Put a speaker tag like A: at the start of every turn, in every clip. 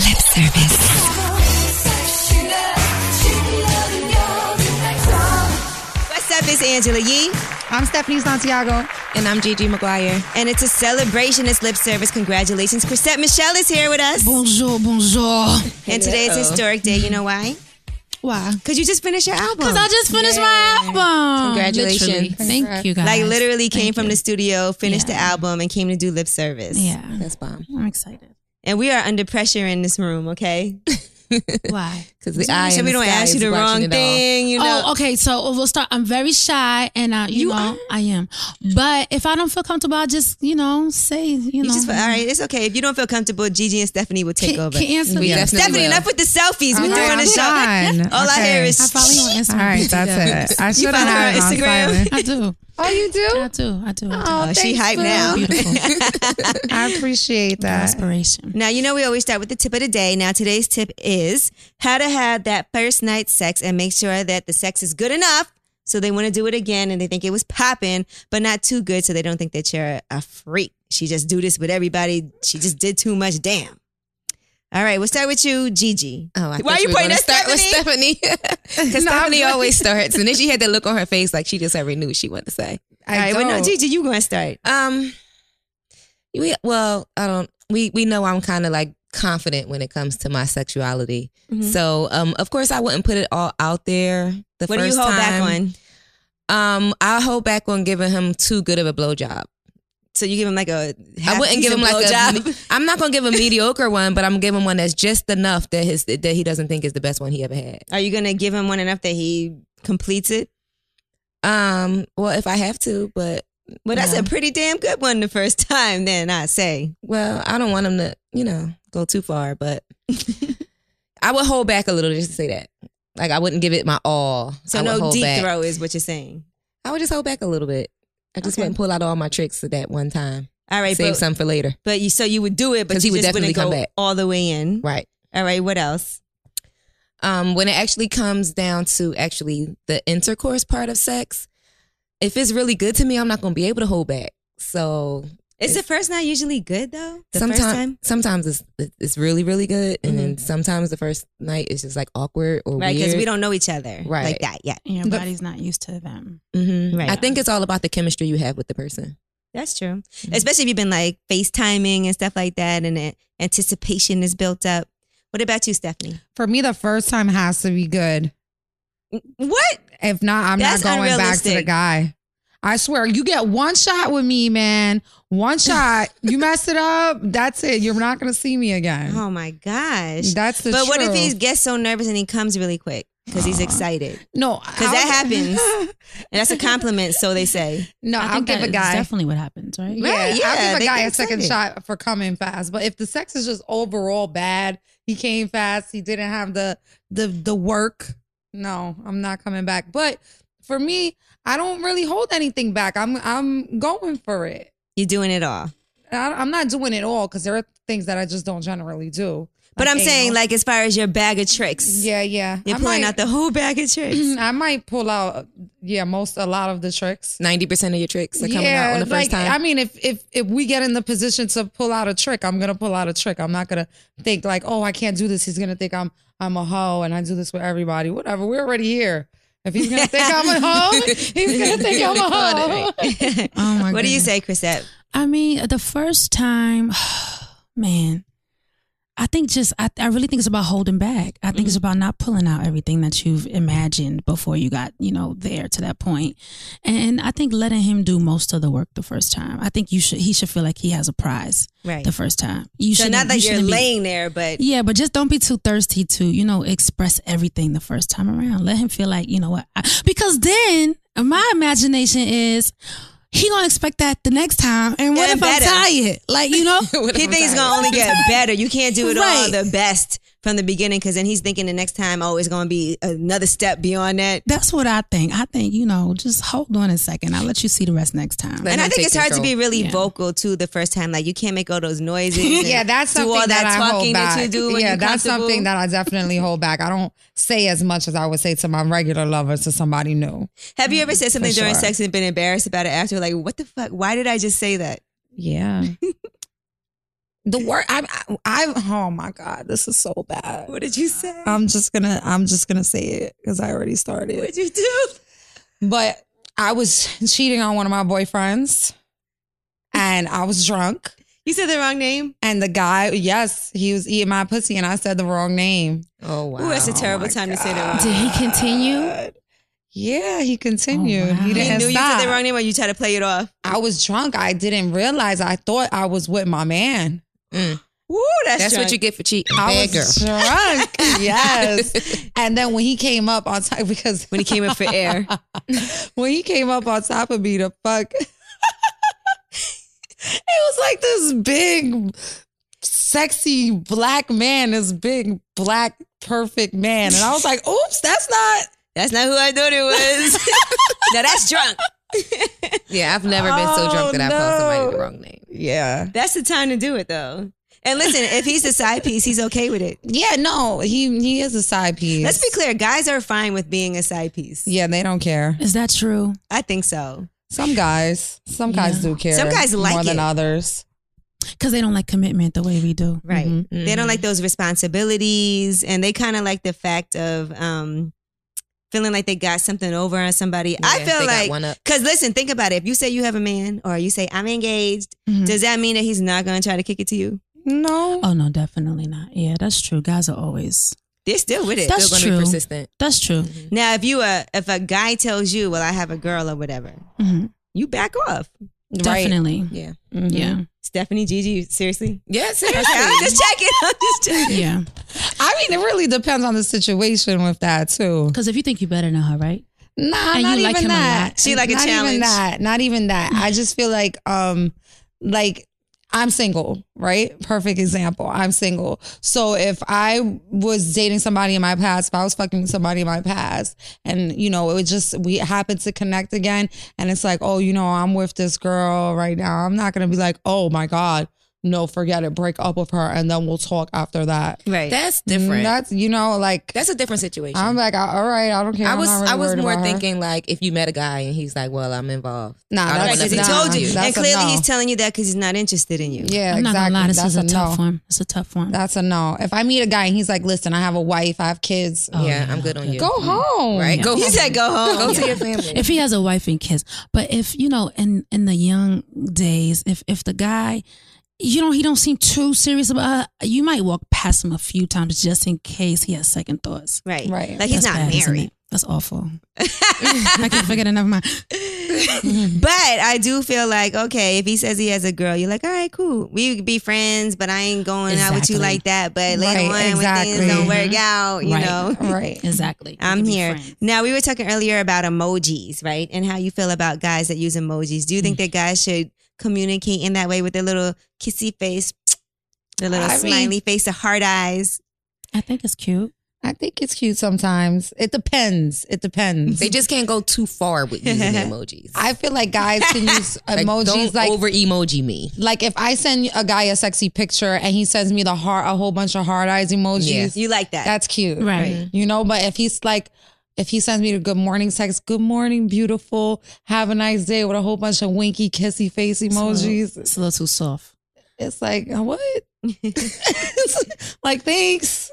A: service.
B: What's up? It's Angela Yee.
C: I'm Stephanie Santiago.
A: And I'm Gigi McGuire.
B: And it's a celebration. It's lip service. Congratulations. Chrisette Michelle is here with us.
C: Bonjour, bonjour.
B: And today is historic day. You know why?
C: Why?
B: Because you just finished your album.
C: Because I just finished my album.
A: Congratulations.
C: Literally. Thank you guys.
B: like literally came from the studio, finished the album, and came to do lip service.
C: Yeah,
A: That's bomb.
C: I'm excited.
B: And we are under pressure in this room, okay?
C: Why?
A: Because the eye
B: so
A: in
B: we don't
A: sky
B: ask you
A: is
B: the
A: watching
B: wrong
A: it all.
B: thing, you know.
C: Oh, okay. So we'll start. I'm very shy, and I, you,
B: You
C: know, I am. But if I don't feel comfortable, I just, you know, say, you know,
B: You just all right, it's okay. If you don't feel comfortable, Gigi and Stephanie will take
C: oh. can,
B: over.
C: can answer.
A: We
C: me.
A: definitely
B: Stephanie,
A: will.
B: enough with the selfies.
A: Oh
B: We're
C: right,
B: doing
C: I'm
B: the show.
D: done.
B: All I hear
D: Okay.
B: is
C: I probably won't answer.
D: All right, that's it. I should
B: follow
D: have
B: her
D: had it
B: on
D: on
B: Instagram?
D: silent.
C: I do.
D: Oh, you
C: I
D: do?
C: do. I do. I do.
B: Oh, she hyped
D: thanks,
B: now.
D: boo.
C: Beautiful
D: I appreciate that.
C: inspiration.
B: Now, you know, we always start with the tip of the day. Now, today's tip is how to have that first night sex and make sure that the sex is good enough so they want to do it again and they think it was popping, but not too good so they don't think that you're a freak. She just do this with everybody. She just did too much. Damn. All right, we'll start with you, Gigi.
A: Oh,
B: Why
A: I thought
B: you pointing
A: were gonna
B: at
A: start with Stephanie? Because
D: No, I'm
A: Stephanie
D: like-
A: always starts, and then she had that look on her face like she just already knew what she wanted to say.
B: All
D: I
B: right, well, no,
D: don't.
B: Gigi, you going to start.
A: Um, we well, I don't. We we know I'm kind of like confident when it comes to my sexuality.
B: Mhm.
A: So, um, of course, I wouldn't put it all out there. The
B: What do
A: first
B: you hold
A: time.
B: back on?
A: Um, I hold back on giving him too good of a blowjob.
B: So you give him like a
A: I wouldn't give him like a.
B: job.
A: me- I'm not gonna give a mediocre one, but I'm gonna give him one that's just enough that his that he doesn't think is the best one he ever had.
B: Are you going to give him one enough that he completes it?
A: Um, well, if I have to, but
B: Well, that's
A: Yeah.
B: a pretty damn good one the first time, then I say.
A: well, I don't want him to, you know, go too far. But I would hold back a little just to say that. Like I wouldn't give it my all.
B: So
A: I would
B: no
A: hold
B: deep
A: back.
B: throw is what you're saying.
A: I would just hold back a little bit. I just
B: Okay.
A: wouldn't pull out all my tricks at that one time.
B: All right,
A: Save
B: but,
A: some for later.
B: but you so you would do it, but
A: 'Cause
B: you
A: he would
B: just
A: definitely
B: wouldn't go
A: come back.
B: all the way in.
A: Right.
B: All right, what else?
A: um, when it actually comes down to actually the intercourse part of sex, if it's really good to me, I'm not going to be able to hold back. So
B: Is the first night usually good though? The
A: sometimes,
B: first time,
A: sometimes it's it's really really good, and then sometimes the first night is just like awkward or
B: Mm-hmm. right? Because
A: Oh, weird.
B: we don't know each other like
A: Right.
B: that yet.
C: And your
A: But-
C: body's not used to them.
A: Mhm.
B: Right.
A: I think it's all about the chemistry you have with the person.
B: That's true,
A: Mm-hmm.
B: especially if you've been like FaceTiming and stuff like that, and it, anticipation is built up. What about you, Stephanie?
D: For me, the first time has to be good.
B: What?
D: If not, I'm
B: That's
D: not going back to the
B: unrealistic.
D: guy. I swear, you get one shot with me, man. One shot. you mess it up. That's it. You're not going to see me again.
B: Oh my gosh!
D: That's the
B: but what if
D: truth.
B: he gets so nervous and he comes really quick because he's excited?
D: No,
B: Because that happens. And that's a compliment, so they say.
D: No,
C: I
D: I'll
C: think
D: give
C: that
D: a
C: is
D: guy.
C: definitely what happens, right?
D: Yeah,
B: Right, yeah,
D: I'll
B: they
D: give a guy
B: get
D: a second
B: excited.
D: shot for coming fast. But if the sex is just overall bad, he came fast, he didn't have the the the work. No, I'm not coming back. But for me, I don't really hold anything back. I'm I'm going for it.
B: You're doing it all.
D: I, I'm not doing it all because there are things that I just don't generally do.
B: But I'm
D: Like
B: saying,
D: anal.
B: like, as far as your bag of tricks,
D: yeah, yeah.
B: you're
D: I
B: pulling
D: might- Oh
B: out the whole bag of tricks.
D: I might pull out, yeah, most a lot of the tricks.
A: Ninety percent of your tricks are coming out on the first
D: like,
A: time.
D: I mean, if if if we get in the position to pull out a trick, I'm gonna pull out a trick. I'm not gonna think like, oh, I can't do this. He's gonna think I'm I'm a hoe and I do this with everybody. Whatever. We're already here. If he's gonna think I'm a hoe, he's gonna think I'm a hoe.
C: Oh my
B: what do you
C: goodness.
B: say, Chrisette?
C: I mean, the first time, man, I think just, I, I really think it's about holding back. I think it's
B: Mm-hmm.
C: about not pulling out everything that you've imagined before you got, you know, there to that point. And I think letting him do most of the work the first time. I think you should, he should feel like he has a prize
B: Right.
C: the first time. You
B: So
C: should
B: not that
C: you
B: you're
C: shouldn't be-
B: laying there, but
C: Yeah, but just don't be too thirsty to, you know, express everything the first time around. Let him feel like, you know what? I, because then my imagination is he gonna expect that the next time. And what
B: And
C: if I'm
B: better.
C: tired? Like, you know,
A: What if
B: he
A: I'm
B: thinks it's
A: tired?
B: gonna only get better. You can't do it all
C: Right.
B: the best from the beginning because then he's thinking the next time, oh, it's gonna be another step beyond that.
C: that's what I think. I think, you know, just hold on a second. I'll let you see the rest next time.
A: Let
B: and I
A: him
B: think
A: take
B: it's hard to
A: control.
B: be really
C: Yeah.
B: vocal too the first time. Like you can't make all those noises. and
D: Yeah, that's
B: do
D: something
B: all that,
D: I
B: talking
D: hold back.
B: that you do. When
D: yeah,
B: you're
D: that's
B: comfortable.
D: something that I definitely hold back. I don't say as much as I would say to my regular lover to somebody new.
B: Have you ever said something during
D: sure.
B: sex and been embarrassed about it after? Like, what the fuck? Why did I just say that?
D: Yeah. The word I, I I oh my god, this is so bad.
B: What did you say?
D: I'm just gonna I'm just gonna say it because I already started.
B: What'd you do?
D: But I was cheating on one of my boyfriends, and I was drunk.
B: You said the wrong name.
D: And the guy, yes, he was eating my pussy, and I said the wrong name.
A: Oh wow.
B: Ooh, that's a
D: Oh
B: terrible
D: my
B: time to say the wrong
D: God.
C: Did he continue?
D: Yeah, he continued.
C: Oh, wow.
D: He
C: He
B: He
D: didn't
B: knew you
D: stop.
B: said the wrong name or you tried to play it off.
D: I was drunk. I didn't realize. I thought I was with my man.
A: Mm.
B: Woo, that's,
A: That's
B: drunk.
A: what you get for cheating.
D: I
A: Bad
D: was
A: girl.
D: drunk. yes. And then when he came up on top, because
B: when he came up for air.
D: when he came up on top of me, the fuck, it was like this big, sexy black man, this big black perfect man, and I was like, "Oops, that's not."
B: That's not who I thought it was. now that's drunk.
A: Yeah, I've never been so
D: Oh,
A: drunk that I called
D: no.
A: somebody the wrong name.
D: Yeah.
B: That's the time to do it though. And listen, if he's a side piece, he's okay with it.
D: Yeah. No, he he is a side piece.
B: Let's be clear, guys are fine with being a side piece.
D: Yeah, they don't care.
C: Is that true?
B: I think so.
D: Some guys, some guys
C: Yeah.
D: do care.
B: Some guys like
D: more than
B: it.
D: others.
C: Because they don't like commitment the way we do.
B: Right.
D: Mhm.
B: They don't like those responsibilities and they kind of like the fact of um feeling like they got something over on somebody. I
A: Mm-hmm. Yeah,
B: feel
A: they got
B: like
A: one up.
B: Because listen, think about it. If you say you have a man or you say I'm engaged,
D: Mm-hmm.
B: does that mean that he's not going to try to kick it to you?
D: No.
C: Oh no, definitely not. Yeah, that's true. Guys are always.
B: They're still with it.
C: That's
A: Still gonna
C: true.
A: be persistent.
C: That's true.
B: now, if you a if a guy tells you, "Well, I have a girl" or whatever,
C: Mhm.
B: you back off.
C: Definitely.
A: Yeah.
B: Mm-hmm.
D: Mhm.
C: Yeah.
B: Stephanie, Gigi, seriously?
A: Yeah,
B: Okay, I'm
A: seriously.
B: just checking. I'm just checking.
C: Yeah.
D: I mean, it really depends on the situation with that too.
C: Because if you think you better than her, right?
D: Nah,
C: And
D: not
C: you
D: even
C: like him a
D: that.
C: lot.
B: She like a
D: not
B: challenge.
D: Even that. Not even that. I just feel like, um, like I'm single, right? Perfect example. I'm single. So if I was dating somebody in my past, if I was fucking somebody in my past, and you know, it was just we happened to connect again, and it's like, oh, you know, I'm with this girl right now. I'm not gonna be like, oh my god, no, forget it, break up with her, and then we'll talk after that.
B: Right.
A: That's different.
D: That's you know, like
A: That's a different situation.
D: I'm like, all right, I don't care.
A: I
D: I'm
A: was
D: not really
A: I was
D: worried
A: more
D: about her.
A: thinking like if you met a guy and he's like, well, I'm involved.
D: Nah,
A: I don't
B: Right,
A: wanna
D: that's
B: because he
A: be-
D: nah,
B: told you, and
D: that's a
B: clearly
D: no.
B: he's telling you that because he's not interested in you.
D: Yeah,
C: I'm not
D: exactly.
C: gonna lie. This
D: That's
C: is a, tough
D: no.
C: one. It's a tough one.
D: That's a no. If I meet a guy and he's like, "Listen, I have a wife, I have kids,"
C: Oh,
A: yeah, I'm good on you.
D: go home.
A: Right? Go
B: He
A: home.
B: said, "Go home."
A: Go to your family.
C: if he has a wife and kids but if you know in in the young days if if the guy you know he don't seem too serious about uh, you might walk past him a few times just in case he has second thoughts
B: Right.
D: Right.
B: Like he's
C: That's
B: not
C: bad, isn't
B: married.
C: it? that's awful i can't forget it never mind
B: But I do feel like okay, if he says he has a girl, you're like, all right, cool, we could be friends, but I ain't going out with
C: Exactly.
B: you
C: Mm-hmm.
B: like that. But later
D: Right,
B: on, when
D: exactly.
B: things don't work out, you
C: Right.
B: know,
D: Right.
C: exactly We
B: I'm
C: could be
B: here.
C: friends.
B: Now we were talking earlier about emojis, right? And how you feel about guys that use emojis. Do you
C: Mm.
B: think that guys should communicate in that way with their little kissy face, the little
D: I mean-
B: smiley face, the hard eyes?
C: i think it's cute
D: I think it's cute sometimes. It depends. It depends.
A: they just can't go too far with using emojis.
D: I feel like guys can use
A: Like,
D: emojis
A: don't
D: like.
A: over emoji me.
D: like if I send a guy a sexy picture and he sends me the heart, a whole bunch of hard eyes emojis,
A: Yeah.
B: You like that?
D: that's cute,
C: Right.
D: You know, but if he's like, if he sends me the good morning text, good morning, beautiful, have a nice day with a whole bunch of winky, kissy face emojis,
C: it's a little too soft
D: it's like what? like thanks.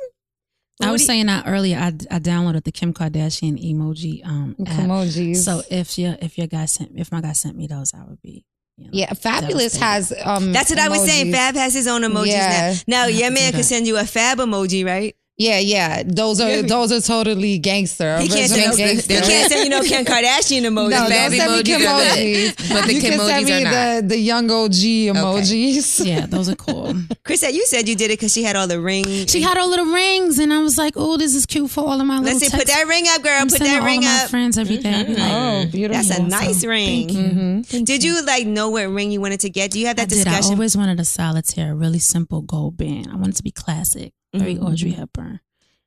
C: i
B: What
C: was
B: do you-
C: saying that earlier I, I downloaded the kim kardashian emoji um app.
D: Emojis.
C: so if your if your guy sent if my guy sent me those i would be you know,
D: yeah, fabulous
C: devastated.
D: has um.
B: That's what I was saying.
D: emojis.
B: Fab has his own emojis
D: Yeah.
B: now. Now
C: I have
B: your
C: to do
B: man could
C: that.
B: send you a Fab emoji, right?
D: Yeah, yeah. Those are those are totally gangster.
B: He can't
D: original
B: send
A: no-
D: gangster.
B: you
A: They're-
B: can't send you no Kim Kardashian emoji.
D: No,
A: Fab
D: don't
B: Fab.
D: send me
A: emojis are good,
D: emojis.
A: but the
D: you can
A: Kimojis
D: send me
A: are not.
D: the the young OG emojis.
C: yeah those are cool
B: Chris, said you said you did it because she had all the rings.
C: She had her little rings, and I was like, "Oh, this is cute for all of my little."
B: Let's see, put
C: texts."
B: that ring up, girl.
C: I'm
B: put
C: sending
B: that
C: all
B: ring
C: of my
B: up. Mm-hmm.
C: friends every day. I'd be like,
D: Oh, beautiful.
B: That's a
C: Yeah,
B: nice
C: so
B: ring.
C: thank you.
B: Did you like know what ring you wanted to get? Do you have
C: I
B: that
C: did. I
B: discussion?
C: always wanted a solitaire, really simple gold band. I wanted to be classic, very
B: Mhm.
C: Audrey Hepburn.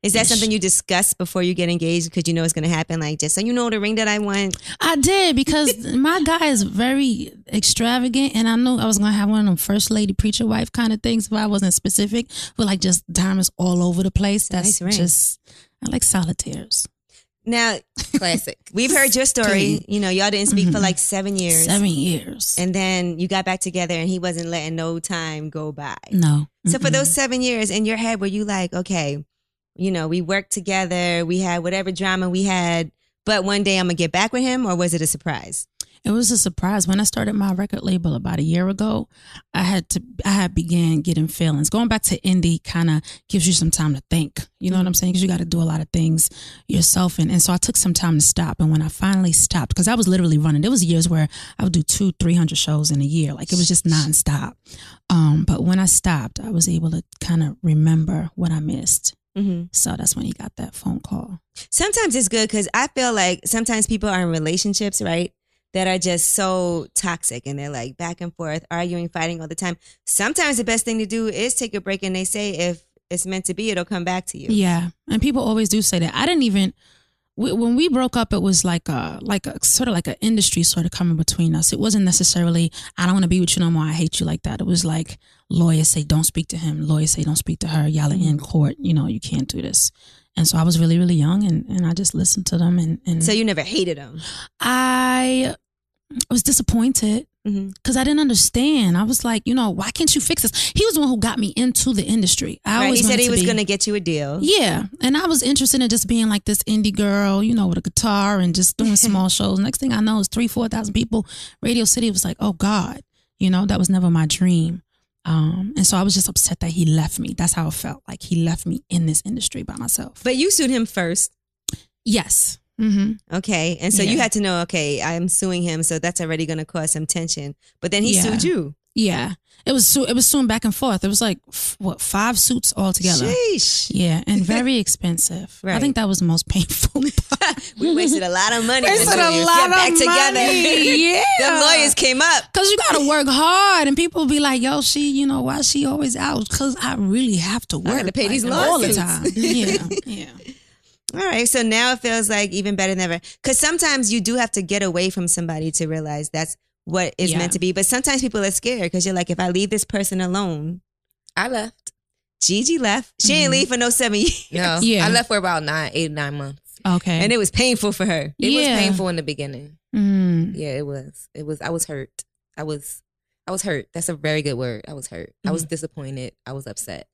B: Is that something you discuss before you get engaged because you know it's going to happen? Like just so you know the ring that I want.
C: I did because my guy is very extravagant, and I knew I was gonna have one of them first lady preacher wife kind of things if I wasn't specific. But like just diamonds all over the place.
B: a nice
C: That's
B: ring.
C: just I like solitaires.
B: Now
A: Classic.
B: we've heard your story. You know, y'all didn't speak for
C: Mhm.
B: like seven years,
C: Seven years.
B: and then you got back together, and he wasn't letting no time go by.
C: no.
B: So for
C: Mm-mm.
B: those seven years in your head, were you like, okay, you know, we worked together, we had whatever drama we had, but one day I'm gonna get back with him, or was it a surprise?
C: It was a surprise when I started my record label about a year ago. I had to I had began getting feelings. Going back to indie kind of gives you some time to think. You know what I'm saying? Because you got to do a lot of things yourself, and and so I took some time to stop. And when I finally stopped, because I was literally running, there was years where I would do two, three hundred shows in a year, like it was just nonstop. Um, but when I stopped, I was able to kind of remember what I missed.
B: Mm-hmm.
C: So that's when he got that phone call.
B: Sometimes it's good because I feel like sometimes people are in relationships, right? That are just so toxic and they're like back and forth, arguing, fighting all the time. Sometimes the best thing to do is take a break and they say if it's meant to be, it'll come back to you.
C: Yeah, and people always do say that. I didn't even wh- when we broke up. It was like a like a sort of like an industry sort of coming between us. It wasn't necessarily I don't want to be with you no more. I hate you like that. It was like lawyers say don't speak to him. Lawyers say don't speak to her. Y'all are in court. You know you can't do this. And so I was really really young, and and I just listened to them, and and
B: So you never hated him.
C: I was disappointed
B: Mm-hmm.
C: because I didn't understand. I was like, you know, why can't you fix this? He was the one who got me into the industry. I
B: Right?
C: always
B: He said
C: wanted
B: he
C: to
B: was
C: be-
B: going to get you a deal.
C: yeah. And I was interested in just being like this indie girl, you know, with a guitar and just doing
B: Mm-hmm.
C: small shows. Next thing I know is three, 4,000 people. Radio City was like, oh God, you know, that was never my dream. Um, and so I was just upset that he left me. That's how it felt. Like he left me in this industry by myself.
B: But you sued him first.
C: yes. Mm-hmm.
B: Okay. And so you
C: Yeah.
B: had to know, okay, I'm suing him. So that's already going to cause some tension. But then he
C: Yeah.
B: sued you.
C: Yeah. It was, so, it was soon back and forth. It was like, f- what, five suits altogether.
B: Sheesh.
C: Yeah. And very expensive. I
B: Right.
C: think that was the most painful part.
B: We wasted a lot of money.
D: Wasted
B: when
D: a
B: lawyers
D: lot
B: got back
D: of
B: together.
D: money.
C: yeah.
B: Them lawyers came up.
C: Cause you gotta work hard, and people be like, "Yo, she, you know, why she always out?" Cause I really have to work.
A: gotta
C: like,
A: pay these
C: all the
A: lawsuits.
C: time. Yeah, yeah.
B: All right. So now it feels like even better than ever. Because sometimes you do have to get away from somebody to realize that's what is
C: Yeah.
B: meant to be. But sometimes people are scared because you're like, if I leave this person alone,
A: I left.
B: Gigi left. She ain't
C: Mhm.
B: leave for no seven years.
A: No.
C: Yeah.
A: I left for about nine, eight, nine months.
C: Okay.
B: And it was painful for her.
A: It
C: Yeah.
A: was painful in the beginning.
C: mm.
A: Yeah, it was. It was I was hurt. I was I was hurt. That's a very good word. I was hurt. I was
D: Mm-hmm.
A: disappointed. I was upset.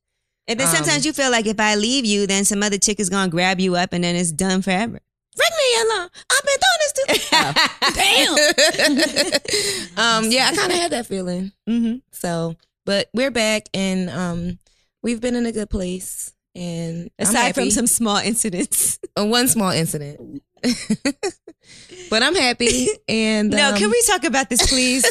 B: And then sometimes
A: Um,
B: you feel like if I leave you, then some other chick is going to grab you up and then it's done forever.
A: Bring me along. I've been doing this too.
C: Damn.
A: um, yeah, I kind of had that feeling.
B: Mhm.
A: So, but we're back and um, we've been in a good place. And I'm
B: Aside from
A: happy.
B: some small incidents.
A: Uh, one small incident, but I'm happy. And
B: No,
A: um,
B: can we talk about this, please?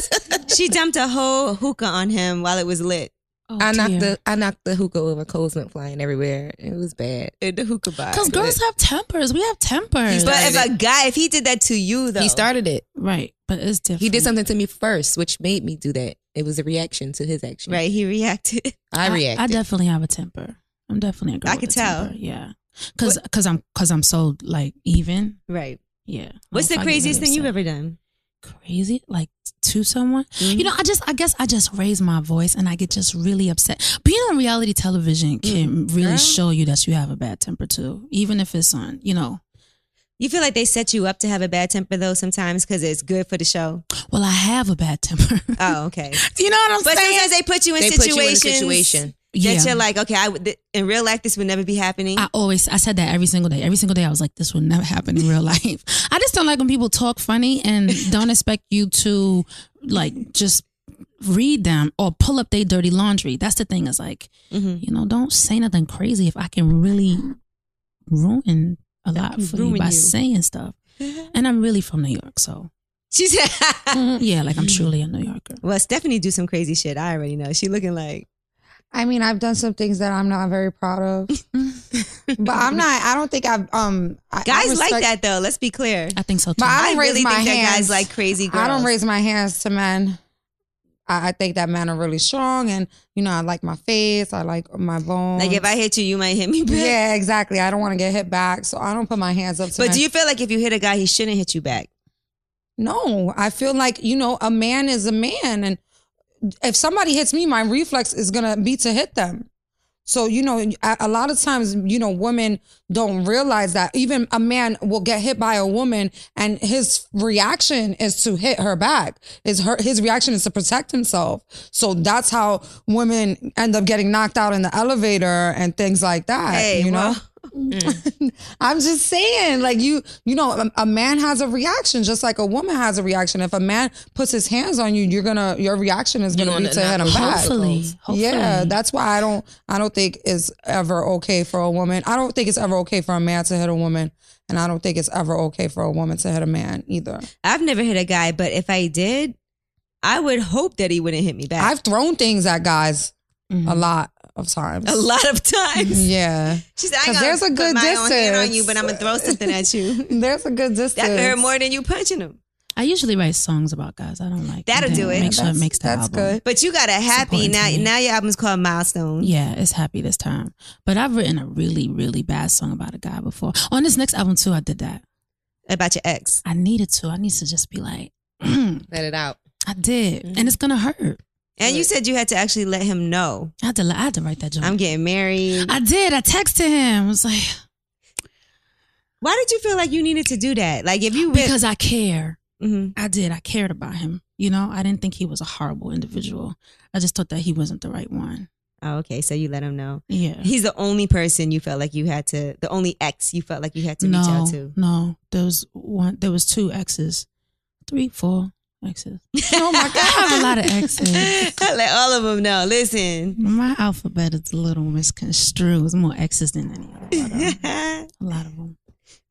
B: she dumped a whole hookah on him while it was lit
C: Oh,
A: I
C: dear.
A: knocked the I knocked the hookah over. Coals went flying everywhere. It was bad.
B: in the hookah bar.
C: Cause girls have tempers. We have tempers.
B: But if a guy, if he did that to you, though,
A: He started it.
C: right, but it's different.
A: He did something to me first, which made me do that. It was a reaction to his action.
B: right? He reacted.
A: I reacted.
C: I definitely have a temper. I'm definitely a girl.
B: I
C: with
B: could
C: a
B: tell.
C: temper. Yeah. Cause, cause I'm, cause I'm so like even.
B: Right.
C: Yeah.
B: What's
C: Like,
B: the
C: I get really
B: craziest thing you've
C: upset.
B: ever done?
C: crazy like to someone you know
B: Mm-hmm.
C: i just i guess i just raise my voice and i get just really upset being on reality television can really
B: Mm-hmm. Girl.
C: show you that you have a bad temper too even if it's on you know
B: You feel like they set you up to have a bad temper though sometimes because it's good for the show.
C: well i have a bad temper
B: Oh, okay.
C: you know what i'm
B: But
C: saying
B: sometimes they put you in
A: they put
B: situations
A: you in a situation.
B: that
C: yeah
B: you're like, okay, I would th- in real life this would never be happening.
D: Ah.
C: I always I said that every single day. Every single day I was like, this will never happen in real life. I just don't like when people talk funny and don't expect you to like just read them or pull up their dirty laundry. That's the thing, is like
B: Mhm.
C: you know, don't say nothing crazy if I can really ruin a lot
B: can
C: for
B: ruin
C: you by
B: you.
C: saying stuff. And I'm really from New York, so
B: She
D: Mm.
B: said,
C: yeah, like I'm truly a New Yorker.
B: "Well, Stephanie do some crazy shit. I already know. She looking like
D: I mean, I've done some things that I'm not very proud of, but I'm not. I don't think I've um I- I
B: guys like
D: respect-
B: that though. Let's be clear.
C: I think so too.
D: But I
B: I
D: don't raise
B: really
D: my
B: think that guys
D: hands.
B: like crazy girls.
D: I don't raise my hands to men. I, I think that men are really strong, and you know, I like my face. I like my bones.
B: like if I hit you, you might hit me back.
D: yeah, exactly. I don't want to get hit back, so I don't put my hands up. To
B: But
D: men.
B: do you feel like if you hit a guy, he shouldn't hit you back?
D: No, I feel like, you know, a man is a man. And if somebody hits me, my reflex is going to be to hit them. So you know, a, a lot of times you know women don't realize that even a man will get hit by a woman, and his reaction is to hit her back. Is her his reaction is to protect himself. So that's how women end up getting knocked out in the elevator and things like that.
B: Hey,
D: you know.
B: well,
D: I'm just saying, like you, you know, a, a man has a reaction just like a woman has a reaction. If a man puts his hands on you, you're gonna, your reaction is gonna be
A: gonna
D: to hit him
A: knock-
D: back.
C: Hopefully, hopefully.
D: Yeah, that's why I don't, I don't think it's ever okay for a woman. I don't think it's ever okay for a man to hit a woman, and I don't think it's ever okay for a woman to hit a man either.
B: I've never hit a guy, but if I did, I would hope that he wouldn't hit me back.
D: I've thrown things at guys a lot of times.
B: Mm-hmm. a lot of
C: Mm-hmm.
B: times.
D: Yeah,
B: She said, I
D: 'Cause
B: gotta
D: there's a
B: put
D: good
B: my own hand on
D: distance.
B: you, but I'm gonna throw something at you.
D: there's a good distance.
B: That could hurt more than you punching him.
C: I usually write songs about guys. I don't like
B: That'll
C: them.
B: do it.
C: Make sure it
D: That's-
C: makes the
D: that's
C: album.
D: good.
B: But you got a happy
C: important to
B: now.
C: me.
B: Now your album's called Milestone.
C: Yeah, it's happy this time. But I've written a really, really bad song about a guy before. On this next album too, I did that.
B: About your ex.
C: I needed to. I need to just be like, I
A: Let it out.
C: did,
B: Mm-hmm.
C: and it's gonna hurt.
B: And you said you had to actually let him know.
C: I had to. I had to write that joke.
B: I'm getting married.
C: I did. I texted him. I was like,
B: Why did you feel like you needed to do that? Like if you went,
C: because I care.
B: Mhm.
C: I did. I cared about him. You know, I didn't think he was a horrible individual. I just thought that he wasn't the right one.
B: oh, okay, so you let him know.
C: Yeah.
B: He's the only person you felt like you had to, the only ex you felt like you had to
C: no,
B: reach out to.
C: no. There was one. There was two exes, three, four exes.
D: Oh my
C: I
D: god.
C: have a lot of exes.
B: Let all of them know. Listen.
C: My alphabet is a little misconstrued. It's more X's than any other. but, um,
B: I
C: a lot of them.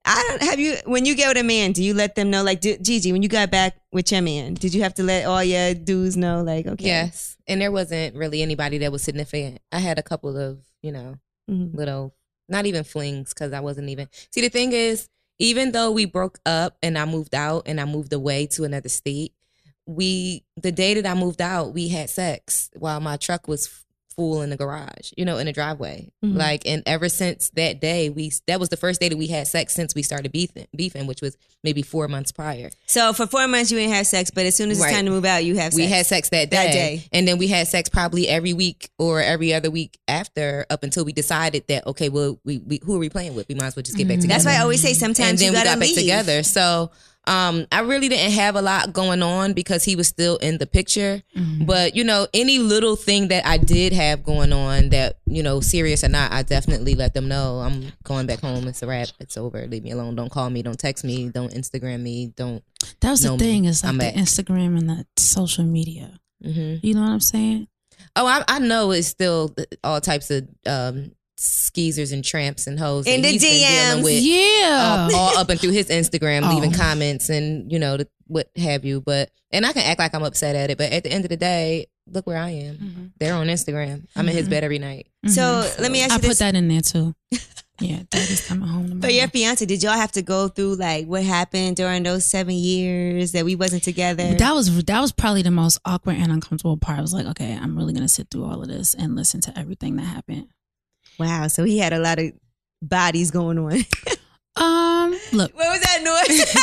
B: don't have you when you get with a man. Do you let them know, like D- Gigi, when you got back with your man? Did you have to let all your dudes know, like okay,
A: Yes. And there wasn't really anybody that was significant. I had a couple of, you know,
B: Mhm.
A: little, not even flings, because I wasn't even. See, the thing is, even though we broke up and I moved out and I moved away to another state, we, the day that I moved out, we had sex while my truck was f- full in the garage, you know, in the driveway.
B: Mhm.
A: Like, and ever since that day, we, that was the first day that we had sex since we started beefing, beefing which was maybe four months prior.
B: So for four months you didn't have sex, but as soon as it's
A: Right.
B: time to move out, you have. Sex.
A: we had sex that day,
B: That day.
A: and then we had sex probably every week or every other week after up until we decided that okay well we, we who are we playing with we might as well just get back
C: Mhm.
A: together
B: Mm-hmm. That's why I always say sometimes
A: and then
B: you
A: we
B: gotta
A: got back
B: leave.
A: together so um i really didn't have a lot going on because he was still in the picture
B: Mm-hmm.
A: but you know any little thing that i did have going on that you know serious or not i definitely let them know i'm going back home it's a wrap it's over leave me alone don't call me don't text me don't instagram me don't
C: That was
A: No,
C: the thing is like
A: I'm
C: the
A: at-
C: Instagram and the social media.
A: hmm
C: You know what I'm saying?
A: Oh, I, I know it's still all types of um, skeezers and tramps and hoes.
B: In
A: that
B: the
A: he's been dealing
B: DMs.
A: with,
C: yeah.
A: uh, all up and through his Instagram,
C: Oh.
A: leaving comments and you know the, what have you. But and I can act like I'm upset at it, but at the end of the day, look where I am.
C: Mhm.
A: They're on Instagram. I'm in his
C: Mhm.
A: bed every night.
B: Mm-hmm. So let me
C: Mhm.
B: ask you
C: I put
B: this:
C: that in there too. Yeah, daddy's coming home tomorrow.
B: for your fiance, did y'all have to go through like what happened during those seven years that we wasn't together?
C: That was that was probably the most awkward and uncomfortable part. I was like, okay, I'm really gonna sit through all of this and listen to everything that happened.
B: wow. So he had a lot of bodies going on. what
C: Um, look,
B: was that noise?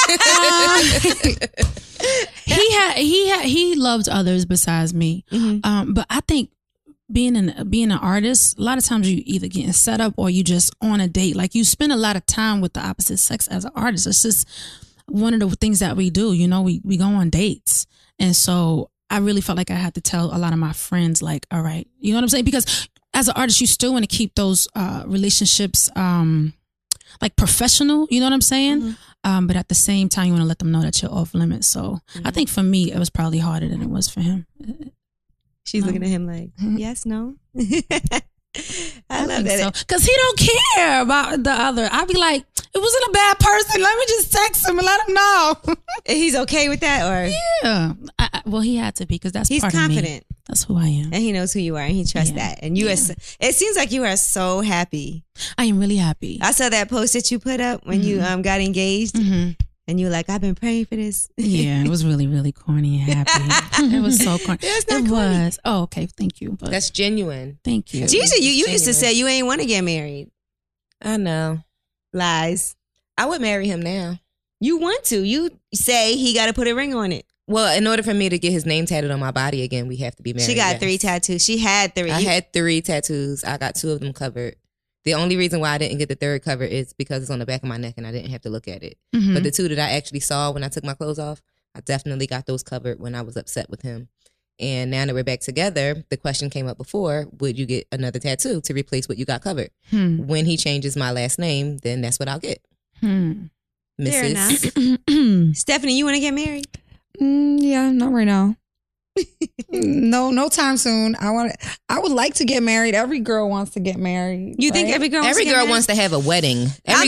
A: Um,
C: he had he had he loved others besides me.
B: Mhm.
C: Um, but I think being an being an artist, a lot of times you either getting set up or you just on a date. Like you spend a lot of time with the opposite sex as an artist. It's just one of the things that we do. You know, we we go on dates, and so I really felt like I had to tell a lot of my friends, like, all right, you know what I'm saying? Because as an artist, you still want to keep those uh, relationships. Um, like professional, you know what I'm saying?
B: Mhm.
C: Um, but at the same time, you want to let them know that you're off limits. So I think for me, it was probably harder than it was for him.
B: She's
C: No.
B: looking at him like, yes, no. I love that.
C: Because he don't care about the other. I'd be like, it wasn't a bad person. Let me just text him and let him know.
B: He's okay with that, or
C: yeah. I, I- well, he had to be because that's
B: he's
C: part of me.
B: confident
C: That's who I am.
B: and he knows who you are and he trusts
C: Yeah.
B: that. And you are. So, it seems like you are so happy.
C: I am really happy.
B: I saw that post that you put up when you um got engaged,
C: hmm
B: and you were like, I've been praying for this.
C: Yeah, it was really, really corny and happy. it was so corny.
B: That's not
C: it
B: corny.
C: was. Oh, okay. Thank you. But
A: That's genuine.
C: thank you.
B: Gigi, you, you used to
A: Genuine.
B: say you ain't want to get married.
A: I know.
B: Lies.
A: I would marry him now.
B: You want to. You say he got to put a ring on it.
A: Well, in order for me to get his name tatted on my body again, we have to be married.
B: She got
A: yes.
B: three tattoos. She had three.
A: I had three tattoos. I got two of them covered. The only reason why I didn't get the third cover is because it's on the back of my neck and I didn't have to look at it.
C: Mm-hmm.
B: Mm-hmm.
A: But the two that I actually saw when I took my clothes off, I definitely got those covered when I was upset with him. And now that we're back together, the question came up before would you get another tattoo to replace what you got covered?
B: Mm-hmm.
C: Hmm.
A: When he changes my last name, then that's what I'll get.
C: Hmm.
B: Fair
A: Mrs.
B: enough. Stephanie, you want to get married?
D: Mm, yeah, not right now. no, no time soon. I want. I would like to get married. Every girl wants to get married.
B: You think
D: right?
B: every girl?
A: Every
B: wants to get
A: girl
B: married?
A: wants to have a wedding. Every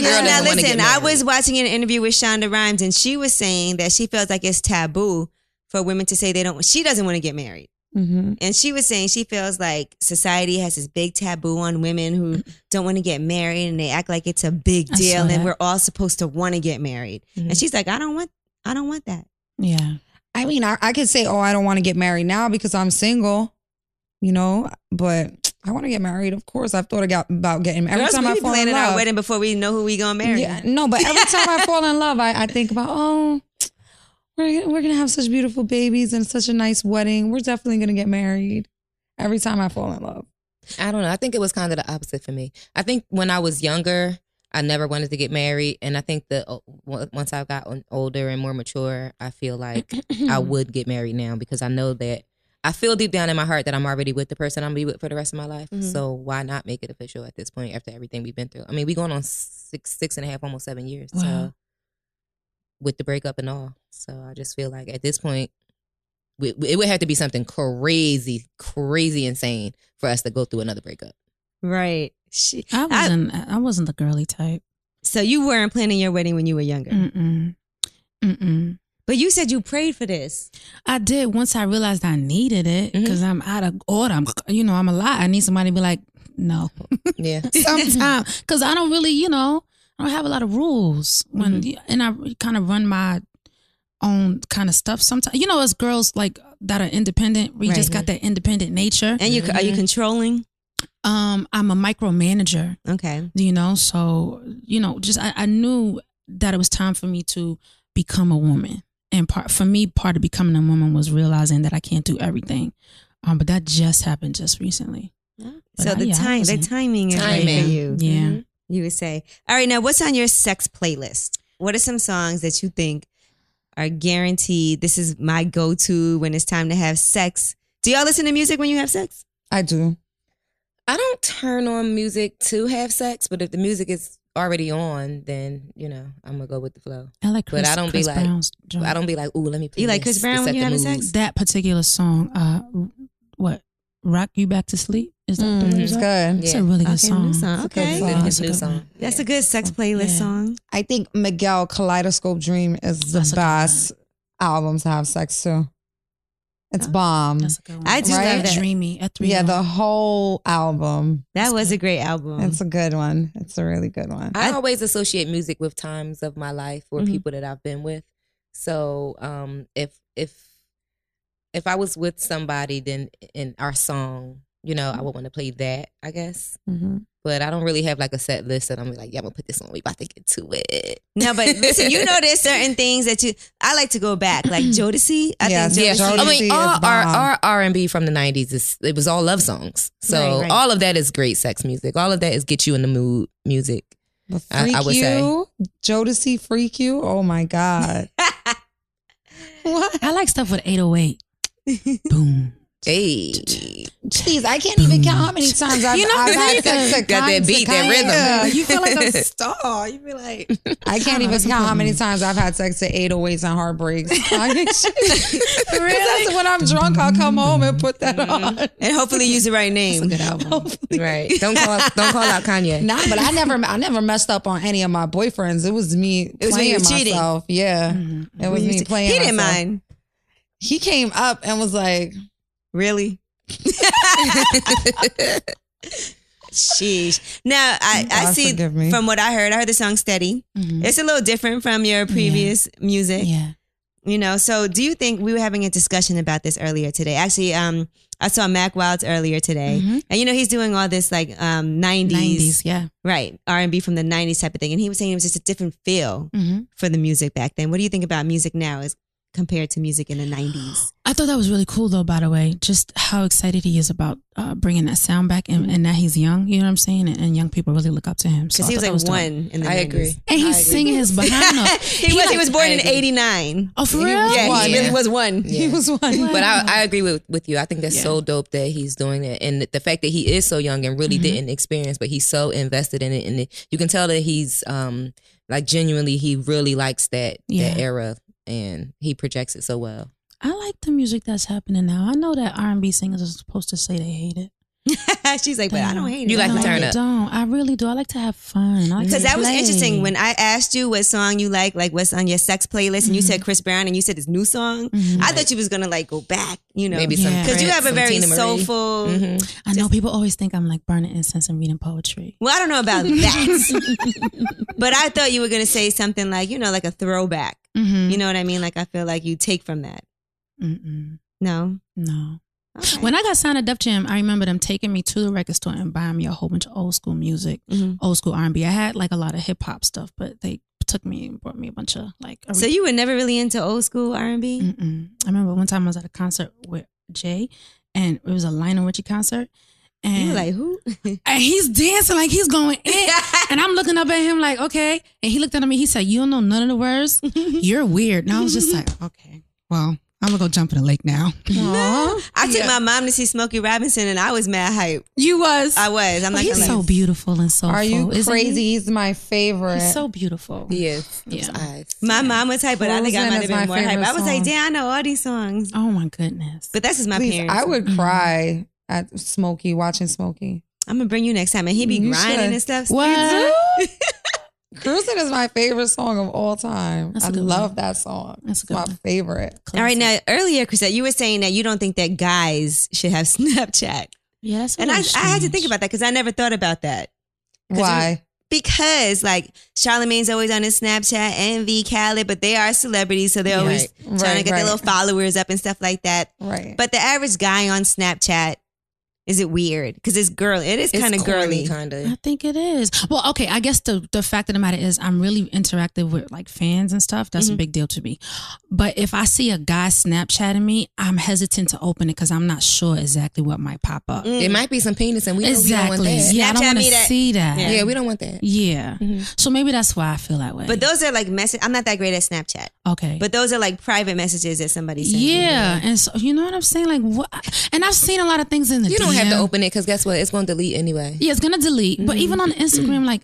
B: I'm
A: girl
B: just, now
A: doesn't want to
B: listen.
A: get
B: I
A: married.
B: was watching an interview with Shonda Rhimes, and she was saying that she feels like it's taboo for women to say they don't. She doesn't want to get married,
D: Mhm.
B: and she was saying she feels like society has this big taboo on women who don't want to get married, and they act like it's a big
C: I saw
B: deal, and
C: that.
B: we're all supposed to want to get married. And she's like, I don't want, I don't want that.
C: Yeah.
D: I mean, I, I could say, oh, I don't want to get married now because I'm single. You know, but I want to get married. Of course, I've thought about- about getting married. Every
B: Girls,
D: time
B: we
D: I
B: be
D: fall in
B: planning our
D: love,
B: wedding before we know who we gonna marry.
D: Yeah, no, but every time I fall in love, I, I think about, oh, we're, gonna- we're going to have such beautiful babies and such a nice wedding. We're definitely going to get married every time I fall in love.
A: I don't know. I think it was kind of the opposite for me. I think when I was younger, I never wanted to get married, and I think that uh, on- once I got on- older and more mature, I feel like I would get married now because I know that I feel deep down in my heart that I'm already with the person I'm gonna be with for the rest of my life.
B: Mhm.
A: So why not make it official at this point after everything we've been through? I mean, we going on six, six and a half, almost seven years. So
C: Wow.
A: with the breakup and all, so I just feel like at this point, we, it would have to be something crazy, crazy insane for us to go through another breakup.
B: Right. She,
C: I
B: I-
C: wasn't. I, wasn't the girly type.
B: so you weren't planning your wedding when you were younger,
C: Mm. Mm-mm. Mm-mm.
B: but you said you prayed for this.
C: I did once I realized I needed it
A: Mhm.
C: because I'm out of order. I'm, you know, I'm a lot. I need somebody to be like, no,
A: Yeah.
C: sometimes because I don't really, you know, I don't have a lot of rules when, and I kind of run my own kind of stuff sometimes. You know, as girls like that are independent, we just got that independent nature.
B: And you are you
A: Mhm.
B: controlling?
C: Um, I'm a micromanager,
B: Okay.
C: you know, so you know, just I, I knew that it was time for me to become a woman, and part for me, part of becoming a woman was realizing that I can't do everything. Um, but that just happened just recently. But
B: So
C: I-
B: the
C: yeah, I
B: time, the
C: wasn't-
B: timing is right for
A: Timing.
B: you.
C: Yeah.
B: You would say, all right, now what's on your sex playlist? What are some songs that you think are guaranteed? This is my go-to when it's time to have sex. Do y'all listen to music when you have sex?
D: I do.
A: I don't turn on music to have sex, but if the music is already on, then, you know, I'm going to go with the flow.
C: I like
A: But
C: Chris,
A: I don't be
C: Chris
A: like-
C: Brown's joint.
A: I don't be like, ooh, let me
B: Mm-hmm.
A: play
B: You like
A: this
B: Chris Brown
A: to
B: when
A: set
B: you
A: the
B: having
A: mood.
B: sex?
C: that particular song, uh, what rock you back to sleep? Is that
B: Mm.
C: the one?
D: Mm, It's good.
A: Yeah.
C: It's a really good
B: Okay,
C: song.
B: new song.
D: It's a good
B: Okay.
D: song.
C: That's
A: It's his
C: a
A: new
C: good
A: song.
C: one.
B: Oh, That's
A: Yeah.
B: a good sex playlist
C: Yeah.
B: song.
D: I think Miguel Kaleidoscope Dream is the
C: That's a good
D: best album to have sex to. It's
B: Oh,
D: bomb.
C: That's a good one.
B: I do
D: love
C: Right?
B: that.
C: Dreamy at three.
D: Yeah, the whole album.
B: That was a great album.
D: It's a good one. It's a really good one.
A: I always associate music with times of my life or
B: Mhm.
A: people that I've been with. So um, if if if I was with somebody, then in our song, you know, I
B: Mm-hmm.
A: would want to play that, I guess.
D: Mhm.
A: But I don't really have like a set list that I'm like, yeah, I'm gonna put this on. We about to get to it.
B: No, but listen, you know there's certain things that you I like to go back, like Jodeci. I
D: Yes,
B: think
A: Yeah,
D: yes,
B: Jodeci.
A: I
D: Jodeci
A: mean,
D: is
A: all our,
D: bomb.
A: our R and B from the '90s is it was all love songs. So
B: Right, right.
A: all of that is great sex music. All of that is get you in the mood music.
D: But
A: I-
D: Freak
A: I would say.
D: You, Jodeci Freak You. Oh my God. what?
C: I like stuff with 808. Boom.
A: Hey,
D: Jeez, I can't even count how many times I've,
C: You know,
D: I've had
C: Kanye
D: sex to
A: got that
D: Kanye-
A: beat, that
D: Kanye.
A: rhythm.
D: Yeah, You feel like a
A: That's
D: star. You be like, I
C: don't
D: can't
C: know,
D: even
C: that's
D: count how
C: important.
D: many times I've had sex to 808s and heartbreaks. really? That's when I'm drunk, I'll come home and put that on.
B: and hopefully use the right name.
A: right? Don't call don't call out Kanye.
D: Nah, but I never, I never messed up on any of my boyfriends. It was me
B: It was when you
D: playing
B: were cheating.
D: myself. Yeah,
C: Mm. Mm-hmm.
D: it was me playing.
B: He didn't
D: myself.
B: mind.
D: He came up and was like,
B: Really? Sheesh. Now I, I
D: God
B: see
D: forgive me.
B: from what I heard, I heard the song Steady. It's a little different from your previous music.
C: Mm-hmm. Yeah.
B: You know, so do you think we were having a discussion about this earlier today? Actually, um, I saw Mac Wilds earlier today.
C: Mhm.
B: And you know, he's doing all this like um 90s,
C: 90s. Mm-hmm. Yeah.
B: right, R and B from the nineties type of thing. And he was saying it was just a different feel
C: Mm-hmm.
B: for the music back then. What do you think about music now? Is compared to music in the 90s.
C: I thought that was really cool, though. By the way, just how excited he is about uh, bringing that sound back, and, and that he's young. You know what I'm saying? And, and young people really look up to him. So
B: Because
C: I
B: he was
C: thought
B: like
C: that dope.
B: one in the
A: I
B: 90s.
A: agree.
C: and he's singing his behind off.
B: he, was, he was born in 89.
C: Oh, for real?
B: Yeah, he really
A: Yeah.
B: was one.
D: He was one.
A: But I, I agree with, with you. I think that's
C: Yeah.
A: so dope that he's doing it, and the fact that he is so young and really didn't experience, but he's so invested in it, and it, you can tell that he's um like genuinely he really likes that
C: Yeah.
A: that era, and he projects it so well.
C: I like the music that's happening now. I know that R and B singers are supposed to say they hate it.
B: She's like, but I don't hate it.
A: You like
C: I
A: to turn
C: really
A: up.
C: Don't I really do? I like to have fun. I like
B: Because
C: to
B: that was
C: play.
B: interesting when I asked you what song you like, like what's on your sex playlist, and you said Chris Brown, and you said his new song.
C: Mm-hmm.
B: I thought you was gonna like go back, you know,
A: Maybe some
C: Yeah.
B: because you have a
A: Prince, some
B: very
A: Tina Marie.
B: soulful.
C: Mm-hmm.
A: Mhm.
C: I know people always think I'm like burning incense and reading poetry.
B: Well, I don't know about that, but I thought you were gonna say something like you know, like a throwback.
C: Mm-hmm.
B: You know what I mean? Like I feel like you take from that.
C: Mm-mm.
B: No,
C: No.
B: Okay.
C: When I got signed to Def Jam, I remember them taking me to the record store and buying me a whole bunch of old school music,
B: Mhm.
C: old school R and B. I had like a lot of hip hop stuff, but they took me and brought me a bunch of like.
B: so you were never really into old school R and B.
C: Mm-mm. I remember one time I was at a concert with Jay, and it was a Lionel Richie concert, and
B: You were like who?
C: and he's dancing like he's going in. and I'm looking up at him like, okay. And he looked at me. He said, "You don't know none of the words.
B: Mm-hmm.
C: You're weird." And I was just like, okay, well, I'm gonna go jump in the lake now.
B: I took my mom to see Smokey Robinson, and I was mad hype.
C: You was.
B: I was.
D: Oh,
B: I'm
C: But
B: not gonna
C: he's
B: lie.
C: so beautiful and so.
D: Are you
C: isn't
D: crazy?
C: He?
D: He's my favorite.
C: He's so beautiful.
A: He is.
C: Yeah.
A: Those eyes.
B: My mom was hype, but I think I
D: Frozen
B: might have
D: is
B: been
D: my
B: more hype.
D: favorite
B: I was like,
D: song.
B: damn, I know all these songs.
C: Oh my goodness.
B: But that's just my
D: Please,
B: parents.
D: I would
C: Mhm.
D: cry at Smokey watching Smokey.
B: I'm gonna bring you next time, and he be
D: You
B: grinding
D: should.
B: and stuff.
C: What?
D: Cruising is my favorite song of all time.
C: That's a
D: I
C: good
D: love
C: one.
D: that song.
C: That's a
D: It's
C: good
D: my
C: one.
D: favorite.
B: All right, now earlier, Chrisette, you were saying that you don't think that guys should have Snapchat,
C: Yeah, that's. a
B: and I,
C: little
B: I had to think
C: strange.
B: about that because I never thought about that. 'Cause
D: Why?
B: Because like Charlemagne's always on his Snapchat, Envy, Khaled, but they are celebrities, so they're always trying
A: Right,
B: to
D: right,
B: get their
D: right.
B: little followers up and stuff like that.
D: Right.
B: But the average guy on Snapchat is it weird? Because it's girl, it is kind of girly.
A: kind of.
C: I think it is. Well, okay. I guess the the fact of the matter is, I'm really interactive with like fans and stuff.
A: Mm-hmm.
C: That's a big deal to me. But if I see a guy Snapchatting me, I'm hesitant to open it because I'm not sure exactly what might pop up.
A: It might Mm, be some penis, and we
C: Exactly.
A: Don't, we don't want that.
C: yeah, I don't
B: Snapchat
C: want to
B: me that-
C: see that.
A: Yeah.
C: Yeah.
A: we Mm-hmm. don't want that.
C: So maybe that's why I feel that way.
B: But those are like message. I'm not that great at Snapchat,
C: okay.
B: but those are like private messages that somebody sends. you.
C: yeah, and so you know what I'm saying, like what? And I've seen a lot of things in the.
A: You don't have to
C: DM.
A: open it because guess what? It's going to delete anyway.
C: Yeah, it's gonna delete. But even on
A: Mm-hmm.
C: Instagram, like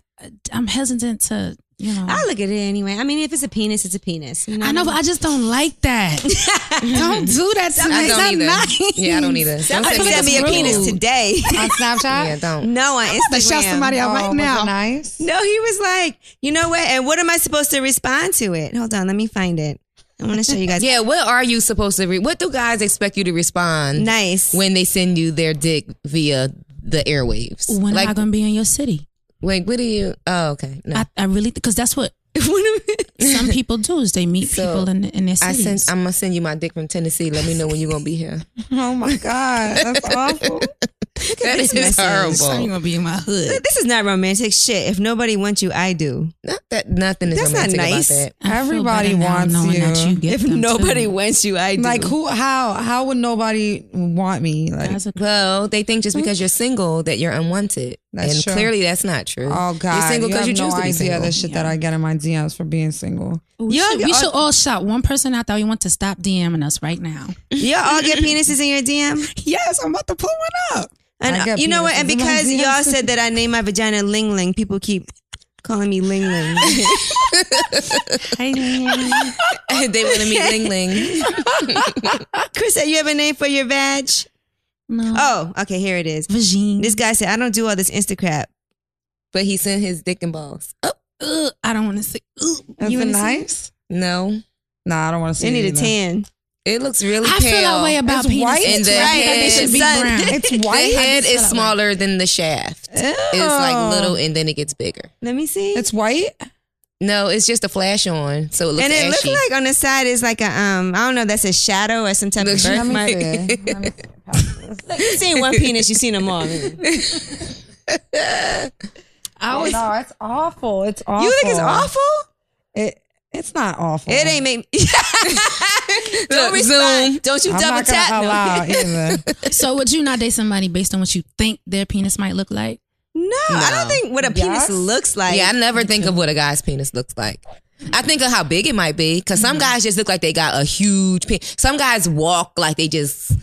C: I'm hesitant to, you know.
B: I look at it anyway. I mean, if it's a penis, it's a penis. You know?
C: I know, but I just don't like that. don't do that to me.
A: I
C: It's
A: don't
C: not
A: either.
C: nice.
A: Yeah, I don't either. Don't
B: Somebody
A: send me
B: sent
A: the
B: me a
A: photo.
B: penis today.
D: on Snapchat?
A: Yeah, don't.
B: no, on
C: to
B: Instagram.
C: shout somebody out
D: Oh,
C: right
D: was
C: now.
D: it nice?
B: No, he was like, you know what? And what am I supposed to respond to it? Hold on, let me find it. I want to show you guys.
A: Yeah, what are you supposed to read? What do guys expect you to respond
B: Nice.
A: when they send you their dick via the airwaves?
C: When
A: like,
C: am I gonna be in your city?
A: wait, what do you? Oh, okay. No,
C: I, I really because that's what some people do is they meet
A: So,
C: people in in their
A: I
C: cities.
A: send. I'm gonna send you my dick from Tennessee. Let me know when you're gonna be here.
D: Oh my God. That's awful.
A: that is
B: message.
C: I'm
A: horrible.
C: gonna be in my hood.
B: This is not romantic shit. If nobody wants you, I do.
A: Not that nothing is
B: That's not
A: romantic
B: nice.
A: about that.
C: I feel
D: Everybody
C: better now
D: wants
C: knowing
D: you.
C: That you get
B: If
C: them, too.
B: nobody wants you, I do.
D: Like who how how would nobody want me? Like
C: That's a-
A: Well, they think just because you're single that you're unwanted,
D: That's
A: and
D: true.
A: clearly that's not true.
D: Oh God!
A: you're single
D: you
A: because
D: have
A: you, choose
D: no
A: to be
D: idea
A: single.
D: the shit that
C: Yeah.
D: I get in my DMs for being single.
C: we,
B: Y'all
C: should, we
B: get-
C: should all shout one person out there. We want to stop DMing us right now.
B: y'all all get penises in your DM?
D: Yes, I'm about to pull one up.
B: And
D: I
B: uh,
D: got
B: you know what? And
D: penises in my
B: because
D: DMs.
B: y'all said that I named my vagina Ling Ling, people keep calling me Ling Ling.
A: they want to meet Ling Ling.
B: Chris, you have a name for your vag?
C: no,
D: Uh,
B: Oh, okay, here it is.
C: vagine.
B: This guy said, I don't do all this Instacrap.
A: But he sent his dick and balls. Oh
C: Ugh, I don't want to see. Ugh.
D: Is
C: You
D: it
C: wanna see?
D: nice?
A: no,
D: Nah, I don't want to see.
B: You
D: it
B: need a
D: either.
B: 10.
A: it looks really
C: I
A: pale.
C: feel that way about
D: It's
C: penises.
D: white.
A: And the
C: I think that they
A: head-
C: should be
B: Son.
C: brown.
D: It's
A: The
D: white.
A: head
C: feel
A: is
C: that way.
A: smaller than the shaft. It's
B: Oh.
A: like little and then it gets bigger.
B: Let me see.
D: It's white.
A: No, it's just a flash on, so it looks
B: and it looks
A: ashy.
B: like on the side is like a um I don't know that's a shadow or some type of
A: Looks- Let me
B: birthmark.
A: see.
B: you seen one penis, you seen them all. You
C: I always
D: no, it's
A: Oh.
D: awful. It's awful.
B: think it's awful?
D: It, it's not awful.
B: It ain't make.
A: Uh-huh. Look,
B: Don't respond. Don't you
D: I'm
B: double
D: not gonna
B: tap. No.
D: allow either.
C: So would you not date somebody based on what you think their penis might look like?
B: No, I don't
A: No.
B: think what a penis
D: Yes?
B: looks like.
A: yeah, I never think of what a guy's penis looks like. I think of how big it might be because some
B: Mm-hmm.
A: guys just look like they got a huge penis. Some guys walk like they just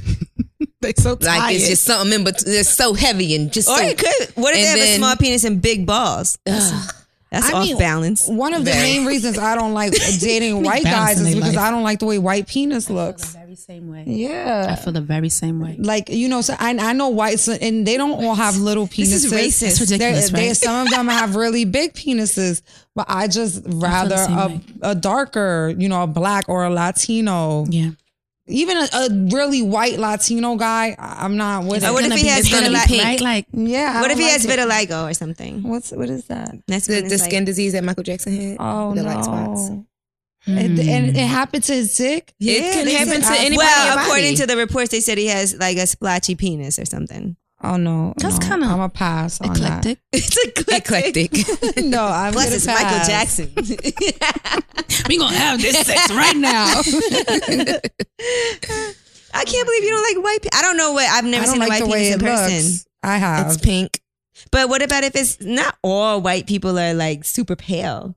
C: They so
A: like it's just something, in but they're so heavy and just.
B: or
A: so,
B: it could. What if
A: and
B: they have a
A: then-
B: small penis and big balls?
A: Ugh.
B: That's
D: I
B: off
D: mean,
B: balance.
D: One of the
A: Very.
D: main reasons I don't like dating white guys
C: balancing
D: is
C: their
D: because
C: life.
D: I don't like the way white penis
C: the
D: looks.
C: very same way.
D: Yeah.
C: I feel the very same way.
D: like you know, so I, I know whites, and they don't all have little penises.
B: is racist. That's
C: ridiculous,
D: They're- they-
C: right?
D: some of them have really big penises, but I just rather
C: the same
D: a,
C: way.
D: a darker, you know, a black or a Latino,
C: Yeah.
D: even a, a really white Latino guy. I- I'm not with
B: I
D: it.
B: would- what if
C: Gonna
B: he
C: be-
B: has
C: it's gonna be
B: vitiligo?
C: pink, right? Like
D: yeah. I
B: What if
D: don't
B: he
D: like
B: has
D: it.
B: vitiligo or something?
D: What's what is that?
B: That's
A: the,
B: when
A: the
B: it's
A: skin
B: like-
A: disease that Michael Jackson had.
D: Oh
A: the
D: no.
A: light spots.
D: And, and it happened to his dick.
A: It
B: Yeah,
A: can
B: they
A: happen
B: said- uh,
A: to anybody.
B: Well,
A: your
B: according
A: body.
B: to the reports, they said he has like a splotchy penis or something.
D: Oh no,
C: That's
D: no.
C: kinda
D: I'm a pass on that.
C: eclectic.
B: It's
A: eclectic.
D: no, I'm
B: Plus,
D: gonna
B: it's
D: pass.
B: Michael Jackson.
C: we gonna have this sex right now.
B: I can't believe you don't like white. Pe- I don't know what I've never
D: I don't
B: seen a
D: like
B: white
D: the way
B: penis
D: it
B: in person.
D: looks. I have.
A: it's pink.
B: But what about if it's not all white people are like super pale?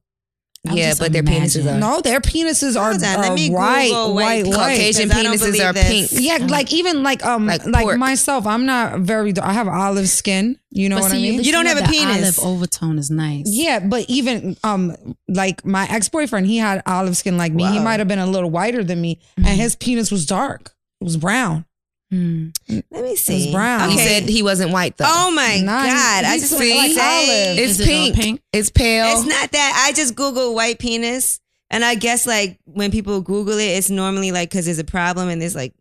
C: I was
A: Yeah,
C: just
A: but their penises
C: imagining.
A: are
D: No, their penises are,
B: Hold on, let
D: are
B: me
D: white,
B: Google white
D: white, white.
A: Caucasian
B: 'cause I don't
A: penises
B: believe
A: are
B: this.
A: pink.
D: Yeah, like even like um
A: Like
D: like,
A: pork.
D: myself, I'm not very. I have olive skin. You know
C: But
D: what
C: see,
D: I
C: at
D: mean?
C: least
B: You don't have a
C: the
B: penis.
C: Olive overtone is nice.
D: Yeah, but even um like my ex boyfriend, he had olive skin like me. He
B: Wow. Mm-hmm.
D: might have been a little whiter than me, and his penis was dark. It was brown.
C: Mm.
B: Let me see.
D: brown.
A: He
B: Okay.
A: said he wasn't white though.
B: oh my
D: Nah, he-
B: god! I
D: he's
B: just
D: like-
B: want to
D: like
B: say
D: olive.
A: it's
C: Is it all
A: pink.
C: pink?
A: It's pale.
B: it's not that. I just Google white penis, and I guess like when people Google it, it's normally like because there's a problem and there's like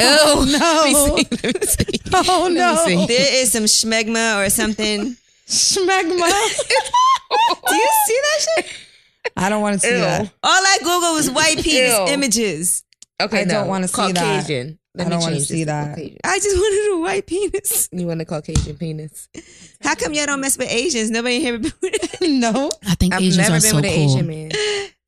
A: oh
D: no.
A: Let me see.
D: Oh
A: Let me
D: no,
A: see.
B: there is some schmegma or something.
D: smegma!
B: Do you see that shit?
D: I don't want to see
A: Ew.
D: that.
B: All I Google was white penis
A: Ew.
B: images.
A: Okay,
D: I don't
A: no.
D: wanna see that.
A: Caucasian. Let
D: I don't
A: me
D: wanna
A: change
D: see
A: this
D: that.
A: Caucasian.
B: I just wanted a white penis.
A: You want a Caucasian penis?
B: How come y'all don't mess with Asians? Nobody here.
D: No,
C: I think
A: I've
C: Asians
A: never
C: are
A: been
C: so
A: with an
C: cool.
A: Asian man.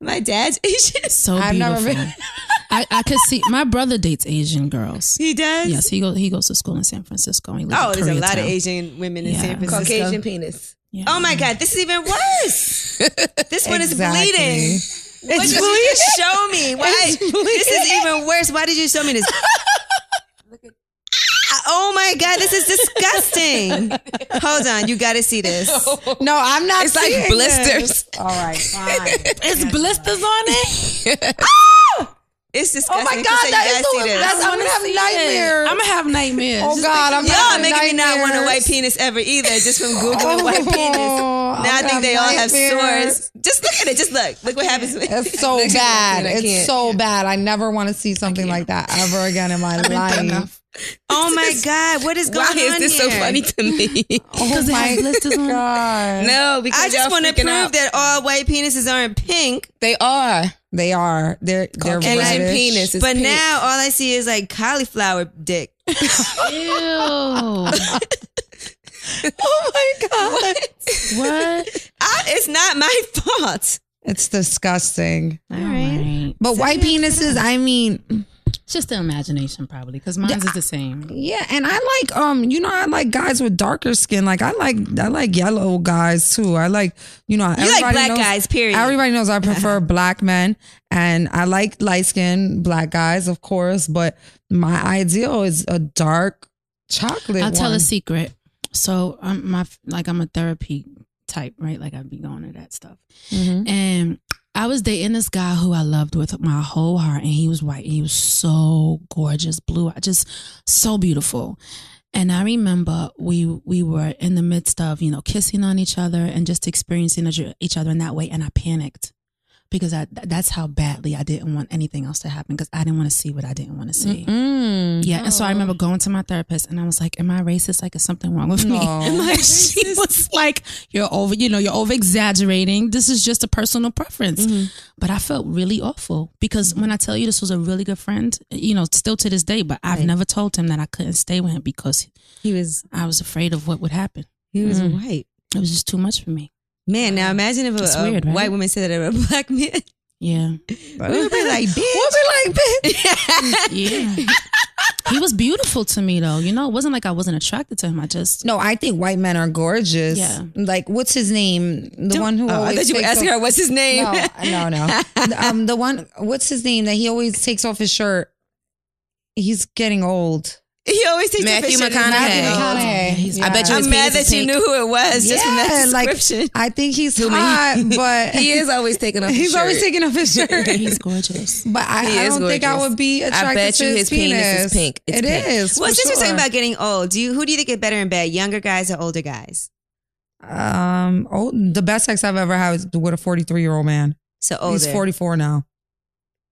B: My dad's Asian.
C: So
D: I've never
C: beautiful.
D: been-
C: I, I could see my brother dates Asian girls.
B: He does.
C: Yes, he goes. He goes to school in San Francisco. and He lives
B: Oh,
C: in
B: there's a lot
C: Koreatown.
B: of Asian women in
C: Yeah.
B: San Francisco.
A: Caucasian penis.
C: Yeah.
B: Oh my God, this is even worse. this one
D: Exactly.
B: is bleeding. What
D: It's
B: did you just show me? Why? This is even worse. Why did you show me this? Ah, Oh my God, this is disgusting. Hold on, you gotta see this.
D: no, I'm not.
A: It's like
D: seeing this.
A: blisters.
D: All right, fine.
C: It's blisters on it.
B: It's disgusting.
D: Oh my
B: You
D: God,
B: say you
D: that is
B: gotta
D: the
B: see
D: one-
B: this.
D: that's- I'm gonna have nightmares.
C: I'm gonna have nightmares.
D: Oh
C: Just
D: God, I'm
B: Y'all
D: having
B: making me not want a
D: nightmares.
B: white penis ever either, just from Googling white penis.
D: Oh,
B: Now I
D: I'm
B: think they
D: having
B: all have
D: nightmares.
B: sores. Just look at it. Just look. Look what happens.
D: It's so bad.
A: I
D: It's
A: can't.
D: so bad. I never want to see something like that ever again in my life.
B: Oh my God, what is going
A: Why
B: on?
A: is this so
B: here?
A: funny to me?
C: Because it has blisters on it.
D: God.
A: no, because
B: I just
A: y'all
B: want to
A: freaking
B: prove
A: out.
B: that all white penises aren't pink,
A: they are
D: They are. They're they're
A: Caucasian
D: reddish.
A: penis. Is
B: but
A: pink.
B: now all I see is like cauliflower dick.
C: Ew.
B: Oh my god!
C: What?
B: I, it's not my fault.
D: It's disgusting.
C: All right.
D: But white penises, I mean,
C: Just the imagination, probably, because mine is the same.
D: yeah, and I like um, you know, I like guys with darker skin. Like I like I like yellow guys too. I like you know,
B: You like
D: everybody
B: black
D: knows-
B: guys, period.
D: Everybody knows I prefer black men, and I like light skinned black guys, of course. But my ideal is a dark chocolate.
C: I'll tell
D: one.
C: a secret. So I'm my like I'm a therapy type, right? Like I'd be going to that stuff. Mm-hmm. And I was dating this guy who I loved with my whole heart, and he was white, and he was so gorgeous, blue, eye- just so beautiful. And I remember we we were in the midst of you know kissing on each other and just experiencing each- each other in that way, and I panicked because I th- that's how badly I didn't want anything else to happen because I didn't want to see what I didn't want to see.
D: Mm.
C: Yeah, and so I
A: Oh.
C: remember going to my therapist and I was like, "Am I racist? Like, is something wrong with me?"
D: No.
C: And like, she was like, "You're over, you know, you're over exaggerating. This is just a personal preference."
A: Mm-hmm.
C: But I felt really awful because when I tell you this was a really good friend, you know, still to this day, but I've never told him that I couldn't stay with him because
B: He was
C: I was afraid of what would happen.
B: he was white.
C: It was just too much for me.
B: Man, now imagine if
C: It's
B: a, a
C: weird, right?
B: white woman said that to a black man.
C: Yeah.
D: But
B: We'll be like,
D: We'll
B: bitch.
D: be like, bitch.
C: Yeah. he was beautiful to me though. You know, it wasn't like I wasn't attracted to him. I just
D: No, I think white men are gorgeous.
C: Yeah.
D: Like, what's his name? The one who
B: Oh, I
D: always
B: thought you were
D: takes
B: asking
D: off-
B: her what's his name.
D: No, no, no. um, the one. What's his name? That he always takes off his shirt. He's getting old.
B: He always takes
A: Matthew
B: pictures of
A: McConaughey.
B: Matthew
A: Matthew
B: McConaughey.
D: McConaughey.
C: He's-
A: I bet you his
B: I'm mad
A: pants
B: that
A: is
B: you
A: pink.
B: knew who it was just from that
D: Yeah, like,
B: description.
D: I think he's hot, but
A: He is always taking off.
D: he's
A: his
D: always
A: shirt.
D: taking off his shirt. but
C: he's gorgeous.
D: I,
A: He
D: I
A: is
D: don't think I
A: gorgeous.
D: would be attracted
A: bet
D: to
A: you his
D: his,
A: penis is pink. It's
D: It
A: pink.
D: is,
B: well,
D: for
B: since we're talking
D: sure.
B: about getting old, do you who do you think get better in bed, younger guys or older guys?
D: um, oh, the best sex I've ever had was with a forty-three-year-old man.
B: So older.
D: He's forty-four now.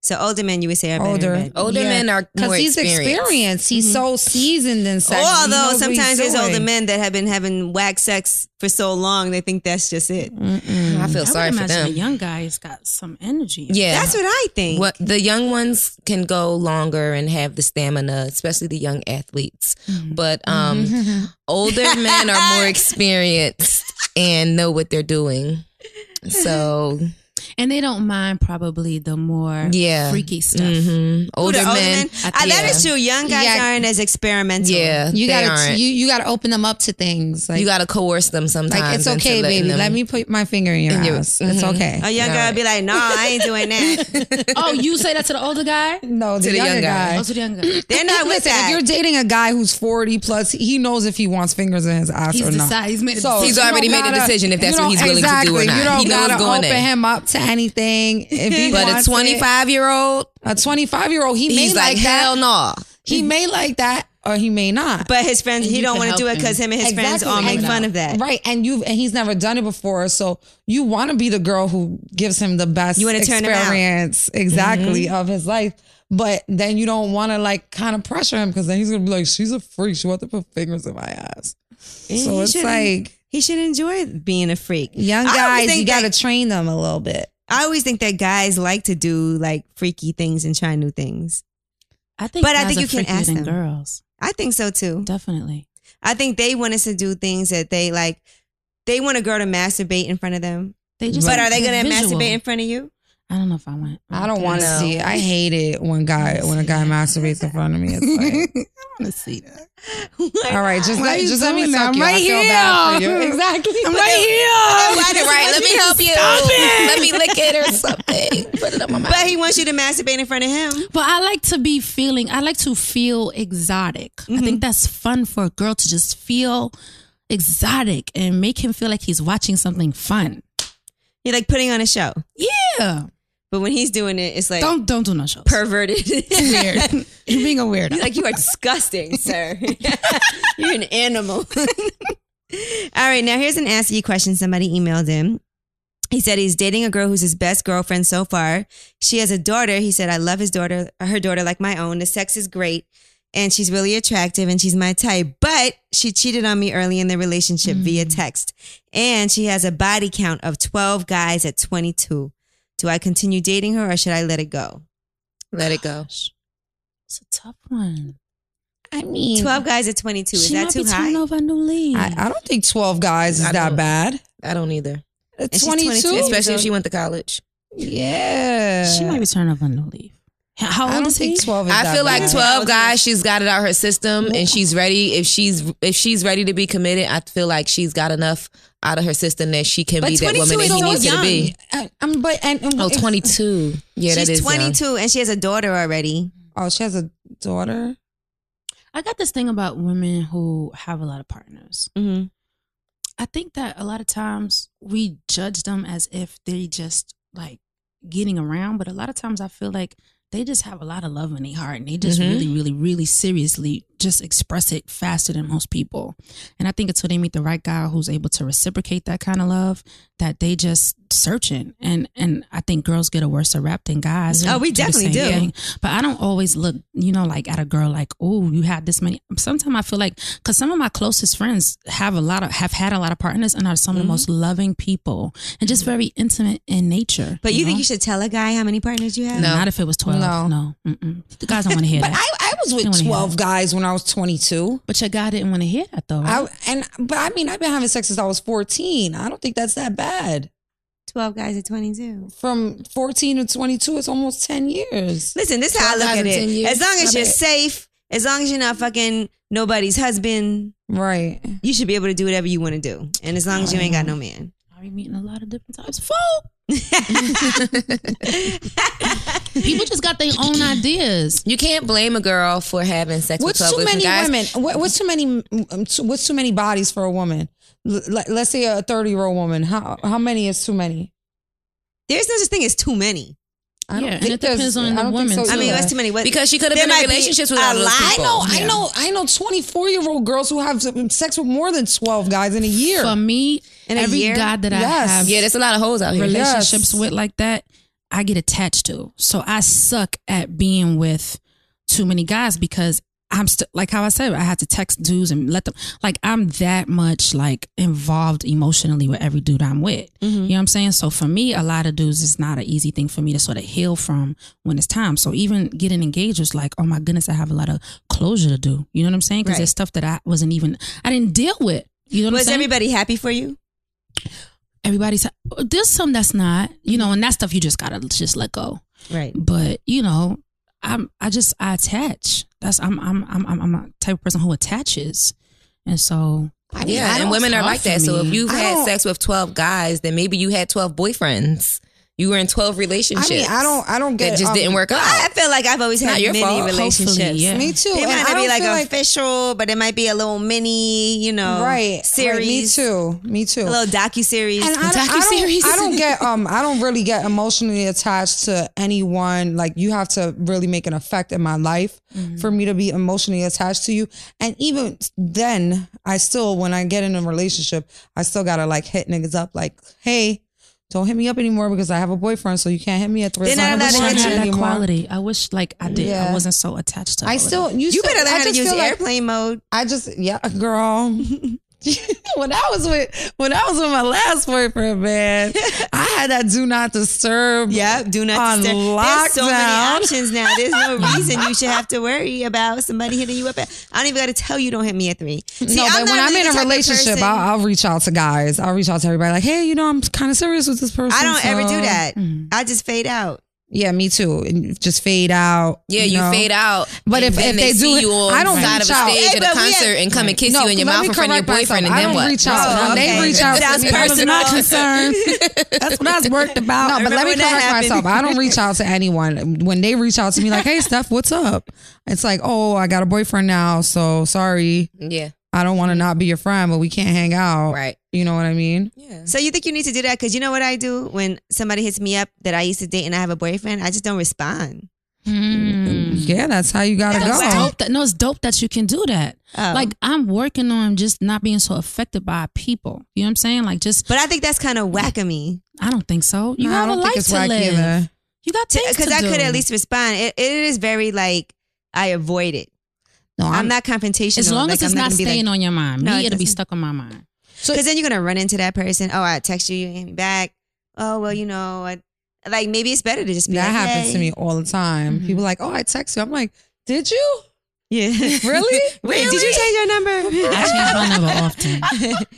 B: So older men, you would say are better
D: Older.
B: in bed.
A: Older
D: Yeah.
A: men are
D: Because
A: more Mm-hmm.
D: he's experienced. He's
B: Mhm.
D: so seasoned in sex.
B: Or
D: He knows
B: although
D: what
B: sometimes
D: he's
B: there's older
D: doing.
B: men that have been having whack sex for so long, they think that's just it.
D: Mm-mm.
A: I feel
C: I
A: sorry
C: would
A: for
C: imagine
A: them.
C: a young guy's got some energy.
A: yeah,
B: That's what I think.
A: What the young ones can go longer and have the stamina, especially the young athletes.
C: Mhm.
A: But um,
D: Mm-hmm.
A: older men are more experienced and know what they're doing. So
C: And they don't mind probably the more
A: Yeah.
C: freaky stuff.
A: mhm.
B: Who,
A: older,
B: the
A: men,
B: Ah, That
A: yeah.
B: is true. Young guys
D: Yeah.
B: aren't as experimental.
A: yeah,
D: you
A: they
D: gotta
A: aren't.
D: you you gotta open them up to things. Like,
A: you got to coerce them sometimes.
D: like it's
A: into
D: okay,
A: letting
D: baby.
A: them-
D: Let me put my finger in your
A: In your-
D: ass. It's
A: Mhm.
D: okay.
B: A young
A: All
B: guy
A: right.
B: would be like, no, I ain't doing that.
C: Oh, you say that to the older guy?
D: no,
A: the young guy.
C: Oh, to the young guy.
B: They're not with
D: Listen, if you're
B: that.
D: dating a guy who's forty plus, he knows if he wants fingers in his ass
C: He's
D: or not.
C: decided. He's made a
D: So
C: decision.
A: He's
D: you
A: already
D: don't
A: made a decision if
D: you
A: that's what
D: don't-
A: he's willing to do or
D: exactly.
A: not.
D: You don't
A: He knows
D: gotta
A: going
D: open
A: in.
D: him up to anything. If he
A: But a
D: wants it.
A: 25 year old,
D: a twenty-five year old, he may
A: he's like,
D: like,
A: hell
D: that.
A: no.
D: He may like that, or he may not.
B: But his friends,
C: And
B: he
C: you
B: don't
C: can
B: want to do it
C: help
B: because him and his friends
D: Exactly.
B: all make
D: And-
B: fun of that.
D: Right. And you've and he's never done it before. So you want to be the girl who gives him the best
B: You wanna turn him out.
D: experience
A: Mm-hmm.
D: exactly of his life. But then you don't want to like kind of pressure him because then he's gonna be like, She's a freak. She wants to put fingers in my ass.
B: And
D: So
B: he
D: it's
B: should-
D: like
B: he should enjoy being a freak.
D: young
B: I always
D: guys,
B: think
D: you
B: that-
D: gotta train them a little bit.
B: I always think that guys like to do like freaky things and try new things.
C: I think but I think you can ask than
B: them.
C: girls.
B: I think so too.
C: Definitely.
B: I think they want us to do things that they like. They want a girl to masturbate in front of them.
C: They just
B: But are they going to
C: visual.
B: masturbate in front of you?
C: I don't know if I want.
D: I don't want to
A: No.
D: see it. I hate it when guy when a guy masturbates in front of me. It's like,
C: want to see that.
D: all right, just
C: Why
D: let,
C: are you
D: just let me
C: doing that?
D: suck you.
C: I'm
D: I
C: right
D: feel bad for
C: here.
D: you. Exactly.
C: I'm right here.
B: Why does he
A: right,
B: want
A: let
B: you
A: me
B: to
A: help you.
B: stop it?
A: Let me lick it or something. Put it on my mouth.
B: But he wants you to masturbate in front of him.
C: But I like to be feeling. I like to feel exotic. I think that's fun for a girl to just feel exotic and make him feel like he's watching something fun.
B: You're like putting on a show.
C: Yeah.
B: But when he's doing it, it's like
C: Don't don't do no shows.
B: perverted.
C: Weird. You're being a weirdo.
B: You're like, you are disgusting, sir. You're an animal. All right, now here's an Ask You question somebody emailed him. He said he's dating a girl who's his best girlfriend so far. She has a daughter. He said, I love his daughter, her daughter like my own. The sex is great and she's really attractive and she's my type, but she cheated on me early in the relationship
C: Mm.
B: via text. And she has a body count of 12 guys at 22. Do I continue dating her or should I let it go?
A: Let it go.
C: It's a tough one.
D: I mean,
B: 12 guys at 22. Is
C: she
B: that
C: might
B: too
C: be
B: high?
C: turning over a new leaf.
D: I, I don't think twelve guys is
A: I
D: that
A: don't-
D: bad.
A: I don't either.
B: she's
D: Twenty
B: 22.
D: two,
A: Especially if she went to college.
B: uh,
D: Yeah.
C: she might be turning over a new leaf. H-
D: I
C: How old
D: don't
C: is he?
D: think 12 is
A: I
D: that
A: feel like
D: bad.
A: twelve guys. She's got it out her system, and she's ready. If she's if she's ready to be committed, I feel like she's got enough out of her system that she can
B: But
A: be that
B: 22
A: woman that
B: is
A: he
B: so
A: wants her to be.
D: I, am but and, and
A: Oh,
D: if-
A: 22. Yeah, that
B: She's
A: is young.
B: 22 and she has a daughter already.
D: Oh, she has a daughter.
C: I got this thing about women who have a lot of partners.
B: Mm-hmm.
C: I think that a lot of times we judge them as if they just like getting around, but a lot of times I feel like they just have a lot of love in their heart and they just
A: Mhm.
B: Mm-hmm.
C: really, really, really seriously just express it faster than most people. And I think until they meet the right guy who's able to reciprocate that kind of love, that they just searching. And and I think girls get a worse rap than guys. who
B: Oh, we
C: the same
B: definitely do.
C: thing. But I don't always look, you know, like at a girl like, oh, you had this many. Sometimes I feel like because some of my closest friends have a lot of have had a lot of partners and are some
B: Mm-hmm.
C: of the most loving people and just very intimate in nature.
B: But you, think
C: know?
B: you should tell a guy how many partners you have?
A: No.
C: Not if it was twelve.
D: No.
C: Mm-hmm. No, Mm-mm. the guys don't want to hear
D: But
C: that.
D: I, I was
C: I wanna
D: with
C: hear
D: twelve
C: that.
D: guys when I was twenty two.
C: but your guy didn't want to hear that though. right?
D: I and but I mean I've been having sex since I was fourteen. I don't think that's that bad.
B: 12 guys at 22.
D: From 14 to 22, it's almost 10 years.
B: Listen, this is how I look at
D: 2010
B: it.
D: years.
B: As long as
D: My
B: you're
D: bad.
B: safe, as long as you're not fucking nobody's husband,
D: Right.
B: you should be able to do whatever you want to do. And as long as you ain't got no man.
C: Are we meeting a lot of different types of folk? People just got their own ideas.
A: You can't blame a girl for having sex
D: What's
A: with
D: too
A: 12 different
D: many
A: guys.
D: women? What, what's too many? um, too- What's too many bodies for a woman? L- like, let's say a thirty-year-old woman. How how many is too many?
B: There's no such thing as too many.
D: I
C: Yeah, and
D: think
C: it
D: there's-
C: depends on
D: I
C: the
D: don't think
C: woman, too.
B: I mean,
D: either.
B: that's too many. What,
A: Because she could have
B: There
A: been in
B: might be
A: relationships with
B: a
A: all those
B: lot.
A: people.
D: I know,
A: Yeah.
D: I know, I know. Twenty-four-year-old girls who have sex with more than twelve guys in a year.
C: For me,
B: In a
C: every
B: year?
C: guy that
D: Yes.
C: I have
A: Yeah, there's a lot of hoes out here.
D: Really?
C: relationships
D: Yes.
C: with like that, I get attached to. So I suck at being with too many guys because I'm still like how I said, I had to text dudes and let them like I'm that much like involved emotionally with every dude I'm with.
B: Mm-hmm.
C: Mm-hmm. You know what I'm saying? So for me, a lot of dudes is not an easy thing for me to sort of heal from when it's time. So even getting engaged was like, oh my goodness, I have a lot of closure to do. You know what I'm saying? Because
B: Right.
C: there's stuff that I wasn't even I didn't deal with. You know what I'm
B: was
C: saying?
B: everybody happy for you?
C: everybody's "Oh, there's some that's not you know and that stuff you just gotta just let go
B: Right.
C: but you know i'm i just i attach that's i'm i'm i'm, I'm I'm a type of person who attaches and so I mean,
A: Yeah,
C: I
A: and
C: don't-
A: women are
C: it's
A: like
C: hard for
A: that. So if
C: me.
A: you've
D: I
A: had
D: don't-
A: sex with 12 guys, then maybe you had 12 boyfriends. You were in 12
D: I
A: relationships.
D: mean, I don't, I don't get.
A: That just
D: um,
A: didn't work
B: I
A: out.
B: feel like I've always
A: Not
B: had
A: your
B: many
A: fault.
B: relationships.
C: Hopefully, yeah.
D: Me too.
B: It
D: And
B: might
D: I
B: not be
D: don't
B: like
D: feel like
B: official, but it might be a little mini, you know,
D: right
B: series.
D: Right, me too. Me too.
B: A little docu series.
D: And I, don't- I
C: Docuseries.
D: don't, I don't get um I don't really get emotionally attached to anyone. Like you have to really make an effect in my life
B: Mm-hmm.
D: for me to be emotionally attached to you. And even then, I still when I get in a relationship, I still gotta like hit niggas up like, hey, don't hit me up anymore because I have a boyfriend, so you can't hit me at three
B: They're
D: o'clock
B: not
D: in
B: allowed to
D: the
C: I
D: morning
B: hit
C: had that
D: anymore.
C: quality. I wish like I did.
D: Yeah.
C: I wasn't so attached to.
D: I
C: all of
D: still
C: that.
D: you,
B: you
D: still,
B: better learn how
D: I
B: to
D: just
B: use
D: feel like-
B: airplane mode.
D: I just yeah, girl. when I was with when I was with my last boyfriend, man, I had that do not disturb.
B: Yep, do not
D: on
B: disturb. There's so
D: lockdown.
B: many options now. There's no reason you should have to worry about somebody hitting you up. At, I don't even got to tell you don't hit me at three. See,
D: no, but
B: not
D: when
B: really
D: I'm
B: the
D: in a
B: type of
D: relationship,
B: person-
D: I'll, I'll reach out to guys. I'll reach out to everybody. Like, hey, you know, I'm kind of serious with this person.
B: I don't ever
D: so-
B: do that. I just fade out.
D: Yeah, me too. And just fade out.
A: yeah, you
D: know?
A: fade out.
D: But
A: and
D: if-
A: then
D: if they
A: see
D: do it-
A: you on
D: I don't
A: the side of
D: reach
A: a
D: out.
A: stage
B: Hey,
A: at a
B: but we-
A: concert and come and kiss you in your
D: let
A: mouth
D: me
A: in front of your
D: correct myself.
A: boyfriend, and
D: I
A: then
D: don't
A: what?
D: reach out.
B: Oh,
D: When
B: okay.
D: They reach out.
B: Sounds
D: to me, I was
B: personal.
D: not
C: concerned. That's what I was worked about.
D: No, but
B: Remember
D: let me
B: when that
D: correct
B: happened?
D: myself. I don't reach out to anyone. When they reach out to me, like, hey, Steph, what's up? It's like, oh, I got a boyfriend now. So sorry.
A: Yeah,
D: I don't want to not be your friend, but we can't hang out.
A: right.
D: You know what I mean?
A: Yeah.
B: So you think you need to do that? Because you know what I do when somebody hits me up that I used to date and I have a boyfriend, I just don't respond.
A: Mm.
D: Yeah, that's how you gotta
C: It's
D: go.
C: dope that, no, it's dope that you can do that.
B: Oh.
C: Like I'm working on just not being so affected by people. You know what I'm saying? Like just
B: But I think that's kind of whack of me
C: I don't think so. You
D: Nah,
C: have a life to
D: whack
C: live.
D: either.
C: You got things
B: because
C: to
B: I
C: do.
B: could at least respond. It, it is very like I avoid it.
D: No,
B: I'm,
D: I'm,
B: not confrontational.
C: as long
B: Like,
C: as it's
B: I'm
C: not
B: gonna be like-
C: staying on your mind.
B: No,
C: Me,
B: it
C: it'll be
B: doesn't.
C: stuck on my mind.
B: Because then you're gonna run into that person. Oh, I text you, you ain't me back. Oh, well, you know, I, like maybe it's better to just be.
D: that
B: like,
D: happens to
B: hey.
D: me all the time.
C: Mhm.
A: Mm-hmm.
D: People like, oh, I text you. I'm like, did you?
B: Yeah.
D: Really?
B: Wait, did you change your number?
C: I change my number often.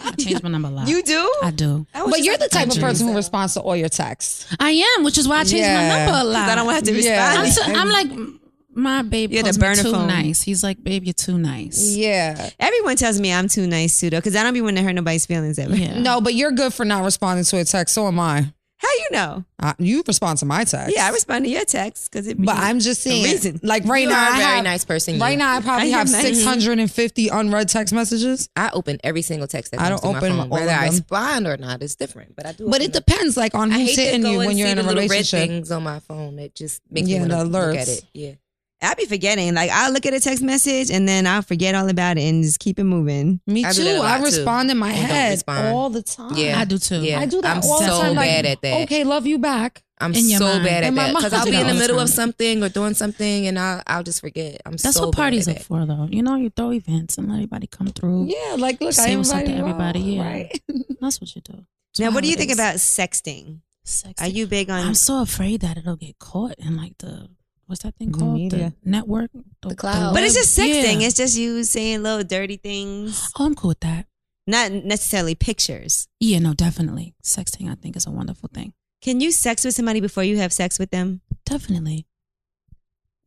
C: I change my number a lot.
B: you do?
C: I do.
B: I
A: Oh,
B: was
D: But
B: just
D: you're the
B: like,
D: type of
C: Jesus.
D: person who responds to all your texts.
C: I am, which is why I change
D: Yeah.
C: my number a
B: 'Cause
C: lot.
B: I don't have to
D: Yeah.
B: respond.
C: I'm, so- I'm like, my babe
B: You're the
C: calls me
B: burner
C: too
B: phone.
C: nice. He's like, babe, you're too nice.
D: Yeah.
B: Everyone tells me I'm too nice too, though, because I don't be wanting to hurt nobody's feelings ever.
C: Yeah.
D: No, but you're good for not responding to a text. So am I.
B: How you know?
D: I you respond to my text.
B: Yeah, I respond to your texts because it.
D: But I'm just saying,
B: reason.
D: like right
A: You
D: now,
A: are a
D: I
A: very
D: have-
A: nice person. you.
D: Right now, I probably
B: I
D: have
B: am nice.
D: 650 unread text messages.
A: I open every single text that
D: I
A: comes to
D: don't
A: my
D: open
A: phone,
D: all
A: whether
D: of
A: I
D: them.
A: respond or not. It's different, but I do. open
D: But it
A: them.
D: depends, like on
A: I
D: who's
A: hate
D: hitting
A: to go
D: you
A: and
D: when you're
A: see
D: in a
A: the little red
D: relationship.
A: things on my phone. It just makes
D: Yeah,
A: me
D: the
A: want to look
D: alerts.
A: at it. Yeah.
B: I be forgetting. Like I will look at a text message and then I'll forget all about it and just keep it moving.
D: Me
A: I do that
D: too.
A: a
D: I
A: lot, too.
D: respond in my
A: I don't
D: head
A: respond.
D: all the time.
A: Yeah.
C: I do too.
A: Yeah.
D: I do that
A: I'm
D: all the
A: so
D: time. like,
A: bad at that.
D: Okay, love you back.
A: I'm
C: In your
A: so
C: mind.
A: bad at
D: In my
A: that
D: mind.
A: because I'll
D: I do
A: be
D: that
A: in the
D: all the
A: middle of
C: time.
A: something or doing something and I'll I'll just forget. I'm
C: That's
A: so
C: what parties
A: bad
C: are
A: at that.
C: for, though. You know, you throw events and let everybody come through.
D: Yeah, like look, I
C: Say what's up
D: invited
C: to
D: you
C: everybody.
D: all,
C: Yeah,
D: Right.
C: that's what you do. That's how
B: now, what do
C: it
B: you think
C: is.
B: about sexting?
C: Sex.
B: Are you big on?
C: I'm so afraid that it'll get caught in like the what's that thing
D: The
C: called?
D: media.
C: The network.
A: The cloud.
D: Oh,
B: but it's just
C: web-
B: sexting.
C: Yeah.
B: It's just you saying little dirty things.
C: oh, I'm cool with that.
B: not necessarily pictures.
C: Yeah, no, definitely. Sexting, I think, is a wonderful thing.
B: Can you sex with somebody before you have sex with them?
C: Definitely.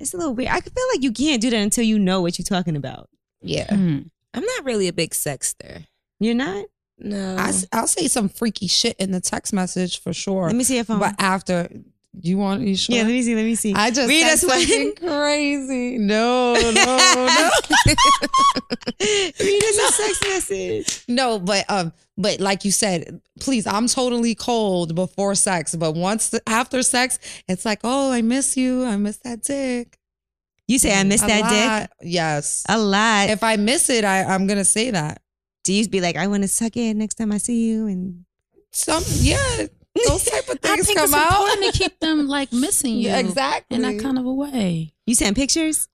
B: It's a little weird. I feel like you can't do that until you know what you're talking about.
A: Yeah.
C: Mm.
A: I'm not really a big sexter.
B: You're not?
A: No.
D: I, will say some freaky shit in the text message for sure.
B: Let me see your phone.
D: but after, you want? You sure?
B: Yeah, let me see. Let me see.
D: I just
B: Read
D: said
B: us one.
D: something crazy. No, no, no,
B: Read us a sex message.
D: no. But um, but like you said, please, I'm totally cold before sex, but once after sex, it's like, oh, I miss you. I miss that dick.
B: You say I miss
D: A
B: that dick
D: lot. Yes.
B: a lot.
D: If I miss it, I, I'm gonna say that.
B: do you be like, I want to suck it next time I see you? And
D: Some yeah, those type of
C: I
D: things
C: think
D: come
C: it's
D: out.
C: important to keep them like missing you.
D: Yeah, exactly.
C: In that kind of a way.
B: you send pictures?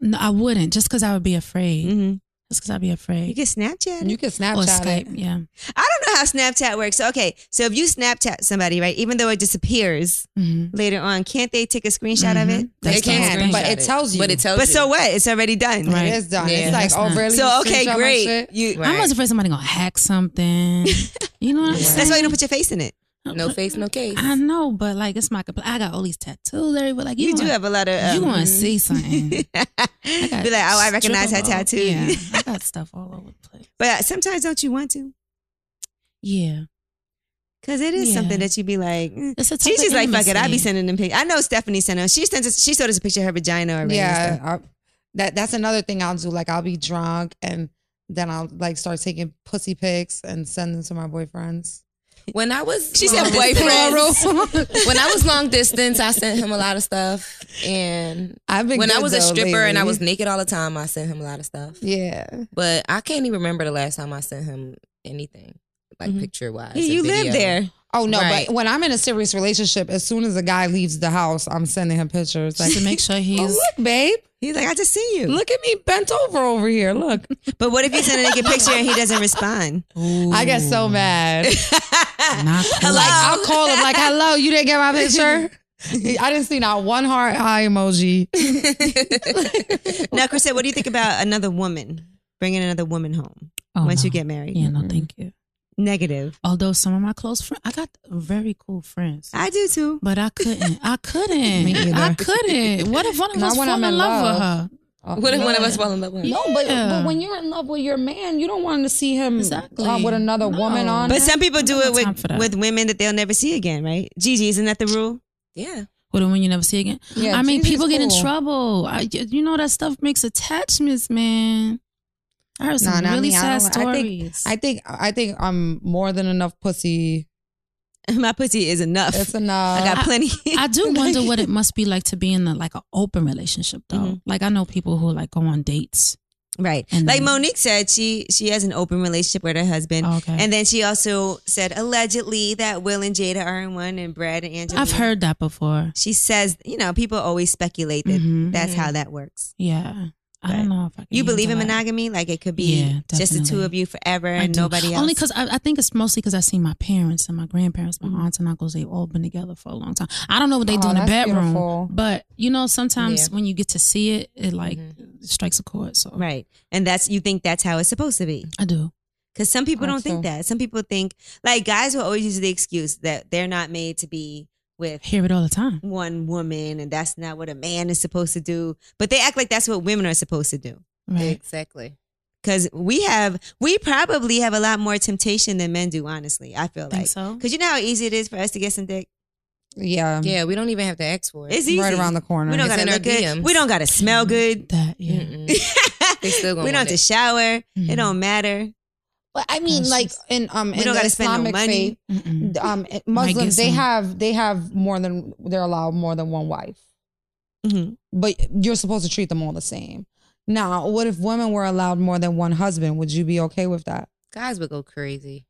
C: No, I wouldn't, just because I would be afraid.
B: Mm-hmm.
C: Just because I'd be
B: You
C: afraid.
B: can Snapchat. it.
D: you can
C: Or
D: Snapchat
C: Skype,
D: it.
C: yeah.
B: I don't know how Snapchat works. So, okay, so if you Snapchat somebody, right, even though it disappears
C: Mhm.
B: later on, can't they take a screenshot of
C: Mhm.
B: it?
C: That's
A: it
C: the whole
A: can,
C: thing.
A: but
D: But
A: it
D: it tells you.
A: But it tells
B: But
A: you.
B: so what? It's already done.
C: Right.
D: It is done.
A: Yeah,
D: it's like,
C: that's
D: oh,
C: not-
D: really?
B: So
D: You
B: okay,
D: screenshot my
B: great.
D: shit?
B: You,
A: Right.
C: I'm always afraid somebody gonna hack something. you know what I'm
D: Right.
C: saying?
B: That's why you don't put your face in it.
A: No face, no case.
C: I know, but like it's my compl- I got all these tattoos, Larry, but like you,
B: You, do
C: wanna-
B: have a lot of. Um,
C: you want to see something.
B: be like,
C: I got
B: oh, I recognize
C: strip of
B: that
C: all-
B: tattoo.
C: Yeah, I got stuff all over the place.
B: But sometimes don't you want to?
C: Yeah,
B: Because it is
C: Yeah.
B: something that you be like. mm.
C: it's a type
B: She's
C: of
B: just like, fuck it. I be
C: intimacy.
B: sending them pictures. I know Stephanie sent us. She sends us. She showed us a picture of her vagina already. and
D: Yeah,
B: stuff.
D: I, that that's another thing I'll do. Like I'll be drunk and then I'll like start taking pussy pics and send them to my boyfriends.
A: when I was
B: She said
A: long distance- when I was long distance, I sent him a lot of stuff. And
D: I've been
A: when I
D: good,
A: was a
D: though,
A: stripper and I
D: lately.
A: was naked all the time, I sent him a lot of stuff.
D: yeah.
A: But I can't even remember the last time I sent him anything, like
D: Mhm.
A: picture wise.
B: Mm-hmm. Yeah, you live there.
D: Oh no,
A: Right.
D: but when I'm in a serious relationship, as soon as a guy leaves the house, I'm sending him pictures. Like,
C: Just to make sure
D: oh,
C: he's
D: look, babe,
B: He's like, I just see you.
D: look at me bent over over here. Look,
B: But what if you send a naked picture and he doesn't respond?
D: Oh, I get so mad.
C: not cool.
D: Like I'll call him like, "Hello, you didn't get my picture." I didn't see not one heart eye emoji.
B: Now, Chrisette, what do you think about another woman bringing another woman home
C: Oh,
B: once you
C: no.
B: get married?
C: yeah, no, thank you.
B: Negative.
C: Although some of my close friends, I got very cool friends.
B: I do too.
C: But I couldn't. I
D: Me
C: couldn't.
D: either.
C: I couldn't. What if one of
D: Not
C: us
D: when
C: fall
D: I'm
C: in,
D: in
C: love, with her?
D: love.
A: What if one of us fall in love with him?
C: No,
D: No, but
C: Yeah.
D: but when you're in love with your man, you don't want to see him
C: Exactly.
D: uh, with another
C: No.
D: woman on.
B: But
D: it.
B: some people
C: I
B: do
C: don't have
B: it
C: time for
B: with,
C: that.
B: with women that they'll never see again, right? Gigi, isn't that the rule?
A: Yeah.
C: With a woman you never see again.
D: Yeah,
C: I mean,
D: Jesus
C: people get in
D: cool.
C: trouble. I, you know that stuff makes attachments, man. I heard
D: Nah,
C: some
D: not
C: really
D: me. I
C: sad
D: don't- I think-
C: stories.
D: I think I think I'm more than enough pussy.
B: My pussy is enough.
D: It's enough.
B: I got
C: I-
B: plenty.
C: I do wonder what it must be like to be in a, like an open relationship though.
B: Mhm.
C: Like I know people who like go on dates.
B: right.
C: And
B: Like
C: then-
B: Monique said, she she has an open relationship with her husband.
C: Oh, okay.
B: And then she also said allegedly that Will and Jada are in one and Brad and Angela.
C: I've heard that before.
B: She says, you know, people always speculate that
C: Mhm.
B: that's how that works.
C: Yeah, I
B: Right.
C: don't know if I can
B: You believe in
C: handle that.
B: monogamy? Like it could be
C: Yeah,
B: just the two
C: definitely.
B: of you forever
C: I
B: and
C: do.
B: nobody else.
C: Only because I, I think it's mostly because I see my parents and my grandparents, my
B: Mhm.
C: aunts and uncles. They've all been together for a long time. I don't know what they do
D: Oh,
C: in the
D: that's
C: bedroom,
D: beautiful.
C: but you know, sometimes
A: Yeah.
C: when you get to see it, it like strikes a chord. So
B: right. And that's you think that's how it's supposed to be.
C: I do.
B: Because some people don't think
D: Also-
B: that. Some people think like guys will always use the excuse that they're not made to be with
C: Hear it all the time.
B: one woman and that's not what a man is supposed to do. But they act like that's what women are supposed to do.
C: Right.
A: Exactly.
B: Because we have, we probably have a lot more temptation than men do, honestly. I feel
C: Think
B: like.
C: so?
B: Because you know how easy it is for us to get some dick?
D: yeah,
A: Yeah, we don't even have to ask for it.
B: Um, It's easy.
D: right around the corner.
B: we don't
A: It's
B: gotta
A: in our
B: look good.
A: DMs.
B: We don't gotta smell good.
C: That yeah.
A: Mm-mm. They still gonna
B: we don't
A: want
B: have to
A: it. Mm-hmm.
B: shower. It
C: Mhm.
B: don't matter.
D: but I mean,
C: That's
D: like
C: just-
D: in um
B: We
D: in
B: don't
D: the
B: gotta spend no
D: Islamic
B: money.
C: Mm-mm.
D: faith, um
C: Might get
D: Muslims they
C: some.
D: have they have more than they're allowed more than one wife.
B: Mm-hmm.
D: but you're supposed to treat them all the same. Now, what if women were allowed more than one husband? Would you be okay with that?
A: Guys would go crazy.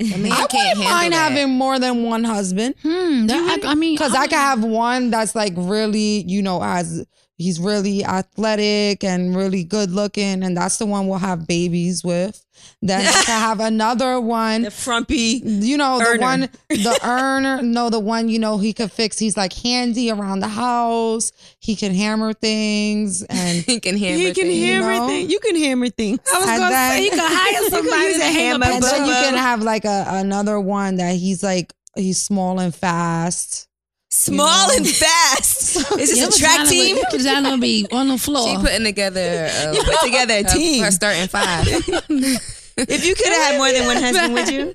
A: I mean, I
D: I
A: can't
D: wouldn't
A: handle
D: mind
A: that.
D: having more than one husband
C: Hmm. that- I, I mean,
D: because I
C: don't-
D: could have one that's like really, you know, as he's really athletic and really good looking, and that's the one we'll have babies with. Then I can have another one.
B: The frumpy.
D: You know, the
B: earner.
D: one, the earner, no, the one, you know, he could fix. He's like handy around the house. He can hammer things. And
A: He can hammer. things.
D: hear- know?
B: You can hammer things.
C: I was
D: And
C: gonna
D: then-
C: say you could hire somebody
B: use
C: to
B: a
C: hang
B: hammer,
C: up
D: And
C: that
D: then you
C: door.
D: can have like a another one that he's like he's small and fast.
B: Small
D: You know?
B: and fast. Is this
C: Yeah,
B: a track
C: vagina
B: team?
C: would- Vagina would be on the
A: She
C: floor.
A: putting together uh,
B: put together a
A: her-
B: team.
A: Her starting five.
B: If you could have had more than one husband, would you?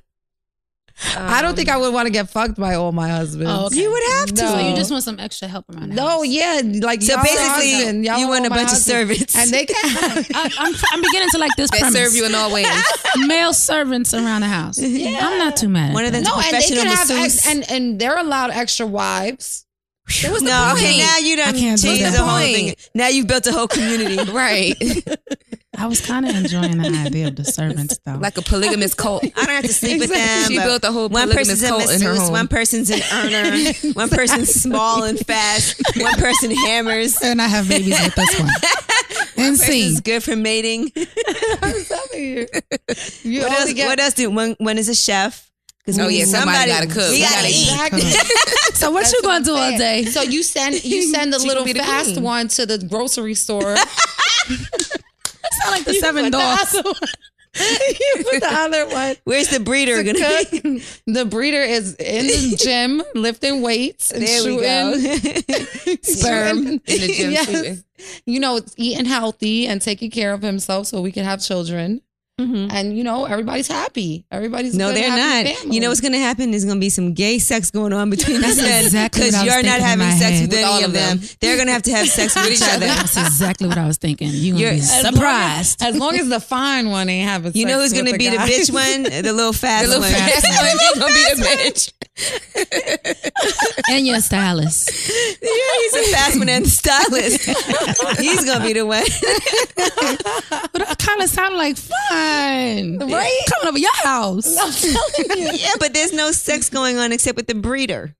D: I don't think I would want to get fucked by all my husbands.
C: Oh, okay.
B: You would have to.
D: No.
C: So you just want some extra help around the
D: No,
C: house.
D: yeah, like
B: So
D: y'all
B: basically,
D: husband, y'all
B: you want a
D: all my
B: bunch
D: husband.
B: of servants.
D: and they can.
C: I, I'm, I'm beginning to like this
A: that
C: premise.
A: serve you in all ways.
C: Male servants around the house. I'm not too mad. at
B: One of
C: that.
B: them's
D: no, and they
B: professional
D: can have
B: masseuse.
D: ex- and and they're allowed extra wives.
B: no, okay,
A: point?
B: now you done
C: I can't do
B: changed
C: that.
B: the whole
A: What's the
B: thing. Now you've built a whole community.
A: right.
C: I was kind of enjoying the idea of the servants though.
A: Like a polygamous cult.
B: I don't have to sleep with them.
A: She
B: but
A: built a whole
B: one person's
A: polygamous
B: a
A: cult in her
B: masseuse,
A: home.
B: one person's an earner, one person's small and fast, one person hammers. One
C: and I have babies with this one. And see,
B: person's good for mating.
D: You
B: What
D: only
B: else?
D: get-
B: What else? Do one? One is a chef. 'Cause
A: Oh,
B: we-
A: yeah, somebody gotta cook.
B: We
A: We
B: gotta,
A: gotta
B: eat.
D: Exactly.
C: so what you gonna do all day?
D: So you send you send the
A: She
D: little
A: can be the
D: fast
A: queen.
D: one to the grocery store.
C: It's not like the seven dogs.
D: you put the other one
B: Where's the breeder gonna
D: cook.
B: be?
D: The breeder is in the gym lifting weights and
B: There we
D: shooting
B: go.
D: sperm
A: In the gym
D: Yes.
A: shooting.
D: You know, it's eating healthy and taking care of himself so we can have children. And you know, everybody's happy. Everybody's
B: Mm-hmm. No,
D: good,
B: they're not.
D: happy family.
B: You know what's gonna happen? There's gonna be some gay sex going on between these men
C: exactly what I was
B: you're not
C: thinking in
B: having
C: my
B: sex
C: head.
B: with,
A: With
B: any
A: all
B: of
A: of
B: them.
A: them.
B: They're gonna have to have sex with each other.
C: That's exactly what I was thinking. You gonna
B: You're-
C: be
B: as
D: long
C: surprised.
D: As long as the fine one ain't having,
B: You know
D: sex
B: who's
D: with
B: gonna be the
D: guy.
B: bitch one, the little fat
A: The little
B: one.
A: fast one. He gonna be the bitch.
C: and your stylist.
B: yeah, he's a fast one and the stylist. he's gonna be the one.
C: But it kind of sounded like fun,
D: Right?
C: Coming over your house.
B: yeah, but there's no sex going on except with the breeder.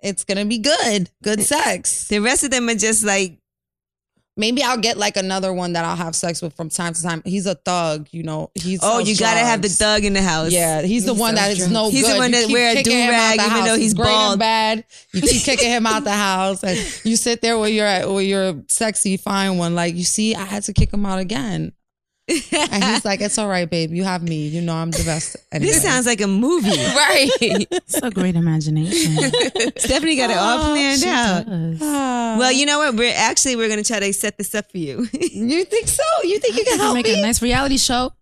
D: It's gonna be good, good
B: Eh.
D: sex.
B: The rest of them are just like
D: Maybe I'll get like another one that I'll have sex with from time to time. He's a thug, you know. He's
B: Oh, you gotta have the thug in the house.
D: Yeah, he's the one that is no
B: He's the
D: good.
B: one
D: You
B: that
D: keep
B: wear a
D: kicking him out
B: do-rag
D: the
B: even
D: house.
B: though he's
D: great
B: bald.
D: and bad. You keep kicking him out the house, and you sit there with your with your sexy fine one. Like you see, I had to kick him out again, and he's like, "It's all right, babe. You have me. You know I'm the best." Anyway.
B: This sounds like a movie.
A: Right.
C: So great imagination.
B: Stephanie got it all planned
C: She
B: out.
C: does.
D: Ah.
B: Well, you know what? We're actually we're gonna try to set this up for you.
D: you think so? You think you can
C: We'll
D: help
C: Make a
D: me,
C: nice reality show.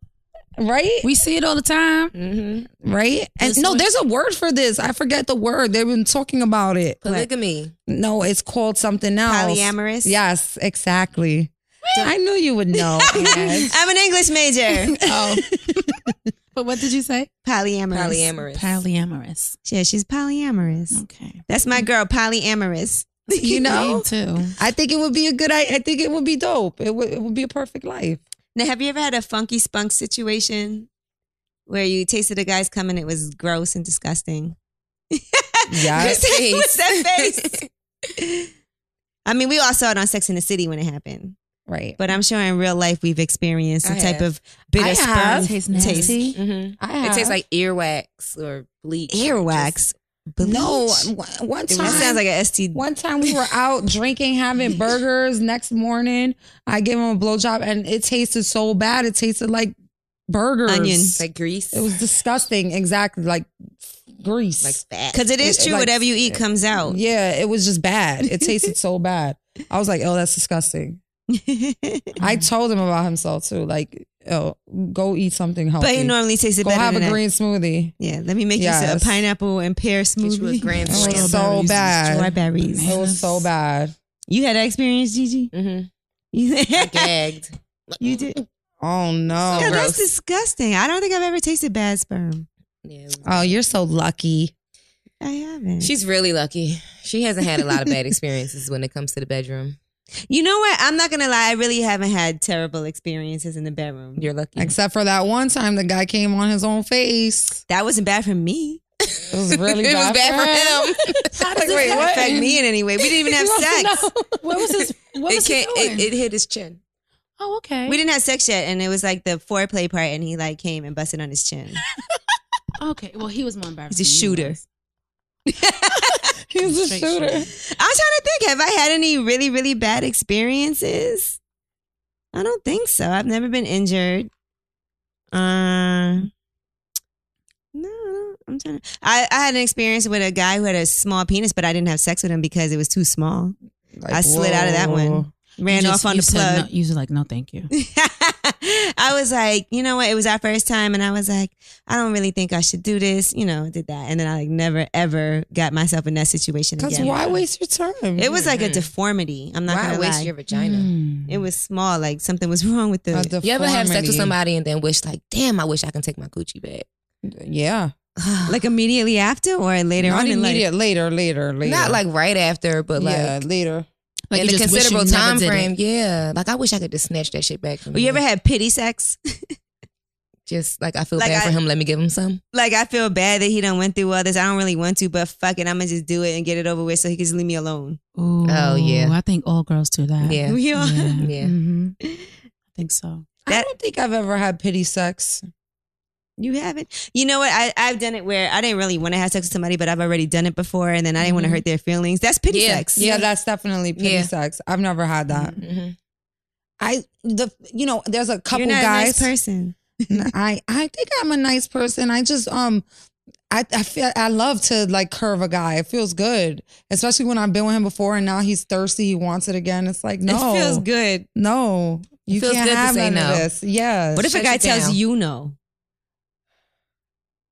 D: right?
C: We see it all the time.
A: Mm-hmm.
D: Right? And
C: This
D: no,
C: one-
D: there's a word for this. I forget the word. They've been talking about it.
A: Polygamy.
D: No, it's called something else.
B: Polyamorous?
D: Yes, exactly. I knew you would know. Yes.
B: I'm an English major.
C: Oh. but what did you say?
B: Polyamorous.
A: Polyamorous.
C: Polyamorous.
B: Yeah, she's polyamorous.
C: Okay.
B: That's my girl, polyamorous.
D: you know,
C: too.
D: I think it would be a good. I, I think it would be dope. It would. It would be a perfect life.
B: Now, have you ever had a funky spunk situation where you tasted a guy's cum and it was gross and disgusting?
D: Yeah.
B: What's that face? I mean, we all saw it on Sex in the City when it happened,
D: right.
B: but I'm sure in real life we've experienced some
A: I
B: type
A: have.
B: of bitter
D: I
B: sperm
D: have.
C: Tastes
B: taste.
C: nasty.
A: Mm-hmm.
D: I
A: It
D: have-
A: tastes like earwax or bleach.
B: Earwax. Bleach.
D: no. one- One
B: That
D: time.
B: sounds like an STD.
D: one time we were out drinking, having burgers. Next morning, I gave him a blowjob, and it tasted so bad. It tasted like burgers.
B: Onion.
A: It's like grease.
D: It was disgusting. Exactly, like grease.
A: like fat.
B: Because it is
D: It-
B: true,
D: like-
B: whatever you eat comes out.
D: yeah, it was just bad. It tasted so bad. I was like, oh, that's disgusting. I told him about himself too. Like, oh, go eat something healthy.
B: but it normally tasted
D: go
B: better
D: have
B: than
D: a
B: that.
D: green smoothie.
B: Yeah, let me make you a
D: Yes.
B: pineapple and pear
A: Get you a
B: smoothie. Oh.
A: grand
D: It
A: slam.
D: was so
C: Strawberries.
D: bad.
B: Strawberries.
D: It was so bad.
B: You had that experience, Gigi?
A: Mm-hmm.
B: you
A: Gagged.
B: did?
D: Oh no.
B: Yeah,
A: gross.
B: that's disgusting. I don't think I've ever tasted bad sperm.
A: Yeah, it was
D: oh, you're so lucky.
B: I haven't.
A: She's really lucky. She hasn't had a lot of bad experiences when it comes to the bedroom.
B: you know what? I'm not going to lie. I really haven't had terrible experiences in the bedroom.
A: You're lucky.
D: Except for that one time the guy came on his own face.
B: That wasn't bad for me.
D: It was really
A: it was
D: bad,
A: bad for him.
C: How does
D: Like, wait,
C: this
D: what?
B: affect
C: happen?
B: me in any way. We didn't even have sex.
C: What was his? What
A: It
C: was he
A: can't.
C: doing?
A: It, it hit his chin.
C: oh, okay.
B: We didn't have sex yet, and it was like the foreplay part, and he like came and busted on his chin.
C: okay. Well, he was more embarrassed.
B: He's a
C: than you
B: shooter.
C: was.
D: He's a
C: Straight
D: shooter.
B: I'm trying to think. Have I had any really, really bad experiences? I don't think so. I've never been injured. Um, no, I don't- I'm trying. To, I I had an experience with a guy who had a small penis, but I didn't have sex with him because it was too small.
D: Like,
B: I slid out of that one.
D: whoa.
B: Ran
C: You
B: off
C: just-
B: on
C: you
B: the
C: said
B: plug.
C: no- you was like, no, thank you.
B: I was like, you know what? It was our first time, and I was like, I don't really think I should do this. You know, did that, and then I like never ever got myself in that situation
D: Cause
B: again.
D: why waste your time?
B: It was like a
C: Mm-hmm.
A: Mhm.
B: deformity. I'm not
A: Why
B: gonna
A: waste
B: lie.
A: your vagina?
C: Mm.
B: It was small, like something was wrong with
D: A
B: the.
A: You ever have sex with
D: deformity.
A: somebody and then wish like, damn, I wish I can take my Gucci back.
D: Yeah.
B: like immediately after or later
D: Not
B: on in life.
D: immediate. later, later, later.
A: Not like right after, but like
D: yeah, later.
A: in
C: you
A: a
C: just wish you
A: considerable
C: never
A: time
C: did it.
A: frame. Yeah, like I wish I could just snatch that shit back from
B: Or you
A: him.
B: ever had pity sex?
A: just like I feel
B: Like
A: bad
B: I-
A: for him. Let me give him some.
B: like I feel bad that he done went through all this. I don't really want to, but fuck it, I'm gonna just do it and get it over with so he can just leave me alone.
C: Ooh,
A: Oh, yeah.
C: I think all girls do that.
A: Yeah.
B: We all-
A: Yeah.
C: Mhm. I think so.
B: That-
D: I don't think I've ever had pity sex.
B: You haven't. You know what? I I've done it where I didn't really want to have sex with somebody, but I've already done it before, and then I didn't want to
A: Mhm.
B: hurt their feelings. That's pity
A: Yeah.
B: sex.
D: Yeah, that's definitely pity
A: Yeah.
D: sex. I've never had that.
A: Mhm.
D: I the you know there's a couple
B: Mm-hmm. You're not
D: guys.
B: a nice person.
D: I I think I'm a nice person. I just um I I feel I love to like curve a guy. It feels good, especially when I've been with him before and now he's thirsty. He wants it again. It's like no,
B: It feels good.
D: no. You
A: feels
D: can't
A: good to
D: have
A: say
D: none
A: no.
D: of this. Yes.
B: What if a
A: Shut
B: guy
A: you
B: tells
A: down.
B: you no?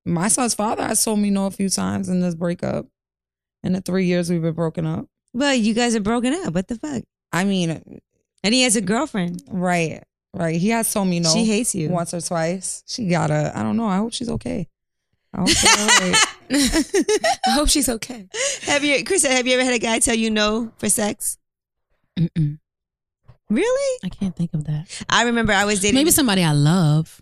D: my son's father has told me no a few times in this breakup, in the three years we've been broken up.
B: Well, you guys are broken up. What the fuck?
D: I mean,
B: And he has a girlfriend.
D: right, right. He has told me no.
B: She hates you.
D: once or twice. She gotta. I don't know. I hope she's okay. I hope she's all right.
A: I hope she's okay.
B: Have you, Chris? Have you ever had a guy tell you no for sex?
C: Mm-mm.
B: Really?
C: I can't think of that.
B: I remember I was dating,
C: Maybe somebody I love.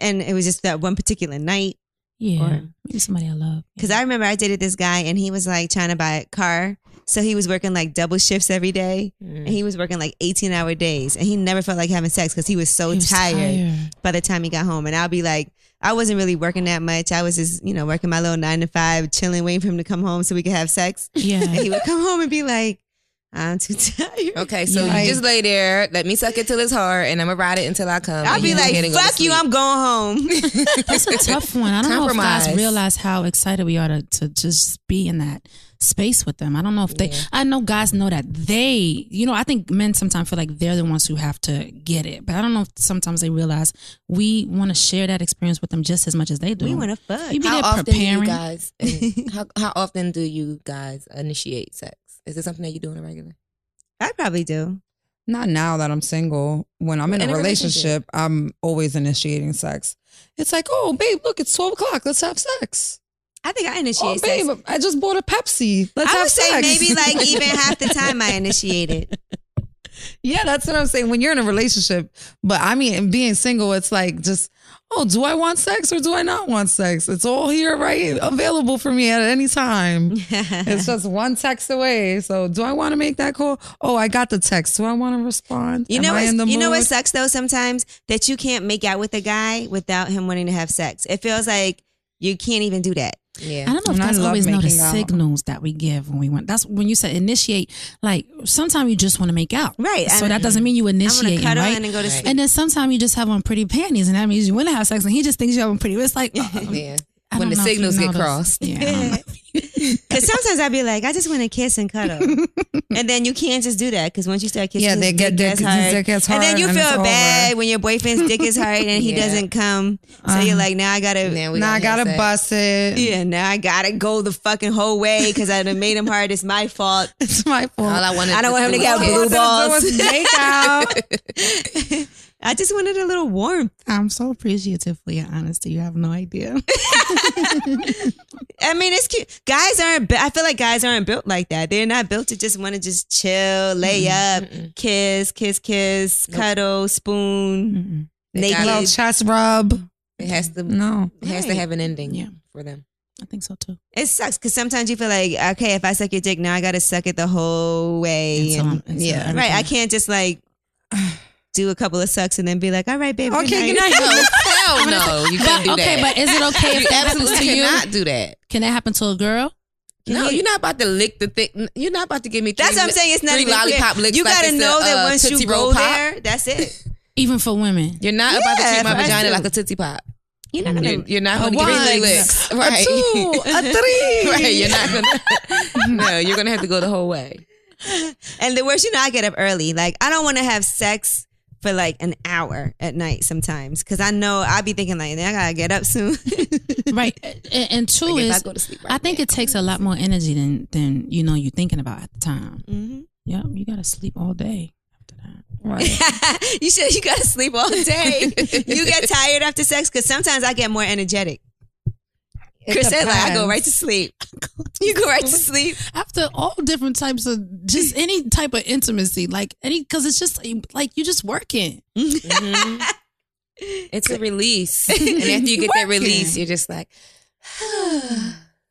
B: and it was just that one particular night.
C: Yeah.
B: Or-
C: Maybe somebody I love.
B: Because I remember I dated this guy, and he was like trying to buy a car, so he was working like double shifts every day,
A: Mm.
B: and he was working like eighteen hour days, and he never felt like having sex because he was so
C: He was
B: tired, by the time he got home. And I'll be like, I wasn't really working that much. I was just you know working my little nine to five, chilling, waiting for him to come home so we could have sex. And
C: Yeah.
B: he would come home and be like, I'm too tired.
A: Okay, so
C: Yeah.
A: you just lay there. Let me suck it till it's hard, and I'm gonna ride it until I come.
B: I'll
A: and
B: be
A: you
B: like,
A: get to go to
B: fuck you,
A: sleep.
B: I'm going home.
C: That's a tough one. I don't know if guys
A: Compromise.
C: realize how excited we are to, to just be in that space with them. I don't know if they,
A: Yeah.
C: I know guys know that they, you know, I think men sometimes feel like they're the ones who have to get it, but I don't know if sometimes they realize we want to share that experience with them just as much as they do.
B: we want to fuck.
C: You be
A: how
C: there
A: often do
C: preparing.
A: you guys? and how how often do you guys initiate sex? Is it something that you do on a regular?
B: I probably do.
D: Not now that I'm single. When I'm in, a, relationship, I'm always initiating sex. It's like, oh, babe, look, it's 12 o'clock. Let's have sex.
B: I think I initiate
D: Oh,
B: sex.
D: babe, I just bought a Pepsi. Let's
B: I
D: have
B: would say
D: sex.
B: maybe like even half the time I initiate it.
D: yeah, that's what I'm saying. When you're in a relationship, but I mean, and being single, it's like just, oh, do I want sex or do I not want sex? It's all here, right? Available for me at any time. It's just one text away. So, do I want to make that call? Oh, I got the text. Do I want to respond?
B: you
D: Am
B: know
D: I
B: what?
D: in the
B: You know what
D: mood?
B: sucks though sometimes that you can't make out with a guy without him wanting to have sex. It feels like you can't even do that.
C: I
A: Yeah.
C: don't know if
D: And I
C: guys
D: love
C: always know the
D: making out.
C: signals that we give when we want. That's when you said initiate. Like sometimes you just want to make out,
B: Right.
C: So
B: I-
C: that doesn't mean you
B: I'm gonna
C: initiate,
B: cuddle
C: right?
B: in and go to
A: Right.
B: sleep.
C: And then sometimes you just have on pretty panties, and that means you want to have sex, and he just thinks you have on pretty. It's like uh,
A: Yeah.
C: I don't
A: When the
C: know if you
A: signals get
C: noticed.
A: crossed.
C: Yeah, I don't know.
B: Because sometimes I'd be like, I just want to kiss and cuddle, and then you can't just do that because once you start kissing,
D: Yeah,
B: his
D: they get-
B: dick
D: their-
B: gets hard.
D: his dick gets
B: and then
D: hard
B: you
D: and it's
B: feel
D: over.
B: bad when your boyfriend's dick is hard and he
A: Yeah.
B: doesn't come. So
D: Uh-huh.
B: you're like, now I gotta,
A: Now we
D: Nah, I
A: have
D: gotta
A: sex.
D: bust it.
B: yeah, now I gotta go the fucking whole way because I done made him hard. It's my fault.
D: It's my fault.
A: All I wanted.
B: I don't want him to
A: do
B: get
A: was
B: blue
A: kiss.
D: I
B: balls.
D: wanted to do was make out.
B: I just wanted a little warmth.
C: I'm so appreciative for your honesty. You have no idea.
B: I mean, it's cute. Guys aren't. bu- I feel like guys aren't built like that. They're not built to just want to just chill, lay up, kiss, kiss, kiss, cuddle,
C: Mm-mm.
B: spoon,
A: They
B: naked.
A: gotta-
D: Little chest rub.
A: It has to.
D: No.
A: It has to
B: Right.
A: have an ending.
C: Yeah.
A: For them.
C: I think so too.
B: It sucks because sometimes you feel like, okay, if I suck your dick, now I gotta suck it the whole
C: And
B: way.
C: so
B: and-
C: on- and so
D: yeah.
C: everything.
B: right. I can't just like do a couple of sucks and then be like, all right, baby.
D: Okay,
B: good
D: good
B: night.
D: night.
A: No, hell no. You can't do
C: But okay,
A: that.
C: but is it okay if
A: you
C: that happens to
A: absolutely
C: you?
A: cannot do that.
C: Can that happen to a girl?
A: No, you're not about to lick the thing. You're not about to give me. Three
B: That's what I'm
A: li-
B: saying. It's not
A: three
B: even fair.
A: lollipop licks.
B: You
A: like
B: gotta
A: it's a,
B: know that
A: uh,
B: once you
A: Tootsie
B: go
A: Roll pop.
B: there, that's it.
C: Even for women.
A: You're not about to
B: Yeah,
A: treat my
B: for us
A: vagina
B: too.
A: like a tootsie pop.
B: You're not
A: You're,
B: gonna.
A: you're not going to
D: one,
A: give me three licks. Right.
D: a two, a three.
A: right. You're not gonna. no, you're gonna have to go the whole way.
B: And the worst, you know, I get up early. Like I don't want to have sex for like an hour at night sometimes because I know I'll be thinking like, I gotta get up soon.
C: right. And, and two
A: Like,
C: is
A: if I go to sleep right
C: I think
A: now.
C: it takes a lot more energy than than you know you're thinking about at the time.
B: Mhm.
C: Yeah, you gotta sleep all day after that.
D: Right.
B: you should. You gotta sleep all day. you get tired after sex because sometimes I get more energetic.
D: It
B: Chris said, like, I go
D: depends.
B: right to sleep. You go right to sleep.
C: After all different types of just any type of intimacy, like any because it's just like you just working.
A: It's a release, and after you get that release,
C: Working.
A: you're just like,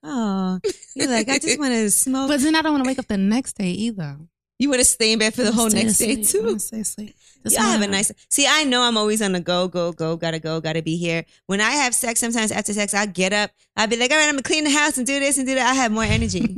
B: Oh, you're like, I just want to smoke.
C: But then I don't want to wake up the next day either.
B: you want to stay in bed for the whole Oh, next day too.
C: Stay asleep.
B: Yeah, I have a nice. See, I know I'm always on the go, go, go. Gotta go, gotta be here. When I have sex, sometimes after sex, I get up. I'll be like, all right, I'm gonna clean the house and do this and do that. I have more energy.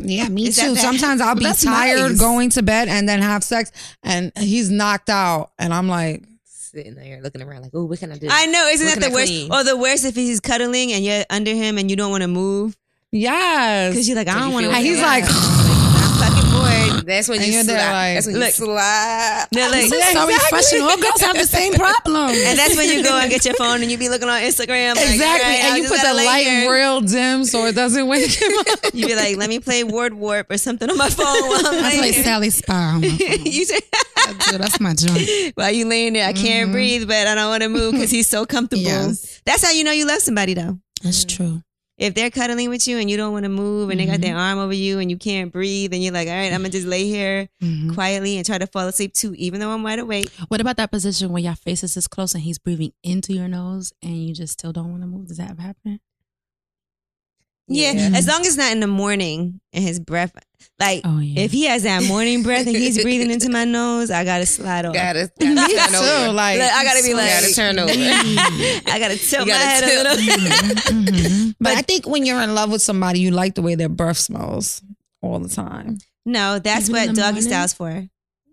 D: Yeah, me
B: Is that
D: too.
B: bad?
D: Sometimes I'll be
C: That's
D: tired
C: nice.
D: going to bed and then have sex, and he's knocked out, and I'm like,
A: sitting there looking around, like, oh, what can I do?
B: I know, isn't
A: What
B: that
A: can
B: the
A: I
B: worst?
A: clean?
B: Or the worst if he's cuddling and you're under him and you don't want to move because
D: yes.
B: you're like, I
A: So you
B: don't want to.
A: feel
D: And he's
A: Yeah.
D: like,
B: I'm fucking bored.
A: That's when
D: And
A: you
D: you're there
A: slide.
D: like,
A: that's when you
B: look.
A: slide.
B: No, like,
C: This is so refreshing. All girls have the same problem.
B: and that's when you go and get your phone and you be looking on Instagram. like,
D: exactly.
B: "Alright, I
D: and you
B: just
D: put the
B: gotta lay
D: light
B: here."
D: real dim so it doesn't wake him up.
B: You be like, let me play Word Warp or something on my phone. While I'm
C: I play
B: laying
C: Sally Spy. on my
B: here.
C: phone.
B: you say,
C: I do. That's my joint.
B: while you laying there, I can't breathe, but I don't want to move because he's so comfortable.
C: Mm-hmm. Yes.
B: That's how you know you love somebody, though.
C: That's true.
B: If they're cuddling with you and you don't want to move and they got
C: Mm-hmm.
B: their arm over you and you can't breathe and you're like, all right, I'm going to just lay here
C: Mhm.
B: quietly and try to fall asleep too, even though I'm wide awake.
C: What about that position where your face is this close and he's breathing into your nose and you just still don't want to move? Does that ever happen?
B: Yeah.
C: Yeah.
B: As long as not in the morning and his breath, like
C: Oh yeah.
B: if he has that morning breath and he's breathing into my nose, I got to slide off.
A: Gotta, gotta turn
D: So,
A: over.
D: like,
B: Look, I got to be
A: You
B: like,
A: gotta turn over.
C: Mm.
B: I got to tilt
A: You
B: my
A: gotta
B: head
A: tilt.
B: a little.
C: Mhm.
D: but I think when you're in love with somebody, you like the way their breath smells all the time.
B: No, that's
C: Even in
B: what
C: the
B: doggy
C: morning?
B: style's for.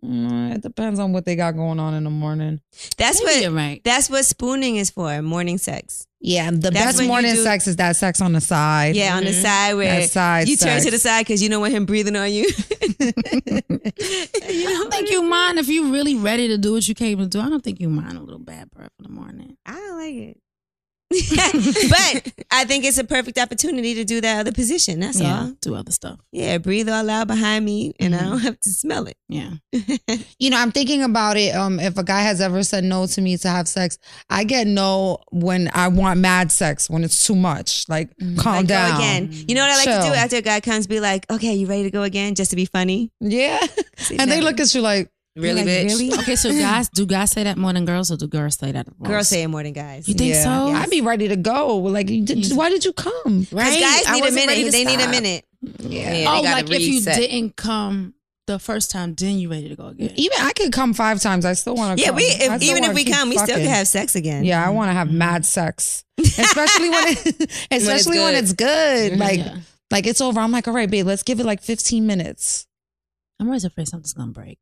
D: Mm, it depends on what they got going on in the morning.
B: That's
C: Maybe
B: what
C: you're right.
B: That's what spooning is for, morning sex.
D: Yeah, the
B: That's when
D: best
B: you
D: morning
B: do-
D: sex is that sex on the side.
B: Yeah, on the side where
D: That side
B: you turn
D: sex.
B: to the side because you don't want him breathing on you.
C: I don't think you mind if you really ready to do what you came to do. I don't think you mind a little bad breath in the morning.
B: I don't like it. but I think it's a perfect opportunity to do that other position. That's
C: yeah,
B: all.
C: do other stuff.
B: Yeah, breathe all out behind me and I
C: Mhm.
B: don't have to smell it.
C: Yeah,
D: you know, I'm thinking about it. Um, if a guy has ever said no to me to have sex, I get no when I want mad sex when it's too much. Like, calm
B: Mm. Like,
D: down.
B: go again. You know what I like to do
D: Chill.
B: after a guy comes, be like, okay, you ready to go again? Just to be funny.
D: Yeah, and they look at you like,
A: Really,
B: Like,
A: bitch.
B: really?
C: Okay, so guys, do guys say that more than girls, or do girls say that? More?
B: Girls say it more than guys.
C: You think
D: yeah,
C: so?
D: I'd be ready to go. Like, you did,
C: Yes.
D: why did you come?
B: Because
A: Right? I
B: guys need a
A: wasn't ready
B: minute.
A: to
B: They need a
A: stop.
B: minute.
A: Yeah. they
C: oh,
A: gotta
C: like if you
A: reset.
C: didn't come the first time, then you ready to go again?
D: Even I could come five times. I still want to.
B: Yeah,
D: come.
B: we
D: I
B: if,
D: still
B: even if
D: wanna
B: we
D: keep
B: come, we still
D: fucking.
B: can have sex again.
D: Yeah, I want to
A: Mm-hmm.
D: have mad sex, especially when it, especially when
A: good.
D: it's good.
A: Mm-hmm.
D: Like,
C: Mm-hmm. Yeah.
D: like it's over. I'm like, all right, babe, let's give it like 15 minutes.
C: I'm always afraid something's gonna break.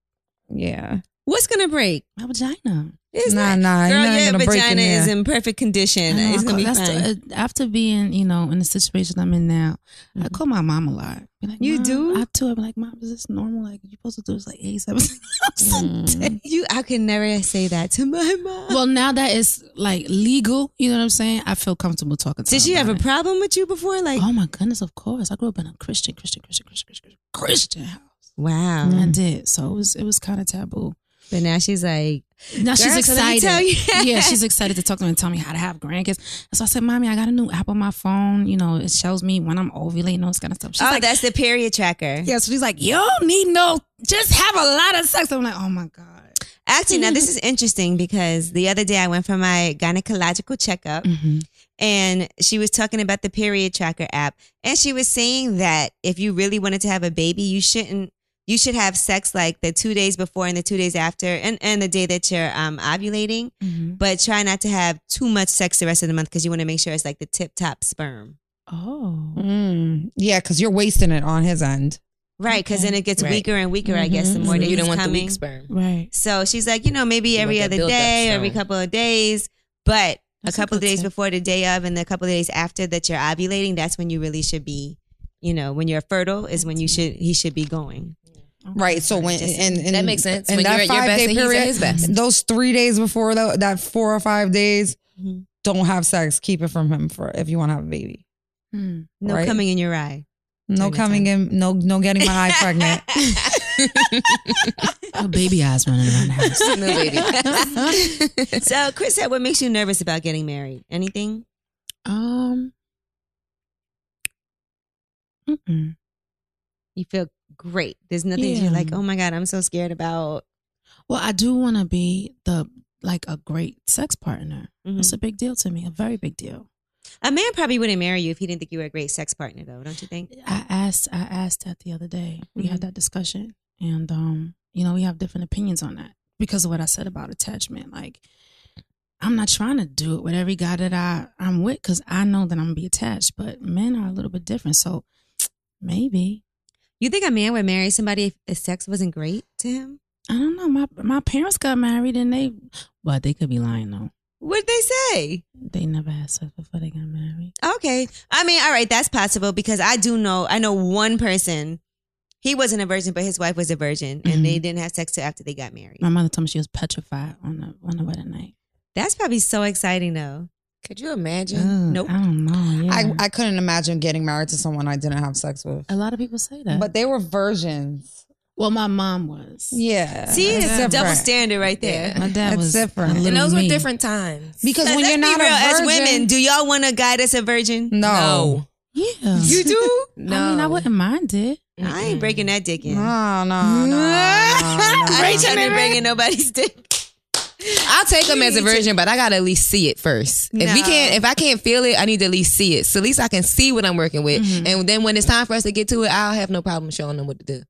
D: Yeah,
B: What's gonna break?
C: My vagina.
B: It's
D: Nah,
B: not.
D: nah,
B: Girl,
D: you're not
B: your
D: gonna break in
B: vagina is
D: there.
B: in Oh perfect
C: I
B: condition.
C: know,
B: it's
C: I
B: gonna be
C: call-
B: fine.
C: that's the- uh, after being, you know, in the situation I'm in now, I
B: Mhm.
C: call my mom a lot. Be like,
B: You
C: "Mom,"
B: do?
C: I too. I'm like, mom, is this normal? Like, you supposed to do this like 87 times a
D: Mm.
C: day.
B: you, I can never say that to my mom.
C: Well, now that it's like legal, you know what I'm saying? I feel comfortable talking to
B: Did
C: her
B: she have
C: about
B: a
C: it.
B: problem with you before? Like,
C: Oh my goodness, of course. I grew up in a Christian, Christian, Christian, Christian, Christian, Christian house.
B: wow.
C: I did. So it was it was kind of taboo.
B: But now she's like,
C: Now she's
B: Girl, so let me
C: excited.
B: tell you.
C: yeah, she's excited to talk to me and tell me how to have grandkids. And so I said, Mommy, I got a new app on my phone. You know, it shows me when I'm ovulating, all this kind of stuff. She's
B: oh,
C: like,
B: that's the period tracker.
C: Yeah, so she's like, You don't need no, just have a lot of sex. I'm like, Oh my God.
B: Mm.
C: Mm-hmm.
B: Actually, now this is interesting because the other day I went for my gynecological checkup and she was talking about the period tracker app and she was saying that if you really wanted to have a baby you shouldn't you should have sex like the two days before and the two days after and, and the day that you're um, ovulating
C: Mm-hmm.
B: but try not to have too much sex the rest of the month because you want to make sure it's like the tip top sperm
C: Oh.
D: Mm. Yeah, because you're wasting it on his end.
B: right because
C: Okay.
B: then it gets
A: Right.
B: weaker and weaker
D: Mm-hmm.
B: i guess the
C: Mhm.
B: more
A: So
B: days
A: you don't want
B: coming.
A: the weak sperm.
C: Right.
B: So she's like, you know, maybe
A: You
B: every
A: want that
B: other
A: buildup
B: day, every
A: stone.
B: couple of days, but
C: That's
B: a
C: a
B: couple of
C: good
B: days
C: tip.
B: before the day of and the couple of days after that you're ovulating, that's when you really should be, you know, when you're fertile is when you should he should be going.
D: Right. So when and, and
A: That makes sense.
D: And
A: When
D: that
A: you're at your
D: five
A: best
D: day
A: and he's at
D: period,
A: his best.
D: those three days before tho- that four or five days,
B: Mhm.
D: don't have sex. Keep it from him for if you want to have a baby.
C: Mm.
B: No
D: Right.
B: coming in your eye.
D: No
A: During that
D: coming in. No, no getting my eye pregnant.
C: Oh, baby eyes running around the house.
A: No, baby.
B: so Chris said, what makes you nervous about getting married? Anything?
C: Um. mm-mm.
B: You feel great. There's nothing that you're
C: Yeah.
B: like, oh my God, I'm so scared about
C: Well, I do want to be the like a great sex partner.
B: Mhm.
C: It's a big deal to me. A very big deal.
B: a man probably wouldn't marry you if he didn't think you were a great sex partner though, don't you think?
C: I asked. I asked that the other day. We
B: Mhm.
C: had that discussion, and um, you know, we have different opinions on that because of what I said about attachment. Like, I'm not trying to do it with every guy that I I'm with because I know that I'm gonna be attached. But men are a little bit different, so maybe
B: You think a man would marry somebody if the sex wasn't great to him?
C: I don't know. My my parents got married, and they well, they could be lying though.
B: What'd they say?
C: They never had sex before they got married.
B: Okay. I mean, all right, that's possible because I do know, I know one person. He wasn't a virgin, but his wife was a virgin and
A: Mm-hmm.
B: they didn't have sex till after they got married.
C: My mother told me she was petrified on the on the wedding night.
B: That's probably so exciting though.
A: Could you imagine?
C: Ugh,
B: Nope.
C: I don't know. Yeah.
D: I, I couldn't imagine getting married to someone I didn't have sex with.
C: a lot of people say that.
D: But they were virgons.
C: well, my mom was.
A: Oh.
D: Yeah.
B: See, it's a
D: Different.
B: double standard right there.
C: My dad
D: That's
C: was
D: different.
C: a
D: And
C: little
A: and those
C: me.
A: were different times.
D: Because
B: Now,
D: when
B: let's
D: you're
B: be
D: not
B: real,
D: a virgin,
B: as women, do y'all want a guy that's a virgin?
D: no,
C: Yeah.
B: You do?
A: No.
C: I mean, I wouldn't mind it.
B: I ain't breaking that dick in.
D: no, no, no, no, no.
B: I ain't trying to bring in nobody's dick.
A: I'll take him as a virgin, but I gotta at least see it first. If we
B: No.
A: can't, if I can't feel it, I need to at least see it. So at least I can see what I'm working with, and then when it's time for us to get to it, I'll have no problem showing them what to do.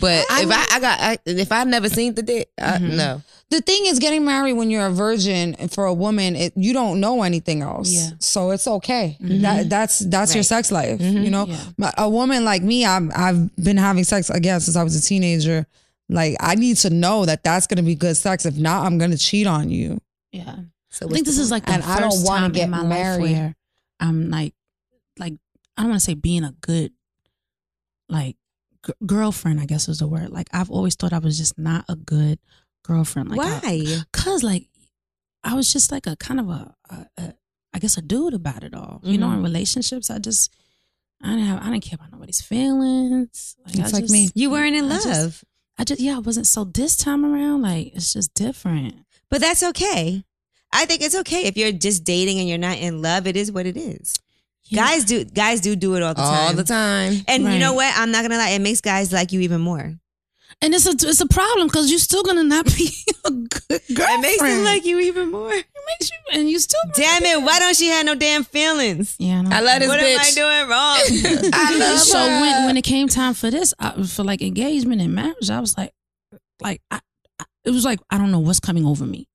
A: But if I, I got, I, if I never seen the dick, I, no.
D: the thing is getting married when you're a virgin and for a woman it, you don't know anything else
C: Yeah.
D: so it's okay that, that's that's your
B: Right.
D: sex life you know
C: Yeah.
D: My- a woman like me I'm, i've been having sex again since i was a teenager like i need to know that that's going to be good sex if not i'm going to cheat on you
C: Yeah.
A: So
C: I think this is like the
D: And I
C: first
D: don't wanna
C: time
D: get
C: in my
D: married.
C: life where I'm like, like I don't want to say being a good, like g- girlfriend. I guess was the word. Like I've always thought I was just not a good girlfriend. Like I-
B: Why?
C: Cause like I was just like a kind of a, a, a I guess a dude about it all. You
B: Mm-hmm.
C: know, in relationships, I just I didn't have I didn't care about nobody's feelings. I
D: It's like
C: just-
D: me.
B: You weren't in
C: I
B: love.
C: just- I just yeah, I wasn't. So this time around, like it's just different.
B: but that's okay. I think it's okay if you're just dating and you're not in love. It is what it is.
C: Yeah.
B: Guys do guys do do it all the time.
A: all the time.
B: And you
C: Right.
B: know what? I'm not gonna lie. It makes guys like you even more.
C: and it's a it's a problem because you're still gonna not be a good girlfriend.
B: It makes them like you even more.
C: It makes you, and you still
B: Damn it! Why don't she have no damn feelings?
C: yeah. know.
A: I love this
B: What am I
A: bitch.
B: doing wrong?
D: I love
C: so
D: her.
C: when when it came time for this I, for like engagement and marriage, I was like, like I, I it was like I don't know what's coming over me.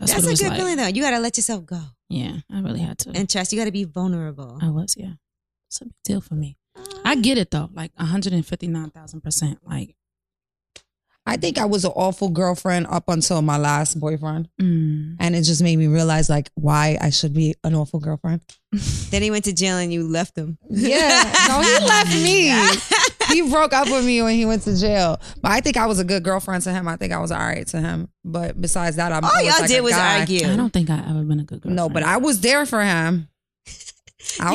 C: That's, what
B: That's
C: it
B: a
C: was
B: good
C: like.
B: feeling though. You gotta let yourself go
C: Yeah, I really had to.
B: and trust. You gotta be vulnerable.
C: I was yeah. It's a big deal for me. I get it though, like one hundred and fifty nine thousand percent. Like,
D: i think i was an awful girlfriend up until my last boyfriend
C: mm,
D: and it just made me realize like why i should be an awful girlfriend
B: Then he went to jail and you left him.
D: Yeah. No, he left me. he broke up with me when he went to jail. But I think I was a good girlfriend to him. I think I was all right to him. But besides that, I'm
B: All
D: always
B: y'all
D: like
B: did
D: a
B: was
D: guy.
B: argue.
C: I don't think I ever been a good girl.
D: No, but I was there for him. I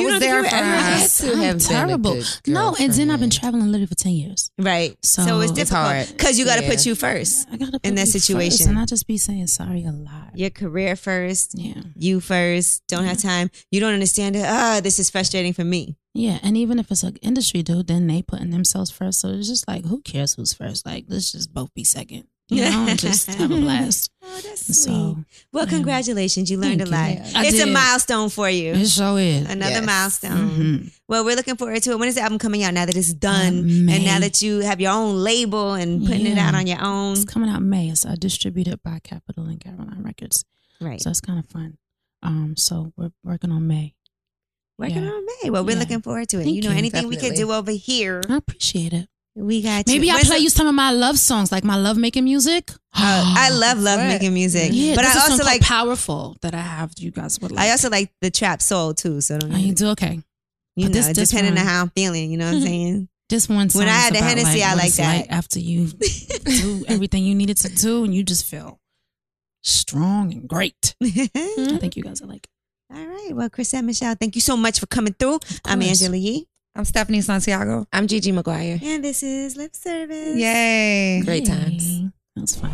B: You don't think you
D: was there
B: were
D: for
B: ever
D: him.
A: had to have been a good
C: no, and then I've been
A: girlfriend.
C: traveling literally for ten years.
B: Right. So,
C: So
B: it's
C: it's
B: difficult
A: hard.
B: because you gotta
A: Yeah.
B: put you first.
C: I gotta put
B: in that
C: you first,
B: situation.
C: and I just be saying sorry a lot.
B: Your career first.
C: Yeah,
B: You first. Don't have time. You don't understand it. Ah, this is frustrating for me.
C: yeah, and even if it's an industry dude, then they putting themselves first. So it's just like, who cares who's first? Like, let's just both be second. you know, and just have a blast.
B: Oh, that's sweet.
C: So
B: well, congratulations. You learned a lot.
D: Thank you.
C: I
B: it's a
C: did.
B: milestone for you.
C: it so is.
B: Another
A: Yes.
B: milestone.
C: Mhm.
B: Well, we're looking forward to it. When is the album coming out? Now that it's um, done,
C: Uh,
B: and
C: May.
B: now that you have your own label and putting it
C: Yeah.
B: out on your own,
C: It's coming out May. It's uh, distributed by Capitol and Caroline Records,
B: right?
C: so it's kind of fun. Um, so we're working on May.
B: Working
C: yeah.
B: on May. Well, we're
C: Yeah.
B: looking forward to it.
C: Thank
B: you know,
C: you.
B: anything we could
A: Definitely.
B: do over here,
C: I appreciate it.
B: we got you.
C: Maybe I'll
B: When's
C: play
B: the-
C: you some of my love songs, like my love making music.
B: Uh, I love love
D: Right.
B: making music,
C: Yeah,
B: but
C: there's
B: I
C: a song
B: also
C: called
B: like
C: powerful that I have. You guys would like.
B: I also like the trap soul too. So don't
C: Oh, you
B: you,
C: do okay.
B: you know,
C: but this- this
B: depending on
C: one-
B: how I'm feeling, you know what I'm
C: Mhm.
B: saying?
C: Just one.
B: When
C: song's
B: I had the
C: about,
B: Hennessy, I
C: what
B: like
C: it's
B: that.
C: after you do everything you needed to do, and you just feel strong and great.
B: Mm-hmm.
C: I think you guys are like.
B: All right. Well, Chris and Michelle, thank you so much for coming through. I'm
C: course.
B: Angela Yee,
D: I'm Stephanie Santiago.
A: I'm Gigi McGuire.
B: and this is Lip Service.
D: Yay.
A: Great times.
C: "Yay, That's fun.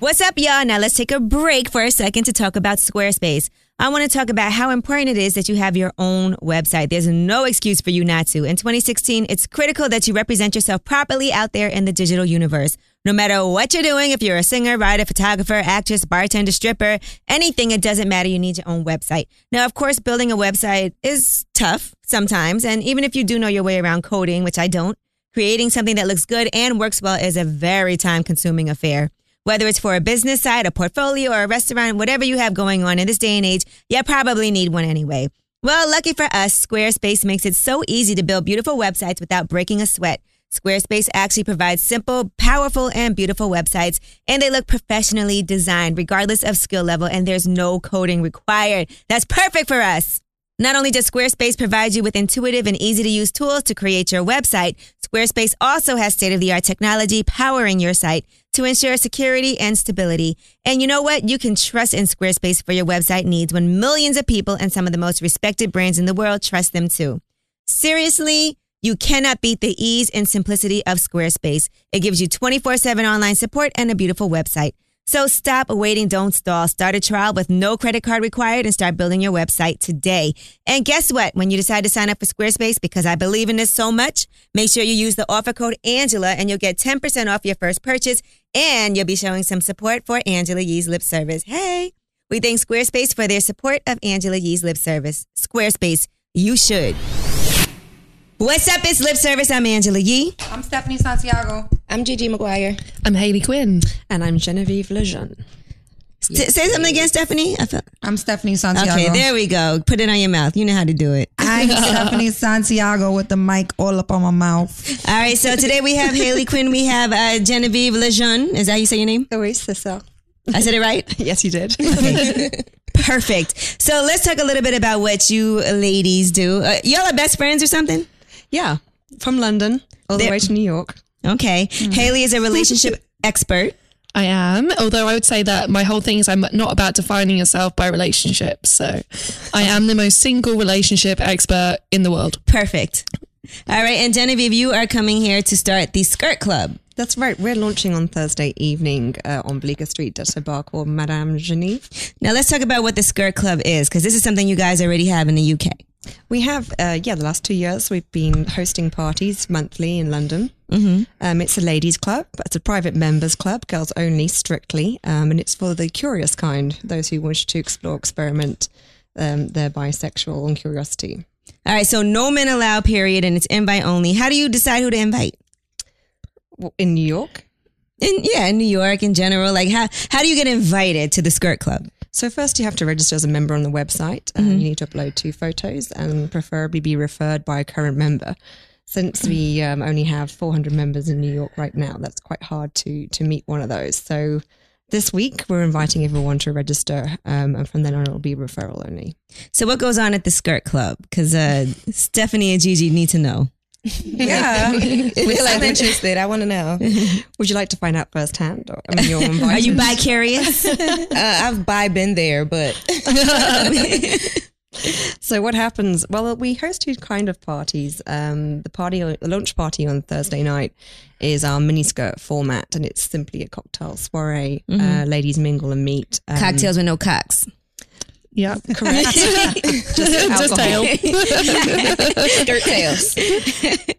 B: What's up, y'all? Now let's take a break for a second to talk about Squarespace. I want to talk about how important it is that you have your own website. There's no excuse for you not to. In 2016, it's critical that you represent yourself properly out there in the digital universe. No matter what you're doing, if you're a singer, writer, photographer, actress, bartender, stripper, anything, it doesn't matter. You need your own website. Now, of course, building a website is tough sometimes. And even if you do know your way around coding, which I don't, creating something that looks good and works well is a very time consuming affair. Whether it's for a business site, a portfolio, or a restaurant, whatever you have going on in this day and age, you probably need one anyway. Well, lucky for us, Squarespace makes it so easy to build beautiful websites without breaking a sweat. Squarespace actually provides simple, powerful, and beautiful websites, and they look professionally designed regardless of skill level, and there's no coding required. That's perfect for us. Not only does Squarespace provide you with intuitive and easy to use tools to create your website, Squarespace also has state of the art technology powering your site to ensure security and stability. And you know what? You can trust in Squarespace for your website needs when millions of people and some of the most respected brands in the world trust them too. Seriously, you cannot beat the ease and simplicity of Squarespace. It gives you 24 7 online support and a beautiful website. So stop waiting, don't stall. Start a trial with no credit card required and start building your website today. And guess what? When you decide to sign up for Squarespace, because I believe in this so much, make sure you use the offer code Angela and you'll get 10% off your first purchase and you'll be showing some support for Angela Yee's lip service. Hey, we thank Squarespace for their support of Angela Yee's lip service. Squarespace, you should. What's up? It's Lip Service. I'm Angela Yee.
D: I'm Stephanie Santiago.
A: I'm Gigi McGuire.
E: I'm Haley Quinn.
F: And I'm Genevieve Lejeune.
B: S- say something again, Stephanie. I felt-
D: I'm Stephanie Santiago.
B: okay, there we go. Put it on your mouth. You know how to do it.
D: I'm Stephanie Santiago with the mic all up on my mouth.
B: All right, so today we have Haley Quinn. We have uh, Genevieve Lejeune. Is that how you say your name?
F: Oui, c'est ça.
B: I said it right?
F: Yes, you did.
B: Perfect. So let's talk a little bit about what you ladies do. Uh, y'all are best friends or something?
F: yeah, from London all the
B: There-
F: way to New York.
B: Okay.
F: Mm-hmm.
B: Haley is a relationship expert.
E: I am, although I would say that my whole thing is I'm not about defining yourself by relationships. So I am the most single relationship expert in the world.
B: Perfect. All right, and Genevieve, you are coming here to start the Skirt Club.
F: That's right. We're launching on Thursday evening uh, on Bleecker Street at a bar called Madame Genevieve.
B: Now let's talk about what the Skirt Club is, because this is something you guys already have in the UK.
F: We have, uh, yeah, the last two years we've been hosting parties monthly in London. Mm-hmm. Um, it's a ladies' club, but it's a private members' club, girls only, strictly, um, and it's for the curious kind, those who wish to explore, experiment um, their bisexual and curiosity.
B: All right, so no men allowed, period, and it's invite only. How do you decide who to invite?
F: W- In New York,
B: In yeah, in New York in general, like how how do you get invited to the Skirt Club?
F: So first, you have to register as a member on the website,
A: Mm-hmm.
F: and you need to upload two photos, and preferably be referred by a current member. Since we um, only have 400 members in New York right now, that's quite hard to to meet one of those. So this week, we're inviting everyone to register, um, and from then on, it'll be referral only.
B: So what goes on at the Skirt Club? Because uh, Stephanie and Gigi need to know.
F: Yeah,
A: I'm interested. I want to know.
F: would you like to find out firsthand? Or, I mean, you're invited.
B: Are you bi curious?
A: Uh, I've by been there, but
F: So what happens? Well, we host two kind of parties. Um, the party, the launch party on Thursday night, is our miniskirt format, and it's
A: Mm-hmm.
F: simply a cocktail soiree. Uh, ladies mingle and meet. Um,
B: Cocktails with no cocks.
E: Yeah, correct. just,
F: alcohol.
E: tail.
A: Dirt tails.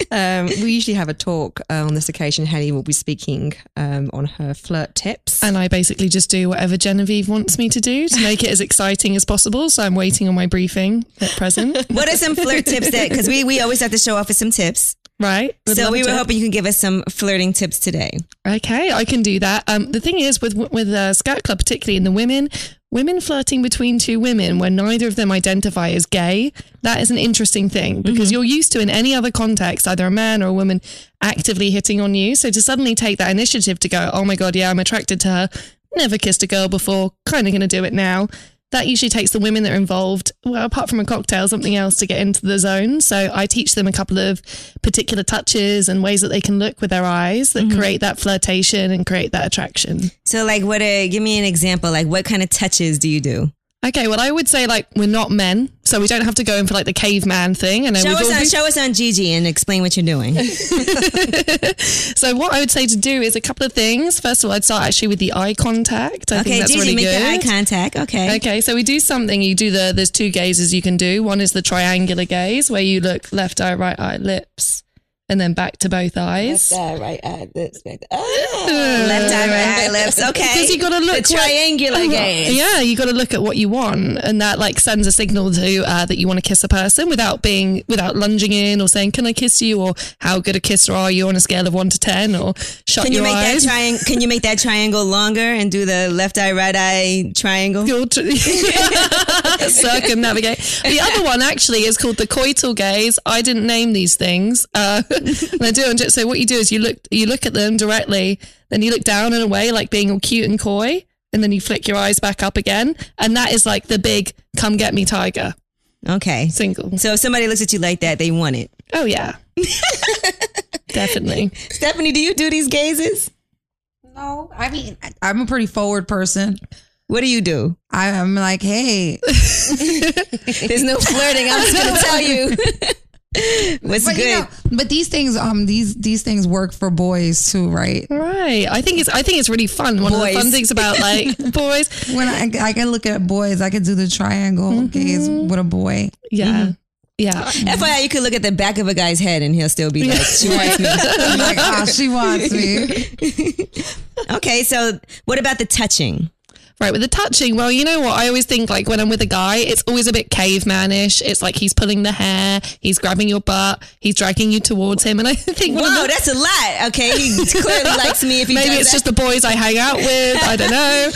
F: Um, we usually have a talk. Uh, on this occasion, Henny will be speaking um, on her flirt tips.
A: Um,
E: And I basically just do whatever Genevieve wants me to do to make it as exciting as possible. So I'm waiting on my briefing at present.
B: What are some flirt tips that? Because we we always have to show off with some tips.
E: Right. Would
B: so
E: love
B: we were
E: to.
B: hoping you can give us some flirting tips today.
E: Okay, I can do that. Um, the thing is, with with uh, Scout Club, particularly in the women, women flirting between two women when neither of them identify as gay, that is an interesting thing because you're used to in any other context, either a man or a woman actively hitting on you. So to suddenly take that initiative to go, oh my god, yeah, I'm attracted to her. Never kissed a girl before. Kind of going to do it now. That usually takes the women that are involved, well, apart from a cocktail, something else to get into the zone. So I teach them a couple of particular touches and ways that they can look with their eyes
B: Mm-hmm.
E: that create that flirtation and create that attraction.
B: So like, what? A, give me an example. Like, what kind of touches do you do?
E: Okay, well, I would say like we're not men, so we don't have to go in for like the caveman thing. And
B: Show us on show us on Gigi and explain what you're doing.
E: so what I would say to do is a couple of things. First of all, I'd start actually with the eye contact. I think
B: okay,
E: that's
B: Gigi,
E: really
B: make
E: good.
B: your eye contact. Okay.
E: Okay, so we do something. You do the there's two gazes you can do. One is the triangular gaze where you look left eye, right eye, lips, and then back to both eyes.
A: right. I expect.
B: Left eye, right eye, lips. Okay.
E: Because you gotta look
B: the
E: where-
B: triangular gaze.
E: Yeah, Uh-huh. you got to look at what you want, and that like sends a signal to uh, that you want to kiss a person without being without lunging in or saying "Can I kiss you?" or "How good a kisser are you?" on a scale of one to ten, or shut
B: Can you
E: your
B: make
E: eyes.
B: that triangle? Can you make that triangle longer and do the left eye, right eye triangle?
E: Your tr- circumnavigate. The other one actually is called the coital gaze. I didn't name these things, uh, and I do. And so what you do is you look you look at them directly, then you look down and away, like being all cute and coy, and then you flick your eyes back up again, and that is like the big "Come get me, tiger"
B: Okay.
E: single.
B: So if somebody looks at you like that, they want it.
E: Oh yeah. Definitely.
B: Stephanie, do you do these gazes?
D: No, I mean, I- I'm a pretty forward person.
B: What do you do?
D: I, I'm like, hey,
B: There's no flirting. I'm just gonna tell you. What's
D: but,
B: good?
D: you know, but these things, um, these these things work for boys too, right?
E: Right. I think it's I think it's really fun. One of
B: Boys.
E: the fun things about like boys.
D: When I, I can look at boys, I can do the triangle
B: Mm-hmm.
D: gaze with a boy.
E: Yeah. Yeah.
B: FYI, you could look at the back of a guy's head and he'll still be like, she wants me.
D: I'm like, oh, she wants me.
B: Okay, so what about the touching?
E: Right, with the touching, well, you know what? I always think like when I'm with a guy, it's always a bit cavemanish. It's like he's pulling the hair, he's grabbing your butt, he's dragging you towards him. And I think one of
B: Whoa,
E: the-
B: that's a lot. Okay, he clearly likes me if he
E: Maybe
B: does
E: it's
B: that.
E: just the boys I hang out with. I don't know.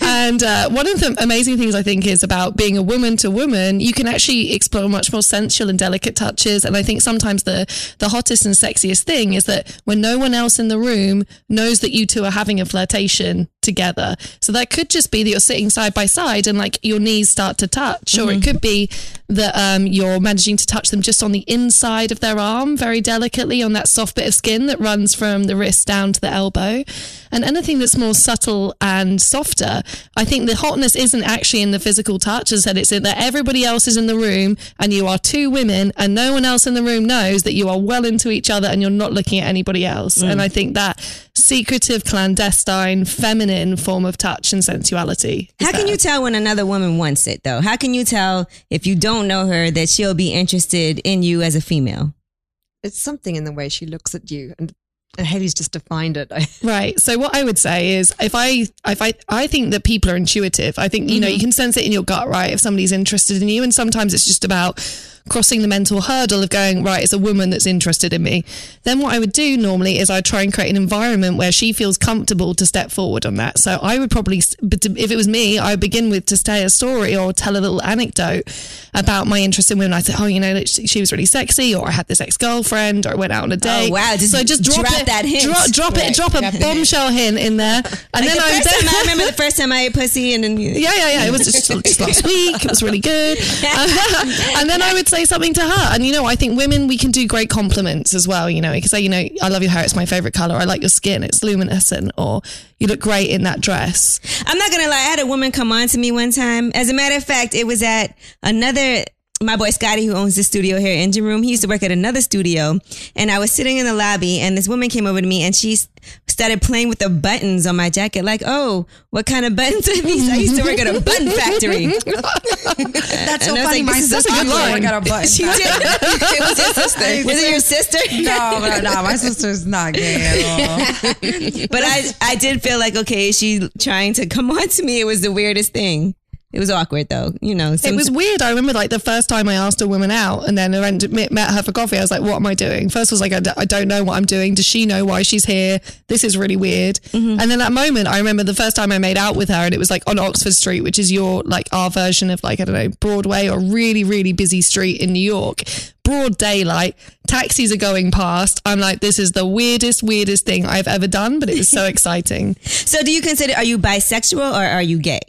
E: and uh, one of the amazing things I think is about being a woman to woman, you can actually explore much more sensual and delicate touches. And I think sometimes the the hottest and sexiest thing is that when no one else in the room knows that you two are having a flirtation together. So that could just be that you're sitting side by side and like your knees start to touch, or it could be that um, you're managing to touch them just on the inside of their arm, very delicately on that soft bit of skin that runs from the wrist down to the elbow. And anything that's more subtle and softer, I think the hotness isn't actually in the physical touch. As I said, it's in that everybody else is in the room and you are two women and no one else in the room knows that you are well into each other and you're not looking at anybody else. And I think that secretive, clandestine, feminine form of touch and sensuality. is
B: How can
E: there.
B: you tell when another woman wants it though? How can you tell if you don't know her that she'll be interested in you as a female?
F: It's something in the way she looks at you, and, and Haley's just defined it.
E: Right. So what I would say is if I if I I think that people are intuitive. I think you know you can sense it in your gut, right? If somebody's interested in you and sometimes it's just about crossing the mental hurdle of going, right, it's a woman that's interested in me. Then what I would do normally is I'd try and create an environment where she feels comfortable to step forward on that. So I would probably but to- if it was me, I would begin with to say a story or tell a little anecdote about my interest in women. I say, "Oh, you know, that she she was really sexy or I had this ex-girlfriend or I went out on a date."
B: wow, just
E: so just drop,
B: drop
E: it,
B: that hint.
E: Drop, drop it,
A: Right,
E: drop a
A: drop the hint.
E: bombshell hint in there, and then
B: the
E: I'm
B: first
E: done.
B: time I remember the first time I ate pussy and then
E: Yeah, yeah, yeah. It was just, just last week. It was really good. Uh, and then I would say something to her. And, you know, I think women, we can do great compliments as well. You know, you can say, you know, I love your hair. It's my favorite color. I like your skin. It's luminescent. Or you look great in that dress.
B: I'm not gonna lie. I had a woman come on to me one time. As a matter of fact, it was at another my boy Scotty, who owns this studio here, Engine Room, he used to work at another studio. And I was sitting in the lobby, and this woman came over to me and she s- started playing with the buttons on my jacket, like, oh, what kind of buttons are these? I used to work at a button factory.
D: That's so
B: And I was
D: funny.
B: like,
D: My
B: this is
D: sister
B: a good
D: used to
B: line.
D: work at a button.
B: she did. it was your sister. Was it your sister?
D: No, no, no, my sister's not gay at all.
B: But I, I did feel like, okay, is she trying to come on to me? It was the weirdest thing. It was awkward, though. You know,
E: It was weird. I remember like the first time I asked a woman out and then I went, met met her for coffee. I was like, what am I doing? First was like, I d- I don't know what I'm doing. Does she know why she's here? This is really weird. And then that moment, I remember the first time I made out with her and it was like on Oxford Street, which is your, like our version of like, I don't know, Broadway or really, really busy street in New York. Broad daylight, taxis are going past. I'm like, this is the weirdest, weirdest thing I've ever done, but it was so exciting.
B: so do you consider, are you bisexual or are you gay?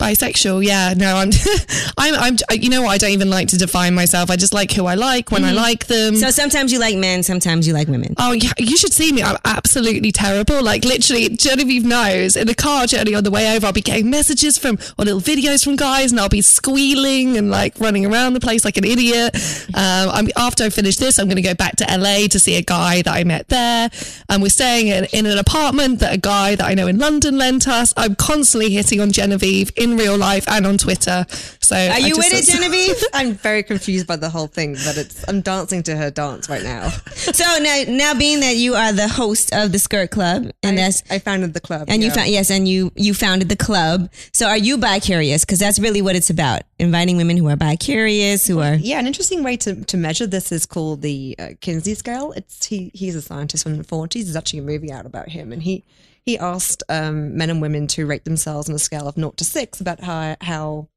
E: bisexual yeah no i'm i'm i'm you know what i don't even like to define myself i just like who i like when i like them
B: So sometimes you like men, sometimes you like women.
E: Oh, yeah, you should see me. I'm absolutely terrible. Like, literally, Genevieve knows in the car journey on the way over, I'll be getting messages from or little videos from guys, and I'll be squealing and like running around the place like an idiot. Um, I'm, after I finish this, I'm going to go back to LA to see a guy that I met there. And we're staying in, in an apartment that a guy that I know in London lent us. I'm constantly hitting on Genevieve in real life and on Twitter. So,
B: Are you with it, Genevieve?
F: I'm very confused by the whole thing, but it's I'm dancing to her dance right now.
B: So now, now being that you are the host of the Skirt Club, and that's
F: I founded the club.
B: and you
F: yeah.
B: found yes, and you you founded the club. So are you bi curious? Because that's really what it's about: inviting women who are bi curious, who are
F: Yeah, an interesting way to, to measure this is called the uh, Kinsey scale. It's he he's a scientist from the forties. There's actually a movie out about him, and he he asked um, men and women to rate themselves on a scale of naught to six about how how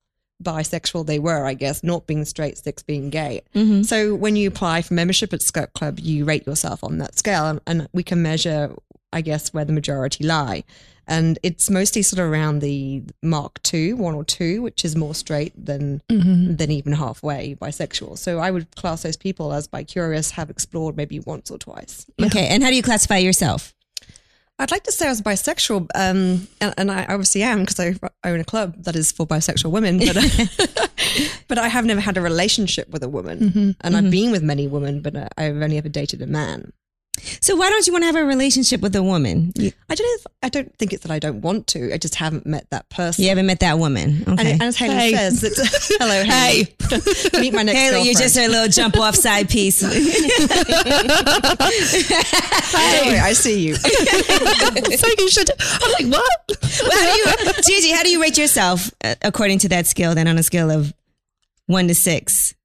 F: bisexual they were. I guess naught being straight, six being gay.
B: Mm-hmm.
F: So when you apply for membership at Skirt Club, you rate yourself on that scale, and, and we can measure, I guess, where the majority lie. And it's mostly sort of around the mark two, one or two, which is more straight than than even halfway bisexual. So I would class those people as bi curious, have explored maybe once or twice.
B: okay. And how do you classify yourself?
F: I'd like to say I was bisexual, um, and, and I obviously am because I own a club that is for bisexual women. But, but I have never had a relationship with a woman, and I've been with many women, but uh, I've only ever dated a man.
B: So why don't you want to have a relationship with a woman? You,
F: I don't. know if- I don't think it's that I don't want to. I just haven't met that person.
B: you haven't met that woman.
F: And,
B: Okay.
F: and as Haley
E: Hey.
F: says, it's, hello, Haley. Meet my
B: Haley,
F: next girlfriend.
B: you're just a little jump off side piece.
F: Don't worry, I see you.
E: so you should. I'm like, what?
B: Well, how do you, Gigi, how do you rate yourself uh, according to that scale? Then on a scale of one to six,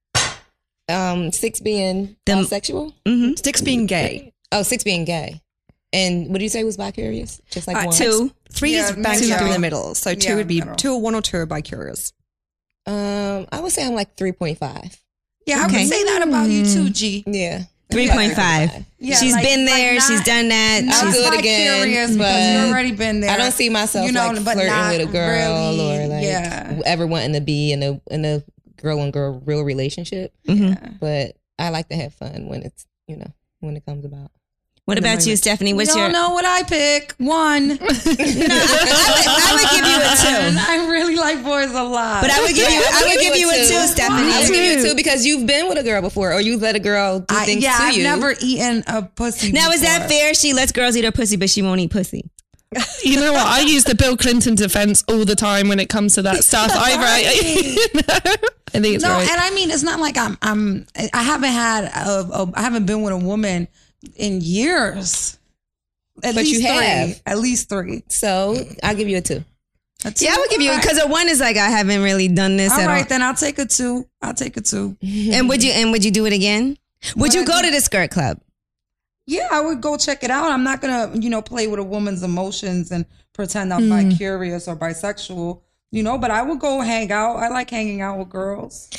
A: Um, six being
B: The-
A: bisexual.
F: Mm-hmm. Six being gay.
A: Oh, six being gay. And what do you say was bi curious? Just like
F: Uh,
A: one.
B: two.
F: Three
D: Yeah,
F: is banged up in
D: middle.
F: the middle. So two
D: Yeah,
F: would be
D: middle.
F: two or one or two are bicurious.
A: Um, I would say I'm like three point five.
D: Yeah, I
B: Okay.
D: would say that about you too, G.
A: Yeah.
B: Three point five.
D: Yeah,
B: She's
D: like-
B: been
D: like
B: there.
D: not-
B: she's done that.
D: Not
A: I'll
B: She's,
A: do it
D: bi-
A: again,
D: curious, because
A: but
D: you've already been there.
A: I don't see myself
D: You know,
A: like
D: but
A: flirting
D: not
A: with a girl
D: really,
A: or like
D: yeah.
A: ever wanting to be in a in a girl and girl real relationship.
B: Mhm.
A: But I like to have fun when it's you know when it comes about.
B: What about you, Stephanie? What's
D: you
B: your?
D: don't know what I pick. One.
B: I would give you a
D: And
B: two,
D: I really like boys a lot.
B: but I would give you. I would give you a two,
A: I would
B: Stephanie.
A: give you a two because you've been with a girl before, or you let a girl do
D: I-
A: things
D: yeah,
A: to
D: I've
A: you.
D: never eaten a pussy.
B: Now is that
D: before.
B: fair? She lets girls eat her pussy, but she won't eat pussy.
E: You know what? I use the Bill Clinton defense all the time when it comes to that stuff. I, I, I think it's
D: No,
E: right.
D: and I mean it's not like I'm. I'm. I haven't had. A, a, I haven't been with a woman in years. At
A: But you
D: least three.
A: have.
D: At least three.
A: So I'll give you a two.
D: That's
B: Yeah, I would give you because a one is like I haven't really done this
D: All
B: at
D: right,
B: all.
D: then I'll take a two. I'll take a two.
B: And would you? And would you do it again? Would
D: Would
B: you
D: I
B: go
D: do-
B: to the skirt club?
D: Yeah, I would go check it out. I'm not gonna, you know, play with a woman's emotions and pretend I'm
B: Mm.
D: bi curious or bisexual, you know. But I would go hang out. I like hanging out with girls.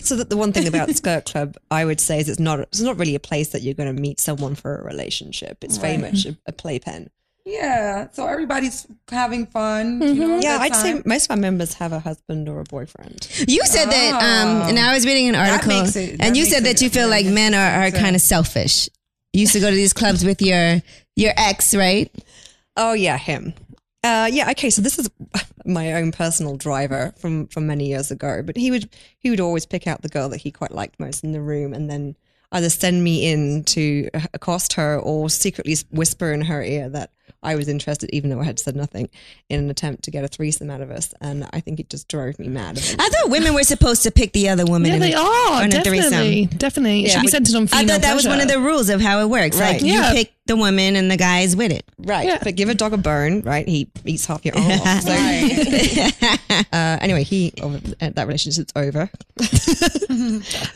F: So that the one thing about Skirt Club, I would say, is it's not it's not really a place that you're going to meet someone for a relationship. It's very much a, a playpen.
D: Yeah, so everybody's having fun. You
B: Mm-hmm.
D: know,
F: Yeah,
D: good
F: I'd
D: time.
F: say most of our members have a husband or a boyfriend.
B: You said that, um, and I was reading an article,
D: makes it- Oh. that
B: and you
D: makes
B: said
D: it-
B: that you feel
D: yeah,
B: like
D: that's-
B: men are, are
D: that's it.
B: kind of selfish. You used to go to these clubs with your your ex, right?
F: Oh yeah, him. Uh, yeah. Okay. So this is my own personal driver from from many years ago. But he would he would always pick out the girl that he quite liked most in the room, and then either send me in to accost her or secretly whisper in her ear that I was interested, even though I had said nothing, in an attempt to get a threesome out of us. And I think it just drove me mad.
B: I thought women were supposed to pick the other woman.
E: Yeah,
B: in
E: they
B: the-
E: are
B: in a
E: definitely, definitely. It
F: Yeah.
E: should be centered on
B: I
E: female
B: thought that was one of
E: pleasure.
B: the rules of how it works. Like
F: Right.
E: Yeah.
B: you pick the woman and the guy is with it.
F: Right. But give a dog a bone, right? He eats half your arm off. So, uh, anyway, he oh, that relationship's over.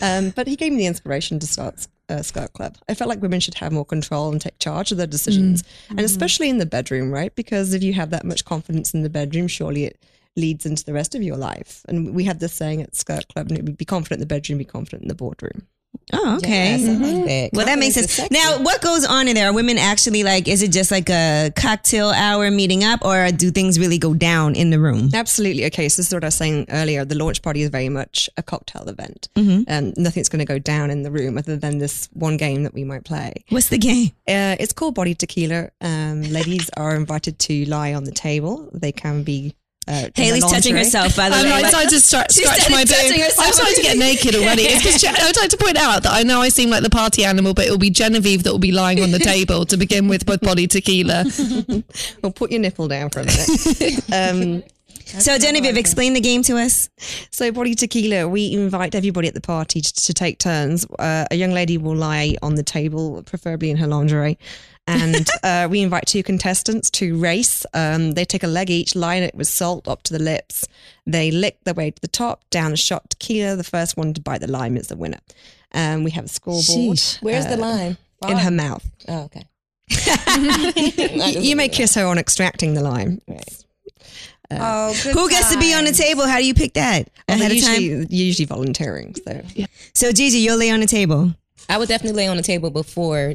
F: um, but he gave me the inspiration to start uh, Scout Club. I felt like women should have more control and take charge of their decisions, and especially in the bedroom, right? Because if you have that much confidence in the bedroom, surely it leads into the rest of your life. And we had this saying at Skirt Club, and it would be confident in the bedroom, be confident in the boardroom.
B: Oh, okay. Well, that makes
F: Confidence is
B: sense.
F: sexy.
B: Now, what goes on in there? Are women actually like, is it just like a cocktail hour meeting up or do things really go down in the room?
F: Absolutely. Okay, so this is what I was saying earlier. The launch party is very much a cocktail event. Um, nothing's going to go down in the room other than this one game that we might play.
B: What's the game?
F: Uh, it's called Body Tequila. Um, ladies are invited to lie on the table. They can be. Uh, in their
B: Haley's touching
F: lingerie.
B: herself, by the
E: I'm
B: way.
E: like, starting to start, scratch
B: started
E: my
B: touching
E: boob.
B: herself.
E: I'm starting to get naked already. It's because I'd like to point out that I know I seem like the party animal, but it'll be Genevieve that will be lying on the table to begin with with body tequila.
F: Well, put your nipple down for a minute. um,
B: so, Genevieve, explain the game to us.
F: So, Body Tequila, we invite everybody at the party to, to take turns. Uh, a young lady will lie on the table, preferably in her lingerie. And uh, we invite two contestants to race. Um, they take a leg each, line it with salt up to the lips. They lick their way to the top, down a shot tequila. The first one to bite the lime is the winner. Um, we have a scoreboard
A: Where's the line?
F: in her mouth.
A: Uh, Oh, okay.
F: You, you may kiss her on extracting the lime.
D: Oh, good
B: Uh, Who gets to be on the table? How do you pick that ahead of time?
F: usually, usually volunteering. So
B: So, Gigi, you'll lay on the table.
A: I would definitely lay on the table before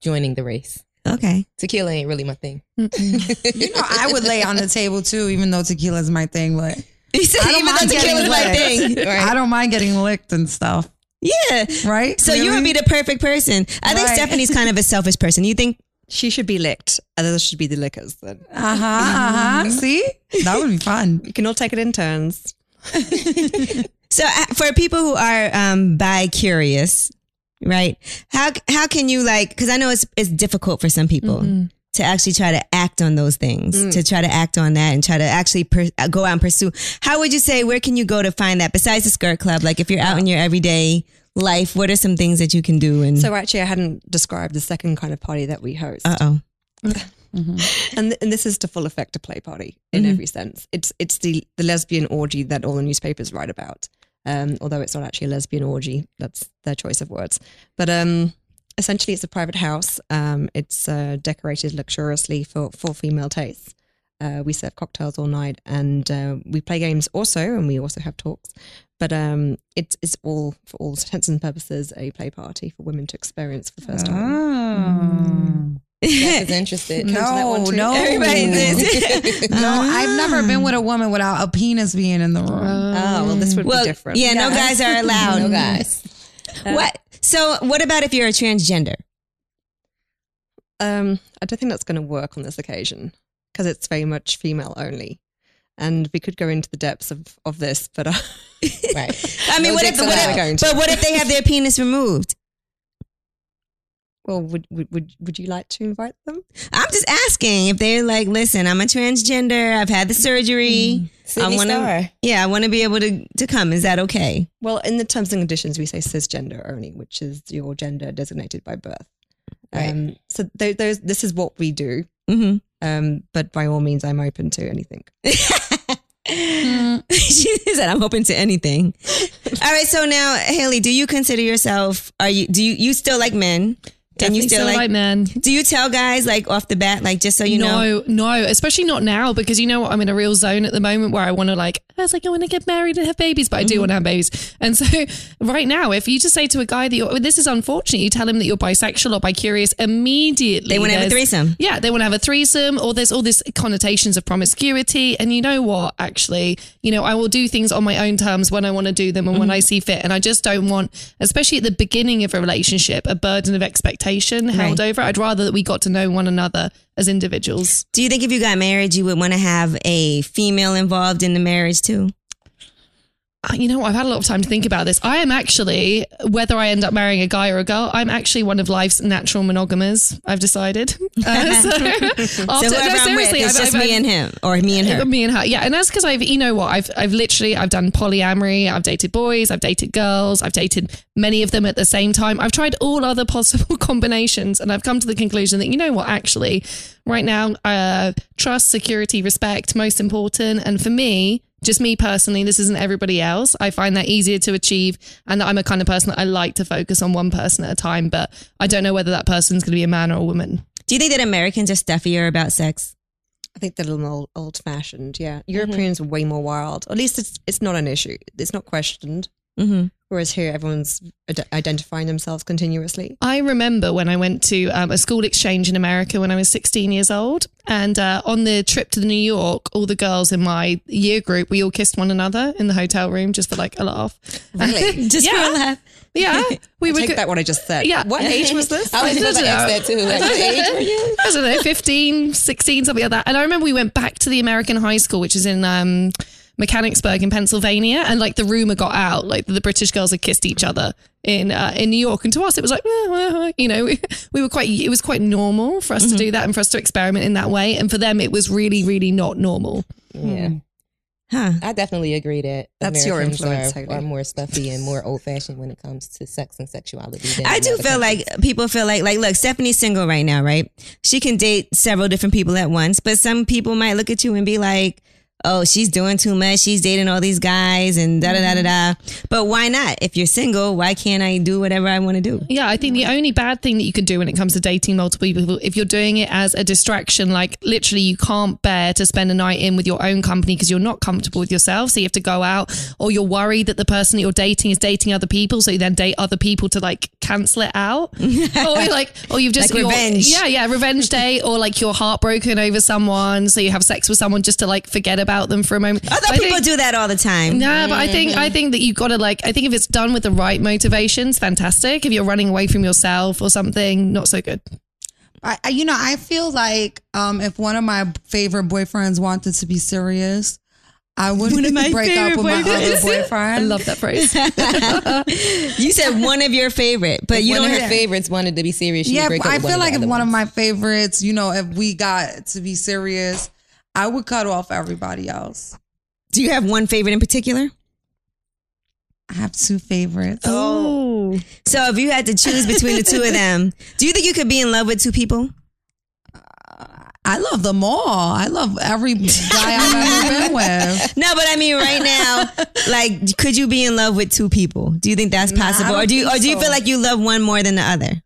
A: joining the race.
B: Okay.
A: Tequila ain't really my thing.
D: You know, I would lay on the table too, even though tequila's my thing. But
B: You said
D: I don't
B: even though
D: mind
B: tequila's
D: getting
B: my
D: licked.
B: thing.
D: I don't mind getting licked and stuff.
B: Yeah.
D: Right?
B: So you would be the perfect person. I think
D: Right.
B: Stephanie's kind of a selfish person. You think
F: she should be licked. Others should be the lickers. Then.
D: Uh huh. Uh huh.
B: Mm-hmm.
D: See, that would be fun.
F: You can all take it in turns.
B: so? uh, For people who are um, bi curious, right? How how can you like? Because I know it's it's difficult for some people.
F: Mm-hmm.
B: To actually try to act on those things,
F: Mm.
B: to try to act on that, and try to actually per- uh, go out and pursue. How would you say where can you go to find that besides the skirt club? Like if you're out in your everyday life, what are some things that you can do? And
F: So actually, I hadn't described the second kind of party that we host,
B: uh oh,
F: and th- and this is the full effect of play party in every sense. It's it's the the lesbian orgy that all the newspapers write about, um, although it's not actually a lesbian orgy. That's their choice of words, but um, essentially, it's a private house. Um, it's uh, decorated luxuriously for for female tastes. Uh, we serve cocktails all night, and uh, we play games also, and we also have talks. But um, it's it's all for all intents and purposes a play party for women to experience for the first time.
D: Ah,
B: Mm.
A: Jack is interested.
D: No, no.
B: everybody.
D: No, I've never been with a woman without a penis being in the room.
F: Oh, well, this would
B: well,
F: be different.
B: yeah, no guys are allowed.
A: no guys.
B: What? So what about if you're a transgender?
F: Um, I don't think that's going to work on this occasion because it's very much female only. And we could go into the depths of, of this, but uh,
A: Right.
B: I mean,
F: No
B: what
F: dick
B: if,
F: for
B: what
F: that.
B: if-
F: We're going to.
B: but what if they have their penis removed?
F: well, would, would would would you like to invite them?
B: I'm just asking if they're like, listen, I'm a transgender. I've had the
E: Mm.
B: surgery. I
A: Sydney
B: want to,
A: Star.
B: yeah, I want to be able to to come. Is that okay?
F: Well, in the terms and conditions, we say cisgender only, which is your gender designated by birth. Um, so th- those this is what we do.
B: Mm-hmm.
F: Um, but by all means, I'm open to anything.
B: she said, I'm open to anything. All right. So now, Haley, do you consider yourself? Are you? Do you? You still like men? and you
E: Definitely
B: still,
E: still
B: like?
E: like men.
B: Do you tell guys like off the bat, like just so you know?
E: no, no, especially not now because you know what? I'm in a real zone at the moment where I want to like, I was like, I want to get married and have babies, but I
B: Mm-hmm.
E: do want to have babies. And so right now, if you just say to a guy that you're, this is unfortunate, you tell him that you're bisexual or bicurious, immediately
B: They wanna have a
E: there's-
B: threesome.
E: Yeah, they want to have a threesome, or there's all this connotations of promiscuity. And you know what? Actually, you know, I will do things on my own terms when I want to
B: Mm-hmm.
E: do them and when I see fit. And I just don't want, especially at the beginning of a relationship, a burden of expectation held over. I'd rather that we got to know one another as individuals.
B: Do you think if you got married, you would want to have a female involved in the marriage too?
E: Uh, You know, what? I've had a lot of time to think about this. I am actually, whether I end up marrying a guy or a girl, I'm actually one of life's natural monogamers. I've decided. Uh, so after-
B: so whoever I'm with, it's
E: I've-
B: just
E: I've-
B: me and him or me and her.
E: Me and her, yeah, and that's because I've, you know what, I've, I've literally, I've done polyamory, I've dated boys, I've dated girls, I've dated many of them at the same time. I've tried all other possible combinations, and I've come to the conclusion that you know what, actually, right now, uh, trust, security, respect, most important, and for me, just me personally, this isn't everybody else. I find that easier to achieve, and that I'm a kind of person that I like to focus on one person at a time. But I don't know whether that person's going to be a man or a woman.
B: Do you think that Americans are stuffier about sex?
F: I think they're a little old, old fashioned. Yeah. Europeans are way more wild. At least it's, it's not an issue. It's not questioned.
B: Mm-hmm.
F: Whereas here, everyone's ad- identifying themselves continuously.
E: I remember when I went to um, a school exchange in America when I was 16 years old. And uh, on the trip to New York, all the girls in my year group, we all kissed one another in the hotel room just for like a laugh.
F: Really?
E: Just
B: for a laugh.
E: Yeah. We were
F: Take
E: go-
F: that what I just said.
E: Yeah.
F: What age was this?
A: I was
E: don't
A: supposed to ask
E: know.
A: that too. Like, what age were you?
E: I don't know, 15, 16, something like that. And I remember we went back to the American high school, which is in um, Mechanicsburg in Pennsylvania. And like the rumor got out, like the British girls had kissed each other in uh, in New York. And to us, it was like, eh, eh, eh, you know, we, we were quite, it was quite normal for us to do that and for us to experiment in that way. And for them, it was really, really not normal.
A: Yeah,
B: Huh.
A: I definitely agree that
F: That's your
A: Americans
F: influence,
A: are,
F: Haley.
A: are more stuffy and more old fashioned when it comes to sex and sexuality. than
B: I
A: in
B: do
A: other
B: feel
A: countries.
B: like people feel like like look, Stephanie's single right now, right? She can date several different people at once, but some people might look at you and be like, "Oh, she's doing too much. She's dating all these guys and da da da da da." But why not? If you're single, why can't I do whatever I want to do?
E: Yeah, I think the only bad thing that you can do when it comes to dating multiple people, if you're doing it as a distraction, like literally you can't bear to spend a night in with your own company because you're not comfortable with yourself. So you have to go out, or you're worried that the person that you're dating is dating other people. So you then date other people to like cancel it out. or you're like, or you've just,
B: Like
E: you're-
B: revenge.
E: Yeah, yeah, revenge day, or like you're heartbroken over someone. So you have sex with someone just to like forget about them for a moment.
B: Although
E: I think-
B: people do that all the time.
E: no, but I think I think that you got to like. I think if it's done with the right motivations, fantastic. If you're running away from yourself or something, not so good.
D: I, I- you know, I feel like um, if one of my favorite boyfriends wanted to be serious, I wouldn't
B: my
D: break up
B: favorite
D: with my other
B: boyfriends.
D: boyfriend.
E: I love that phrase.
B: You said one of your favorite, but you
A: one
B: don't.
A: of her
B: have-
A: favorites wanted to be serious. She
D: yeah,
A: would break up
D: I
A: with
D: feel
A: the
D: like if
A: other
D: one of
A: ones.
D: my favorites, you know, if we got to be serious, I would cut off everybody else.
B: do you have one favorite in particular?
D: I have two favorites.
E: oh,
B: So if you had to choose between the two of them, do you think you could be in love with two people?
D: I love them all. I love every guy I've ever been with.
B: No, but I mean right now, like could you be in love with two people? Do you think that's
D: Nah, I
B: possible?
D: don't
B: or do you
D: think
B: or do you
D: so.
B: feel like you love one more than the other?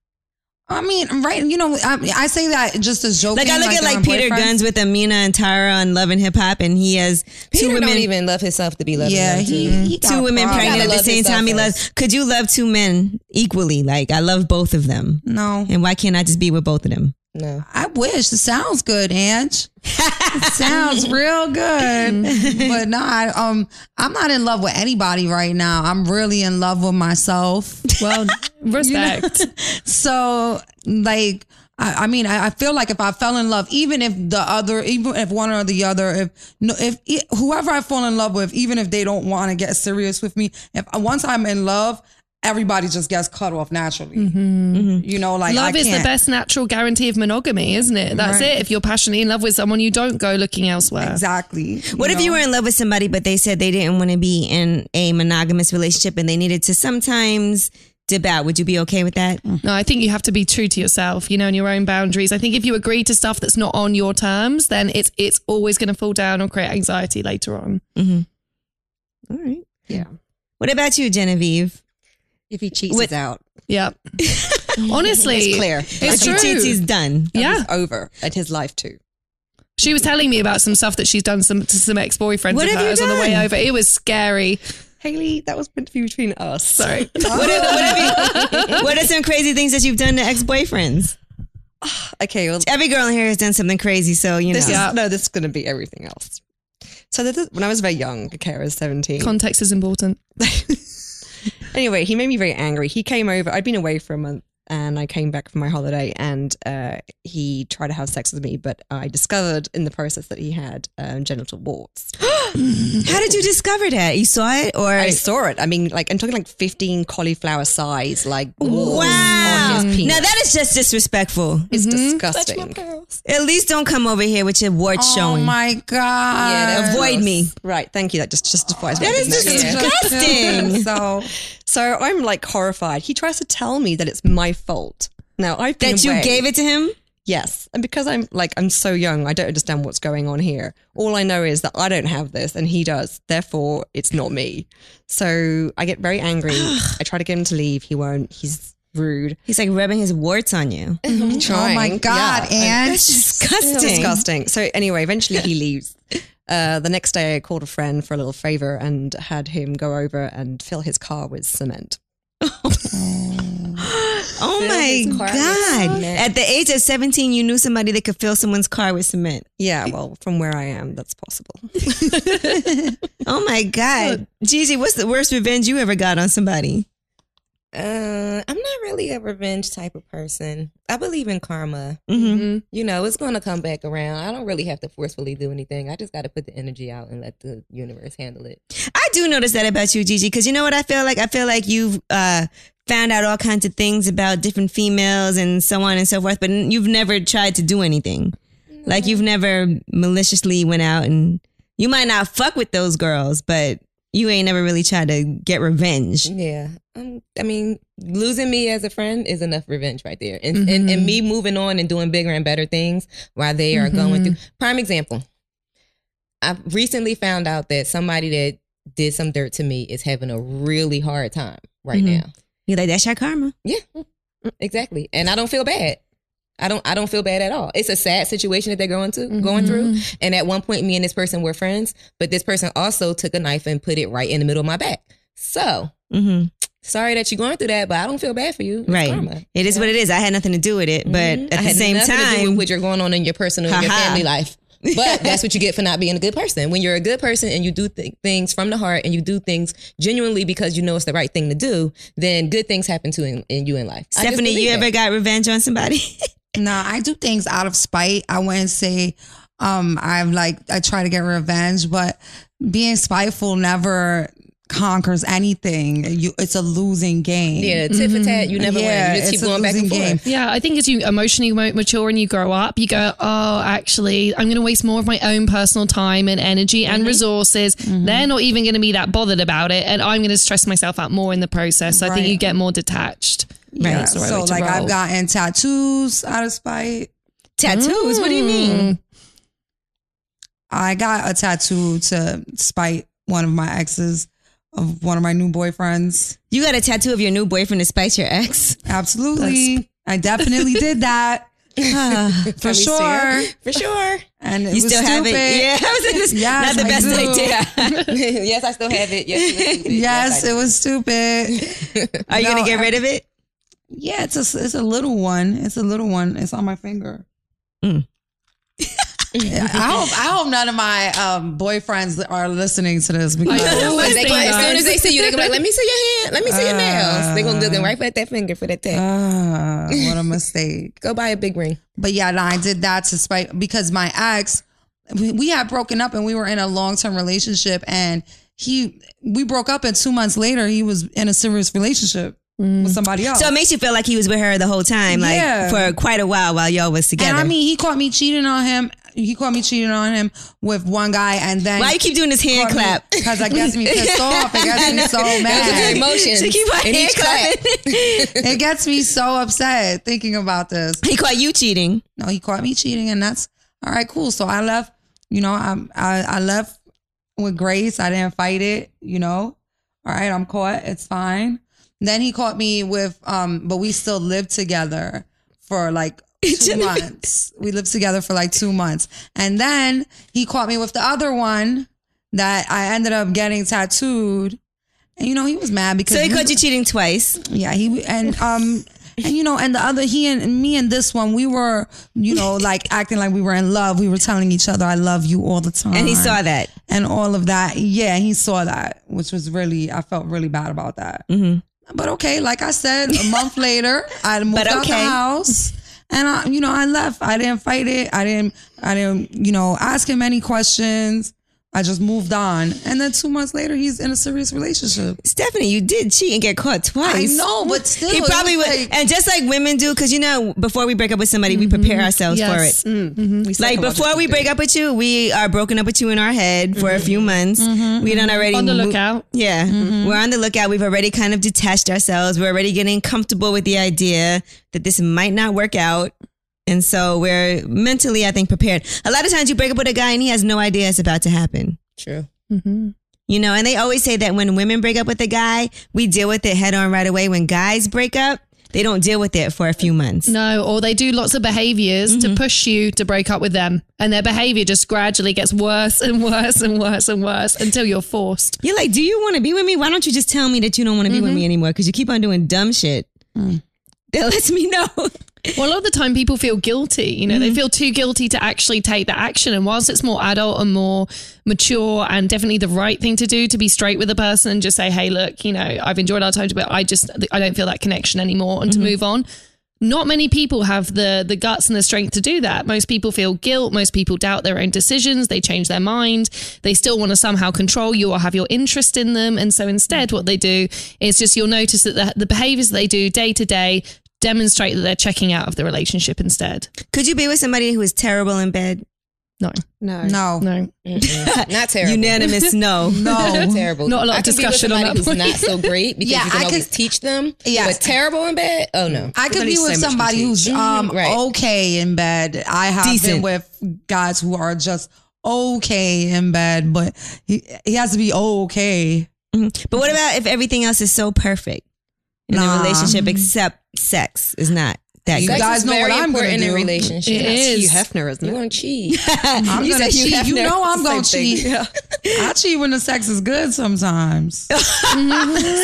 D: I mean, right? You know, I, I say that just as joking.
B: Like I look at
D: they're
B: like
D: my
B: Peter
D: boyfriends.
B: Guns with Amina and Tyra on Love and Hip Hop and he has two
A: Peter
B: women
A: don't even love himself to be loved.
D: Yeah, he, he got
B: two women
D: problems.
B: pregnant at
A: Gotta
B: the
A: love
B: same
A: yourself
B: time he
A: first.
B: loves could you love two men equally? Like I love both of them.
D: No,
B: And why can't I just be with both of them?
A: no.
D: I wish. It sounds good, Ange. It sounds real good. But no, I, um, I'm not in love with anybody right now. I'm really in love with myself.
E: well, respect.
D: So, like, I, I mean, I, I feel like if I fell in love, even if the other, even if one or the other, if no, if e- whoever I fall in love with, even if they don't want to get serious with me, if once I'm in love, everybody just gets cut off naturally. You know, like
E: Mm-hmm. Love
D: I
E: is the
D: can't-
E: best natural guarantee of monogamy, isn't it? That's
D: Right.
E: it. If you're passionately in love with someone, you don't go looking elsewhere.
D: Exactly.
B: What if
D: know?
B: you were in love with somebody, but they said they didn't want to be in a monogamous relationship and they needed to sometimes dip out? Would you be okay with that?
D: Mm.
E: No, I think you have to be true to yourself, you know, and your own boundaries. I think if you agree to stuff that's not on your terms, then it's it's always going to fall down or create anxiety later on.
B: All right.
F: Yeah.
B: What about you, Genevieve?
F: If he cheats,
B: With-
F: it's out.
E: Yeah. Honestly,
F: It's clear.
E: It's
B: If
E: true.
B: he cheats, he's done.
E: yeah.
F: It's over. And his life too.
E: She was telling me about some stuff that she's done some to some ex boyfriends
B: What
E: of
B: have you
E: hers on the way
B: done?
E: over. It was scary.
F: Haley, that was meant to be between us.
E: Sorry.
B: What, if- what if you- what are some crazy things that you've done to ex boyfriends?
F: Okay, well,
B: Every girl in here has done something crazy, so you know.
F: this
E: Yeah.
F: is no, this is going to be everything else. So this is, when I was very young, okay, I was seventeen.
E: Context is important.
F: anyway, he made me very angry. He came over. I'd been away for a month, and I came back from my holiday, and uh, he tried to have sex with me, but I discovered in the process that he had um, genital warts.
B: How did you discover that? You saw it or
F: I saw it. I mean, like I'm talking like 15 cauliflower size, like warts
B: Wow.
F: on his penis.
B: Now that is just disrespectful.
F: It's disgusting.
B: At least don't come over here with your wart
D: Oh
B: showing.
D: my god!
B: Yeah, avoid me.
F: Right, thank you. That just justifies. That
B: is just- Disgusting.
D: So
F: so. I'm like horrified. He tries to tell me that it's my fault. Now I've been
B: That you
F: away.
B: gave it to him?
F: Yes, and because I'm like I'm so young, I don't understand what's going on here. All I know is that I don't have this, and he does. Therefore, it's not me. So I get very angry. I try to get him to leave. He won't. He's rude.
B: He's like rubbing his warts on you.
D: Oh my
F: trying.
D: God,
F: and
D: Ange.
F: it's disgusting.
B: It's
F: disgusting. So anyway, eventually he leaves. Uh, the next day, I called a friend for a little favor and had him go over and fill his car with cement.
B: Oh my God. At the age of 17, you knew somebody that could fill someone's car with cement.
F: Yeah, well, from where I am, that's possible.
B: Oh my God. Gigi, what's the worst revenge you ever got on somebody?
A: Uh, I'm not really a revenge type of person. I believe in karma.
B: Mm-hmm.
A: You know, it's going to come back around. I don't really have to forcefully do anything. I just got to put the energy out and let the universe handle it.
B: I do notice that about you, Gigi, because you know what I feel like? I feel like you've uh, found out all kinds of things about different females and so on and so forth, but you've never tried to do anything. Like you've never maliciously went out and you might not fuck with those girls, but you ain't never really tried to get revenge.
A: Yeah. Um, I mean, losing me as a friend is enough revenge right there. And, and, and me moving on and doing bigger and better things while they are going through. Prime example. I recently found out that somebody that did some dirt to me is having a really hard time right
B: Mhm.
A: now.
B: You're like, that's your karma.
A: Yeah, exactly. And I don't feel bad. I don't. I don't feel bad at all. It's a sad situation that they're going to going through. And at one point, me and this person were friends, but this person also took a knife and put it right in the middle of my back. So
B: Mm-hmm.
A: sorry that you're going through that, but I don't feel bad for you. It's
B: Right.
A: karma.
B: It is what it is. I had nothing to do with it, but
A: Mhm.
B: at
A: I
B: the
A: had
B: same
A: nothing to do with
B: time,
A: what you're going on in your personal and your
B: Ha-ha.
A: family life. But that's what you get for not being a good person. When you're a good person and you do th- things from the heart and you do things genuinely because you know it's the right thing to do, then good things happen to in, in you in life. I just
B: Stephanie,
A: believe
B: you
A: that.
B: ever got revenge on somebody?
D: no, I do things out of spite. I wouldn't say um I'm like I try to get revenge, but being spiteful never conquers anything. You it's a losing game.
A: Yeah, tit
B: Mm-hmm.
A: for tat, you never win.
D: Yeah,
A: You just keep
D: it's a
A: going back and
D: losing
A: forth.
E: Yeah, I think as you emotionally mo- mature and you grow up, you go, oh, actually, I'm going to waste more of my own personal time and energy and resources. They're not even going to be that bothered about it. And I'm going to stress myself out more in the process. So I think
D: Right.
E: you get more detached.
D: Yeah,
E: That's the right
D: so
E: way to
D: like
E: roll.
D: I've gotten tattoos out of spite.
B: Tattoos? What do you mean?
D: I got a tattoo to spite one of my exes of one of my new boyfriends.
B: You got a tattoo of your new boyfriend to spite your ex?
D: Absolutely. I definitely did that for sure.
A: For sure.
D: And it
B: You
D: was
B: still have
D: stupid.
B: it? Yeah, I was in this-
D: Yes,
B: not the
D: I
B: best
D: do.
B: idea.
A: yes, I still have it. Yes, it was stupid.
D: Yes,
A: I
D: it was stupid.
B: Are you
D: No,
B: gonna get
D: I-
B: rid of it?
D: Yeah, it's a it's a little one. It's a little one. It's on my finger.
B: Hmm.
D: Yeah, I hope I hope none of my um, boyfriends are listening to this because
A: did. They gonna- as soon as they see you, they're gonna be like, let me see your hand. Let me see your nails. They're going to look
D: Uh.
A: right at that finger for that
B: Uh,
A: tag.
D: Ah, what a mistake.
A: Go buy a big ring.
D: But yeah, no, I did that to spite because my ex, we, we had broken up and we were in a long term relationship, and he, we broke up, and two months later he was in a serious relationship with somebody else.
B: Mm. So it makes you feel like he was with her the whole time, like
D: Yeah.
B: for quite a while while y'all was together.
D: and I mean, he caught me cheating on him. He caught me cheating on him with one guy, and then
B: why you keep doing this hand clap?
D: because I gets me pissed off. It gets me so
A: Those are the
D: mad.
A: emotions.
B: She keep on
A: in
B: hand
A: each clap.
B: clapping.
D: It gets me so upset thinking about this.
B: he caught you cheating.
D: no, he caught me cheating, and that's all right, cool. So I left, you know, I I, I left with grace. I didn't fight it, you know. All right, I'm caught. It's fine. Then he caught me with, um, but we still lived together for like two months. We lived together for like two months, and then he caught me with the other one that I ended up getting tattooed. And you know, he was mad because
B: So he
D: we-
B: caught you cheating twice.
D: yeah, he and um and you know and the other he and me and this one we were you know like acting like we were in love. We were telling each other I love you all the time.
B: And he saw that.
D: and all of that. Yeah, he saw that, which was really I felt really bad about that. Mm-hmm. But okay, like I said, a month later, I moved out
B: okay.
D: the house, and I, you know, I left. I didn't fight it. I didn't. I didn't. You know, ask him any questions. I just moved on, and then two months later, he's in a serious relationship.
B: Stephanie, you did cheat and get caught twice.
D: I know, but still,
B: He
D: it
B: probably would,
D: was like-
B: and just like women do, because you know, before we break up with somebody, we prepare ourselves for it.
E: Yes.
D: Mm-hmm.
B: Like before we break up with you, we are broken up with you in our head for a few months. We don't already
E: On the
B: mo-
E: lookout.
B: Yeah, we're on the lookout. We've already kind of detached ourselves. We're already getting comfortable with the idea that this might not work out. And so we're mentally, I think, prepared. A lot of times you break up with a guy and he has no idea it's about to happen.
A: True.
B: You know, and they always say that when women break up with a guy, we deal with it head on right away. When guys break up, they don't deal with it for a few months.
E: No, or they do lots of behaviors to push you to break up with them. And their behavior just gradually gets worse and worse and worse and worse until you're forced.
B: You're like, do you want to be with me? Why don't you just tell me that you don't want to be with me anymore? Because you keep on doing dumb shit. That lets me know.
E: Well, a lot of the time people feel guilty, you know, they feel too guilty to actually take that action. And whilst it's more adult and more mature and definitely the right thing to do to be straight with a person and just say, hey, look, you know, I've enjoyed our time, but I just, I don't feel that connection anymore and to move on. Not many people have the the guts and the strength to do that. Most people feel guilt. Most people doubt their own decisions. They change their mind. They still want to somehow control you or have your interest in them. And so instead, what they do is just you'll notice that the, the behaviors they do day to day demonstrate that they're checking out of the relationship instead.
B: Could you be with somebody who is terrible in bed?
E: No,
F: No.
D: No,
E: no.
A: Not terrible.
B: Unanimous no.
D: no.
A: terrible.
E: Not a lot of
A: I could be with
E: discussion on
A: somebody
E: that point.
A: Who's not so great because
D: Yeah,
A: you can
D: I could-
A: always teach them.
D: Yeah.
A: but terrible in bed. Oh no.
D: I could be
E: so
D: with
E: much
D: somebody who's um
A: Mhm, right.
D: okay in bed. I have
B: Decent.
D: been with guys who are just okay in bed, but he, he has to be okay.
B: Mm-hmm. But what about if everything else is so perfect in
D: Nah.
B: the relationship except sex is not that
D: You
B: good?
A: Sex
D: guys
A: is
D: know what
A: very
D: I'm gonna
A: important in
D: do.
A: relationships.
F: Hugh Hefner, isn't
A: You
F: it?
A: want to cheat?
D: I'm
B: Uh, You
D: gonna
B: said Hugh
D: cheat. You
B: Hefner.
D: know I'm gonna
B: Same thing.
D: cheat. I cheat when the sex is good sometimes.
A: so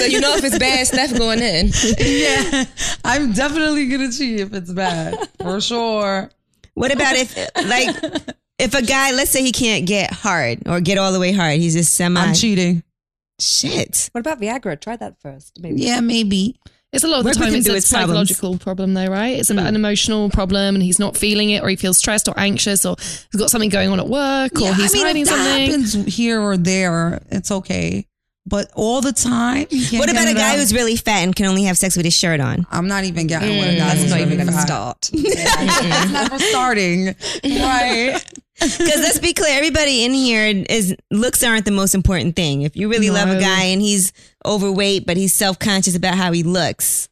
A: you know if it's bad stuff going in.
D: yeah, I'm definitely gonna cheat if it's bad for sure.
B: What about if like if a guy, let's say he can't get hard or get all the way hard, he's just semi
D: I'm cheating.
B: shit.
F: What about Viagra? Try that first. Maybe.
D: Yeah, maybe.
E: It's a lot of
B: Work
E: the
B: with
E: time
B: him
E: it's
B: through
E: a
B: his problems.
E: psychological problem though, right? It's
D: Hmm.
E: about an emotional problem and he's not feeling it or he feels stressed or anxious or he's got something going on at work or
D: Yeah,
E: he's
D: I mean,
E: hiding
D: if that
E: something.
D: happens here or there, it's okay. But all the time, you can't
B: What about
D: get
B: a
D: it
B: guy
D: out.
B: who's really fat and can only have sex with his shirt on?
D: I'm not even getting mm, what a guy
F: That's
D: who's
F: not even
D: really
F: going to
D: fat.
F: start.
D: It's never starting, right?
B: Because let's be clear, everybody in here is looks aren't the most important thing. If you really love a
E: No.
B: guy and he's overweight but he's self conscious about how he looks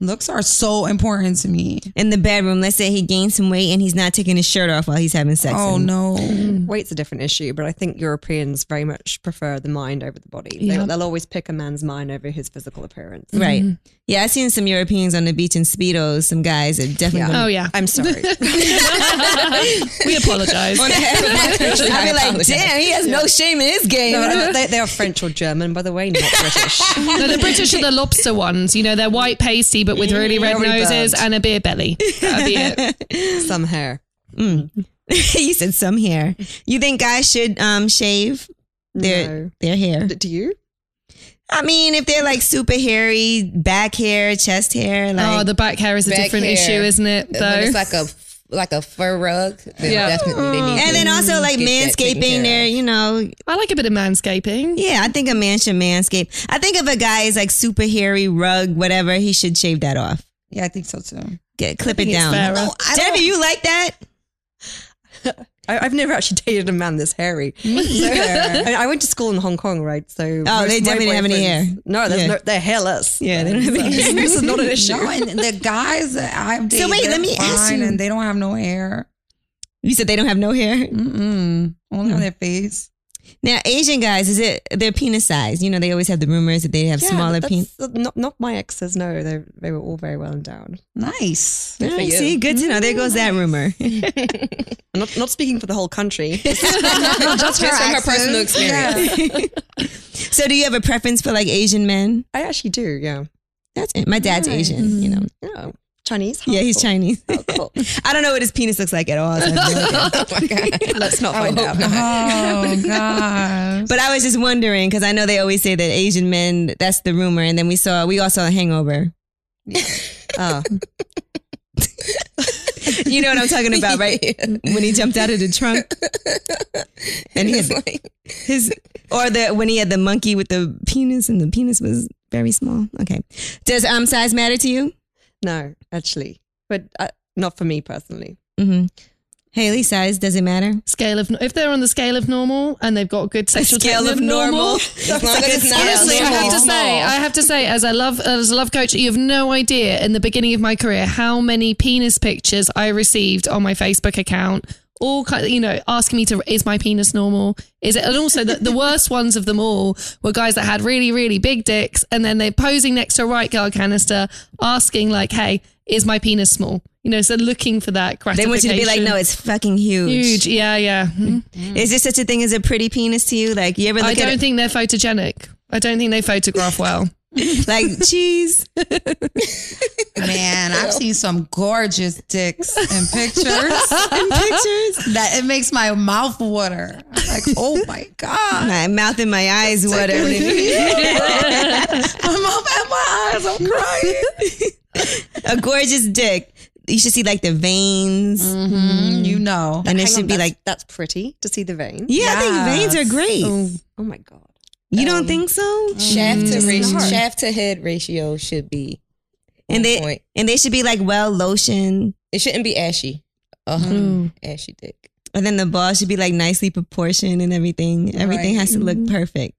D: Looks are so important to me.
B: in the bedroom, let's say he gains some weight and he's not taking his shirt off while he's having sex.
D: Oh
B: and-
D: no.
F: Weight's a different issue, but I think Europeans very much prefer the mind over the body. They,
E: Yeah.
F: will always pick a man's mind over his physical appearance.
B: Right. Yeah, I've seen some Europeans on the beach in Speedos, some guys that definitely.
F: Yeah.
E: Oh yeah.
F: I'm sorry.
E: we apologize.
A: Oh,
B: I'd be like, damn, he has no shame in his game.
F: they, they are French or German, by the way, not British.
E: no, the British are the lobster ones. You know, they're white pasty but with really red
F: Very
E: noses
F: burnt.
E: and a beer belly. That'd be it.
F: Some hair.
B: Mm. you said some hair. You think guys should um, shave their
F: No.
B: their hair?
F: D- Do you?
B: I mean, if they're like super hairy, back hair, chest hair, like
E: Oh, the back hair is a
A: Back
E: different
A: hair.
E: issue, isn't it? Though
A: When it's like a like a fur rug. Then
E: Yeah.
A: definitely they need.
B: and then
A: to
B: also like
A: get that taken care
B: manscaping
A: of.
B: their you know
E: I like a bit of manscaping.
B: yeah i think a man should manscape i think if a guy is like super hairy rug whatever he should shave that off
D: Yeah, I think so too.
B: Get, clip it
E: think it's
B: down
E: fairer.
F: Oh,
B: debbie you like that
F: I, I've never actually dated a man this hairy. I, mean, I went to school in Hong Kong, right? So oh,
B: they definitely didn't have any hair.
F: No, there's
B: Yeah.
F: no, they're hairless.
B: Yeah, they don't have any hair.
F: this is not an issue.
D: No, and the guys that I've dated,
B: wait, let
D: they're
B: me ask
D: fine
B: you.
D: and they don't have no hair.
B: you said they don't have no hair
D: Mm-mm. Only on their face.
B: Now, Asian guys, is it their penis size? You know, they always have the rumors that they have
F: Yeah,
B: smaller
F: that's-
B: penis.
F: Not, not my exes. No, they they were all very well endowed.
D: Nice.
A: Good for you.
B: Oh, See, good to know. There goes
F: Mm-hmm.
B: that rumor.
F: I'm not not speaking for the whole country.
A: just from her personal experience.
B: so, do you have a preference for like Asian men?
F: I actually do. Yeah.
B: That's it. My dad's Asian. You know,
F: Yeah. Chinese?
B: Yeah, he's
F: Half-full.
B: Chinese.
F: Oh, cool. Oh
B: I don't know what his penis looks like at all. so I have no idea.
F: Let's not find out.
D: Oh God.
B: But I was just wondering because I know they always say that Asian men. That's the rumor, and then we saw we all saw a Hangover. oh, you know what I'm talking about, right? When he jumped out of the trunk, and he had his or the when he had the monkey with the penis, and the penis was very small. Okay, does um size matter to you,
F: No, actually, but uh, not for me personally.
B: Haley? Size does it matter?
E: Scale of if they're on the scale of normal and they've got good sexual
B: Scale of
E: technique,
B: normal. As long as it's not
E: Honestly, I have to
B: abnormal.
E: say, I have to say, as I love as a love coach, you have no idea in the beginning of my career how many penis pictures I received on my Facebook account. All kind, you know, asking me to is my penis normal? Is it? And also, the, the worst ones of them all were guys that had really, really big dicks, and then they're posing next to a right girl canister, asking like, "Hey, is my penis small?" You know, so looking for that
B: They
E: gratification.
B: want you to be like, no, it's fucking huge.
E: huge. Yeah, yeah.
B: Is there such a thing as a pretty penis to you? Like you ever look
E: I
B: at
E: don't
B: it
E: think they're photogenic. I don't think they photograph well.
B: like cheese?
D: Man, I've seen some gorgeous dicks in pictures. in
F: Uh-huh.
D: pictures that it makes my mouth water. I'm like, oh my god,
B: My mouth and my eyes water.
D: my mouth and my eyes, I'm crying.
B: a gorgeous dick. You should see like the veins,
D: Mm-hmm. You know,
B: and it
F: Mm. Hang
B: should
F: on,
B: be
F: that's-
B: like,
F: that's pretty to see the vein.
B: yeah, I think veins are great.
F: Oh my god. Um, mm,
B: You don't think so? Mm.
A: Shaft to ratio, shaft to head ratio should be,
B: And they
A: point.
B: and they should be like well lotioned,
A: it shouldn't be ashy. Uh, Ashy dick.
B: and then the ball should be like nicely proportioned and everything. Everything has to
F: Mm-hmm.
B: look perfect.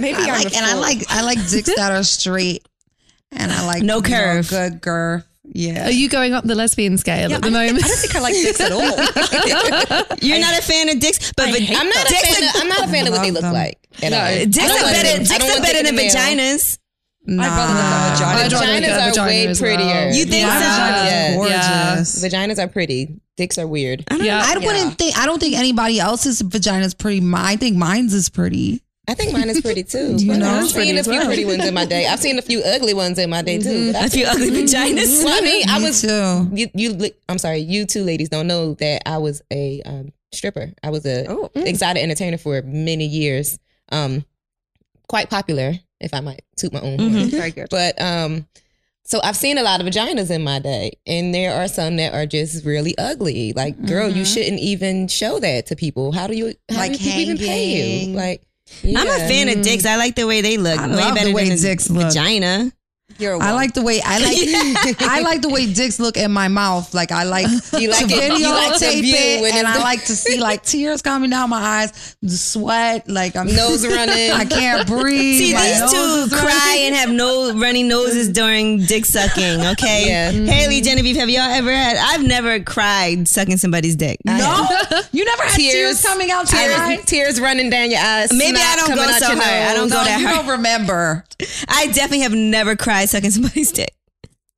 D: maybe I like, and I like, I like dicks that are straight, and I like
B: No
D: you know,
B: curve.
D: good girl. Yeah,
E: Are Uh, you going up the lesbian scale at the moment?
F: I don't think I like dicks at all.
B: You're not a fan of dicks, but vag-
A: I'm not a
B: dicks
A: fan.
B: are-
A: Of, I'm not a fan of what they
D: Love
A: look
D: them.
A: like. At all.
B: Dicks
A: I don't
B: are
A: want
B: better.
A: them- I don't
B: Dicks are
A: want
B: better
A: dick
B: than
A: in the mail.
B: vaginas.
D: I'd rather
F: look at
E: I'd rather look
A: Vaginas
E: at
A: are
E: vagina
A: way
E: as well.
A: prettier.
B: You think
D: My
B: so?
D: vagina is
E: Yeah.
D: gorgeous.
A: Vaginas are pretty. Dicks are weird.
B: I don't
E: Yeah.
B: know.
D: I wouldn't think. I don't think anybody else's vagina is pretty. My, I think mine's is pretty.
A: I think mine is pretty too.
D: You know?
A: I've seen a few pretty ones in my day. I've seen a few ugly ones in my day too. But I
B: A few ugly vaginas.
A: Well, I mean, I
D: Me
A: was
D: too.
A: you, you. li- I'm sorry, you two ladies don't know that I was a um, stripper. I was a
F: Oh.
B: Mm.
A: exotic entertainer for many years. Um, quite popular, if I might toot my own. horn.
B: Mm-hmm.
F: Very good.
A: But um, so I've seen a lot of vaginas in my day, and there are some that are just really ugly. Like, girl, you shouldn't even show that to people. How do you? How
D: Like
A: do people even pay you?
D: hanging.
A: Like,
B: I'm a
A: yeah.
B: fan of dicks. I like the way they look.
D: I
B: way
D: love the
B: better
D: way
B: than a
D: dicks look.
B: vagina.
F: You're a
D: I like the way I like. I like the way dicks look in my mouth. Like I like
A: You like
D: to
A: it- you
D: videotape
A: like to view
D: it,
A: when
D: and
A: it's-
D: I like to see like tears coming down my eyes, the sweat. Like I'm
A: Nose running.
D: I can't breathe. oh,
B: See,
D: my
B: these
D: nose
B: two
D: is
B: cry and have no running noses during dick sucking, okay?
A: Yeah.
B: Haley, Genevieve, have y'all ever had? I've never cried sucking somebody's dick. I have.
D: No, you never had tears,
A: Tears.
D: coming out your
A: Tears,
D: eyes.
A: tears running down your eyes.
B: Maybe I
A: snot
B: don't
A: coming
B: go
A: out
B: so
A: your
B: hard. I don't
A: nose.
B: go
D: No,
B: that
D: you
B: hard.
D: don't remember.
B: I definitely have never cried sucking somebody's dick.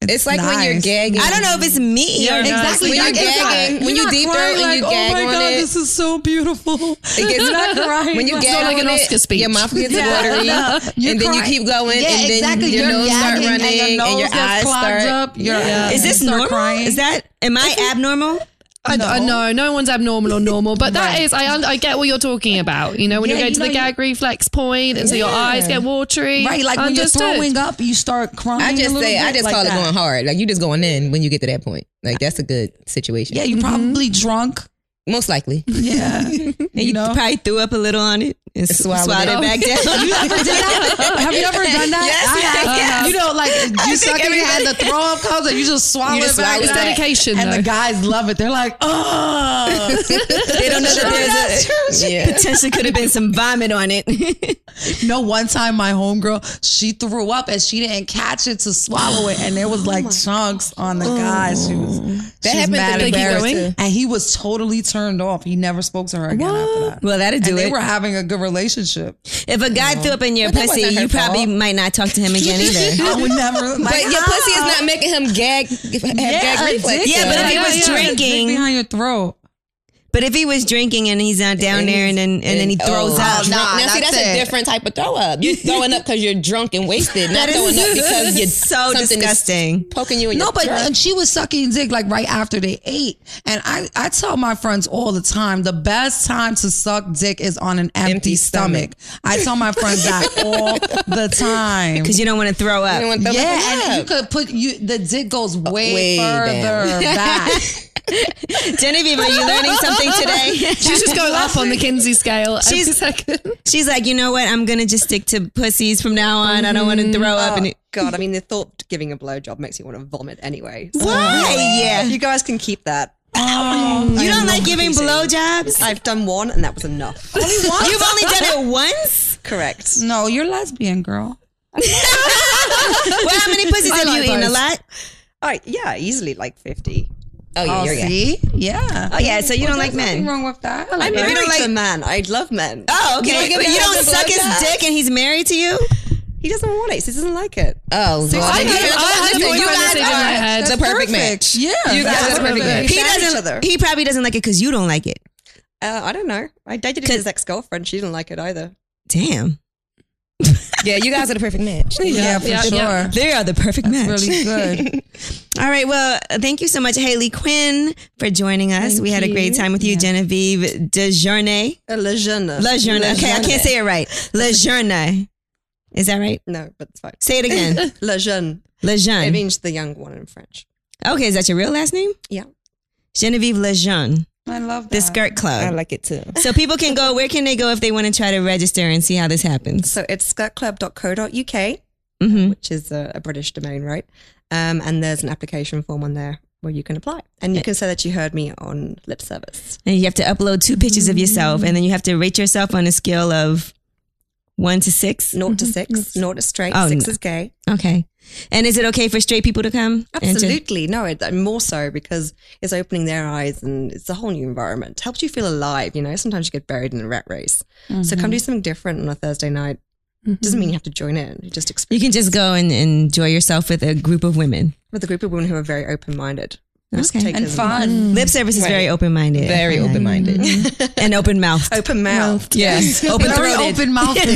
A: It's like when you're
D: nice.
A: gagging.
B: I don't know if it's me or
D: Exactly.
A: When you're
D: You're not
A: gagging,
D: crying.
A: when you
D: You're not
A: deep throat
D: crying
A: and you
D: like,
A: gag
D: oh my
A: on
D: god,
A: it,
D: this is so beautiful.
A: it gets
D: not crying.
A: When you
D: It's
A: gag
E: not like
A: on
E: an
A: it,
E: Oscar speech.
A: your mouth gets
D: Yeah,
A: watery,
D: no, you're
A: and then you
D: crying.
A: keep going,
D: Yeah,
A: and then
D: exactly.
A: your
D: You're
A: nose start
D: gagging and
A: running,
D: your
A: and
D: nose
A: your
D: gets
A: eyes
D: clogged
A: start.
D: up. Your eyes
B: Is this
D: start
B: normal?
D: Crying.
B: Is that am I abnormal?
E: I, I know no one's abnormal or normal, but that is I un- I get what you're talking about. You know when
D: Yeah,
E: you're going
D: you
E: to the
D: know,
E: gag reflex point, and so your eyes get watery.
D: right? Like when
E: Understood.
D: you're throwing up, you start crying.
A: I
D: a
A: just
D: little
A: say, I
D: bit
A: just
D: like
A: call
D: that.
A: it going hard. Like you just going in when you get to that point. Like that's a good situation.
D: Yeah, you're probably drunk.
A: most likely.
D: Yeah,
B: And you,
D: you know.
B: probably threw up a little on it and sw- swallowed,
A: Swallowed
B: it back
A: it.
B: down.
D: Have you ever done that?
B: Yes,
D: I have. uh,
B: yes.
D: You know, like you suck it and the throw up comes and you just swallow
A: You just
D: it
A: swallow
D: back.
E: it's
A: it.
D: and-
E: dedication
D: And
E: though.
D: the guys love it. They're like, oh.
B: they don't know that there's a potentially could have been some vomit on it.
D: No, one time my homegirl, she threw up and she didn't catch it to swallow it. And there was like chunks on the guy. She was, that
A: happened to
D: mad
A: Biggie
D: embarrassed.
A: Going.
D: And he was totally turned off. He never spoke to her again after that.
B: well, that'll do
D: and
B: it.
D: they were having a good relationship.
B: If a guy threw up in your
A: But that
B: pussy,
A: wasn't her
B: you probably
A: fault.
B: might not talk to him again either.
D: I would never.
A: But your pussy is not making him gag. Have
D: Yeah,
A: gag reflex.
D: addicted.
B: Yeah, but if he
E: Yeah,
B: was
E: yeah.
D: Stick
B: drinking,
D: behind your throat.
B: But if he was drinking and he's not down there and then and then he throws up,
A: No, now Oh. see,
G: that's
A: that's a
G: it.
A: different type of throw up. You're throwing up because you're drunk and wasted, not throwing up because you're
B: so
A: something is
B: disgusting.
A: poking you in
G: No,
A: your
G: but
A: throat.
G: and she was sucking dick like right after they ate. And I, I tell my friends all the time, the best time to suck dick is on an empty,
A: Empty
G: stomach. I tell my friends that all the time.
B: because you don't want to throw up.
A: You don't
G: Yeah,
A: wanna throw up.
G: and you could put you the dick goes way,
A: Uh, way
G: further
A: down.
G: back.
B: Genevieve, are you learning something today?
E: She's just going up on the Kinsey scale every
B: She's-
E: second.
B: She's like, you know what? I'm gonna just stick to pussies from now on. I don't want to
G: Uh,
B: throw up. And
F: Oh,
B: it-
F: God, I mean, the thought of giving a blowjob makes you want to vomit anyway. So
B: why? Yeah,
F: You guys can keep that.
B: you don't like giving blowjobs.
F: I've done one, and that was enough.
B: You've only done it once.
F: Correct.
G: No, you're lesbian, girl.
B: Well, how many pussies have you eaten? A lot.
F: All right, yeah, easily like fifty.
A: oh yeah,
G: Oh,
A: you're yeah.
G: see, yeah.
B: Oh yeah, so you don't like
G: Nothing
B: men.
G: wrong with that.
F: I'm
B: you
F: married
B: don't
F: to
B: like-
F: a man. I love men.
B: Oh, okay. You
A: give
B: don't,
A: a man a
B: suck his
A: blowjob?
B: dick and he's married to you.
F: He doesn't want it. He doesn't like it.
A: Oh, well,
E: I
A: then
E: had-
A: you-
E: I had
A: listen,
E: boyfriend
A: you guys
E: message in my
A: are
E: head.
A: the perfect, match.
G: Yeah,
A: You
G: that's
A: guys are the perfect
G: perfect.
A: match.
B: He
F: at each
B: doesn't.
F: other.
B: He probably doesn't like it because you don't like it.
F: Uh, I don't know. I dated his ex girlfriend. She didn't like it either.
B: Damn.
A: Yeah, you guys are the perfect match.
G: Yeah, for
E: yeah,
G: sure.
E: yeah.
B: They are the perfect match.
G: Really good.
B: All right. Well, thank you so much, Haley Quinn, for joining us. we had a great time with you, Genevieve DeJournay.
F: Uh, Lejeune.
B: LeJournay. Okay, I can't say it right. LeJournay. Is that right?
F: No, but it's fine.
B: Say it again.
F: Lejeune. It
B: LeJeune.
F: means the young one in French.
B: Okay, is that your real last name?
F: Yeah.
B: Genevieve LeJeune,
G: I love that.
B: the skirt
A: I
B: club.
A: like it too.
B: so people can go, where can they go if they want to try to register and see how this happens?
F: So it's skirtclub.co.uk,
B: Mm-hmm.
F: which is a, a British domain, right? Um, and there's an application form on there where you can apply. And you can say that you heard me on lip service.
B: And you have to upload two pictures of yourself, and then you have to rate yourself on a scale of one to six.
F: Naught to six, naught is straight,
B: Mm-hmm. Oh,
F: six
B: no.
F: is gay.
B: Okay. And is it okay for straight people to come? And to-
F: Absolutely. No, it, and more so because it's opening their eyes and it's a whole new environment. Helps you feel alive. You know, sometimes you get buried in a rat race. So come
B: Mm-hmm.
F: do something different on a Thursday night. Doesn't mean you have to join in. You just
B: you
F: experience
B: can just go and, and enjoy yourself with a group of women.
F: with a group of women who are very open minded.
B: Okay.
G: and fun.
A: Mm.
B: Lip service is very open minded.
A: Very open minded.
B: And open mouth.
F: Open mouth.
A: Yes, open
G: Very
A: throated.
G: open mouthed.
B: All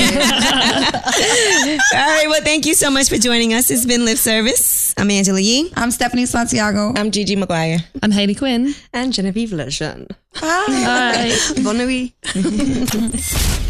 B: right. Well, thank you so much for joining us. It's been Lip Service. I'm Angela Yee.
G: I'm Stephanie Santiago.
A: I'm Gigi McGuire.
E: I'm Haley Quinn.
F: And Genevieve Lejeune.
E: Bye.
F: Bonne nuit.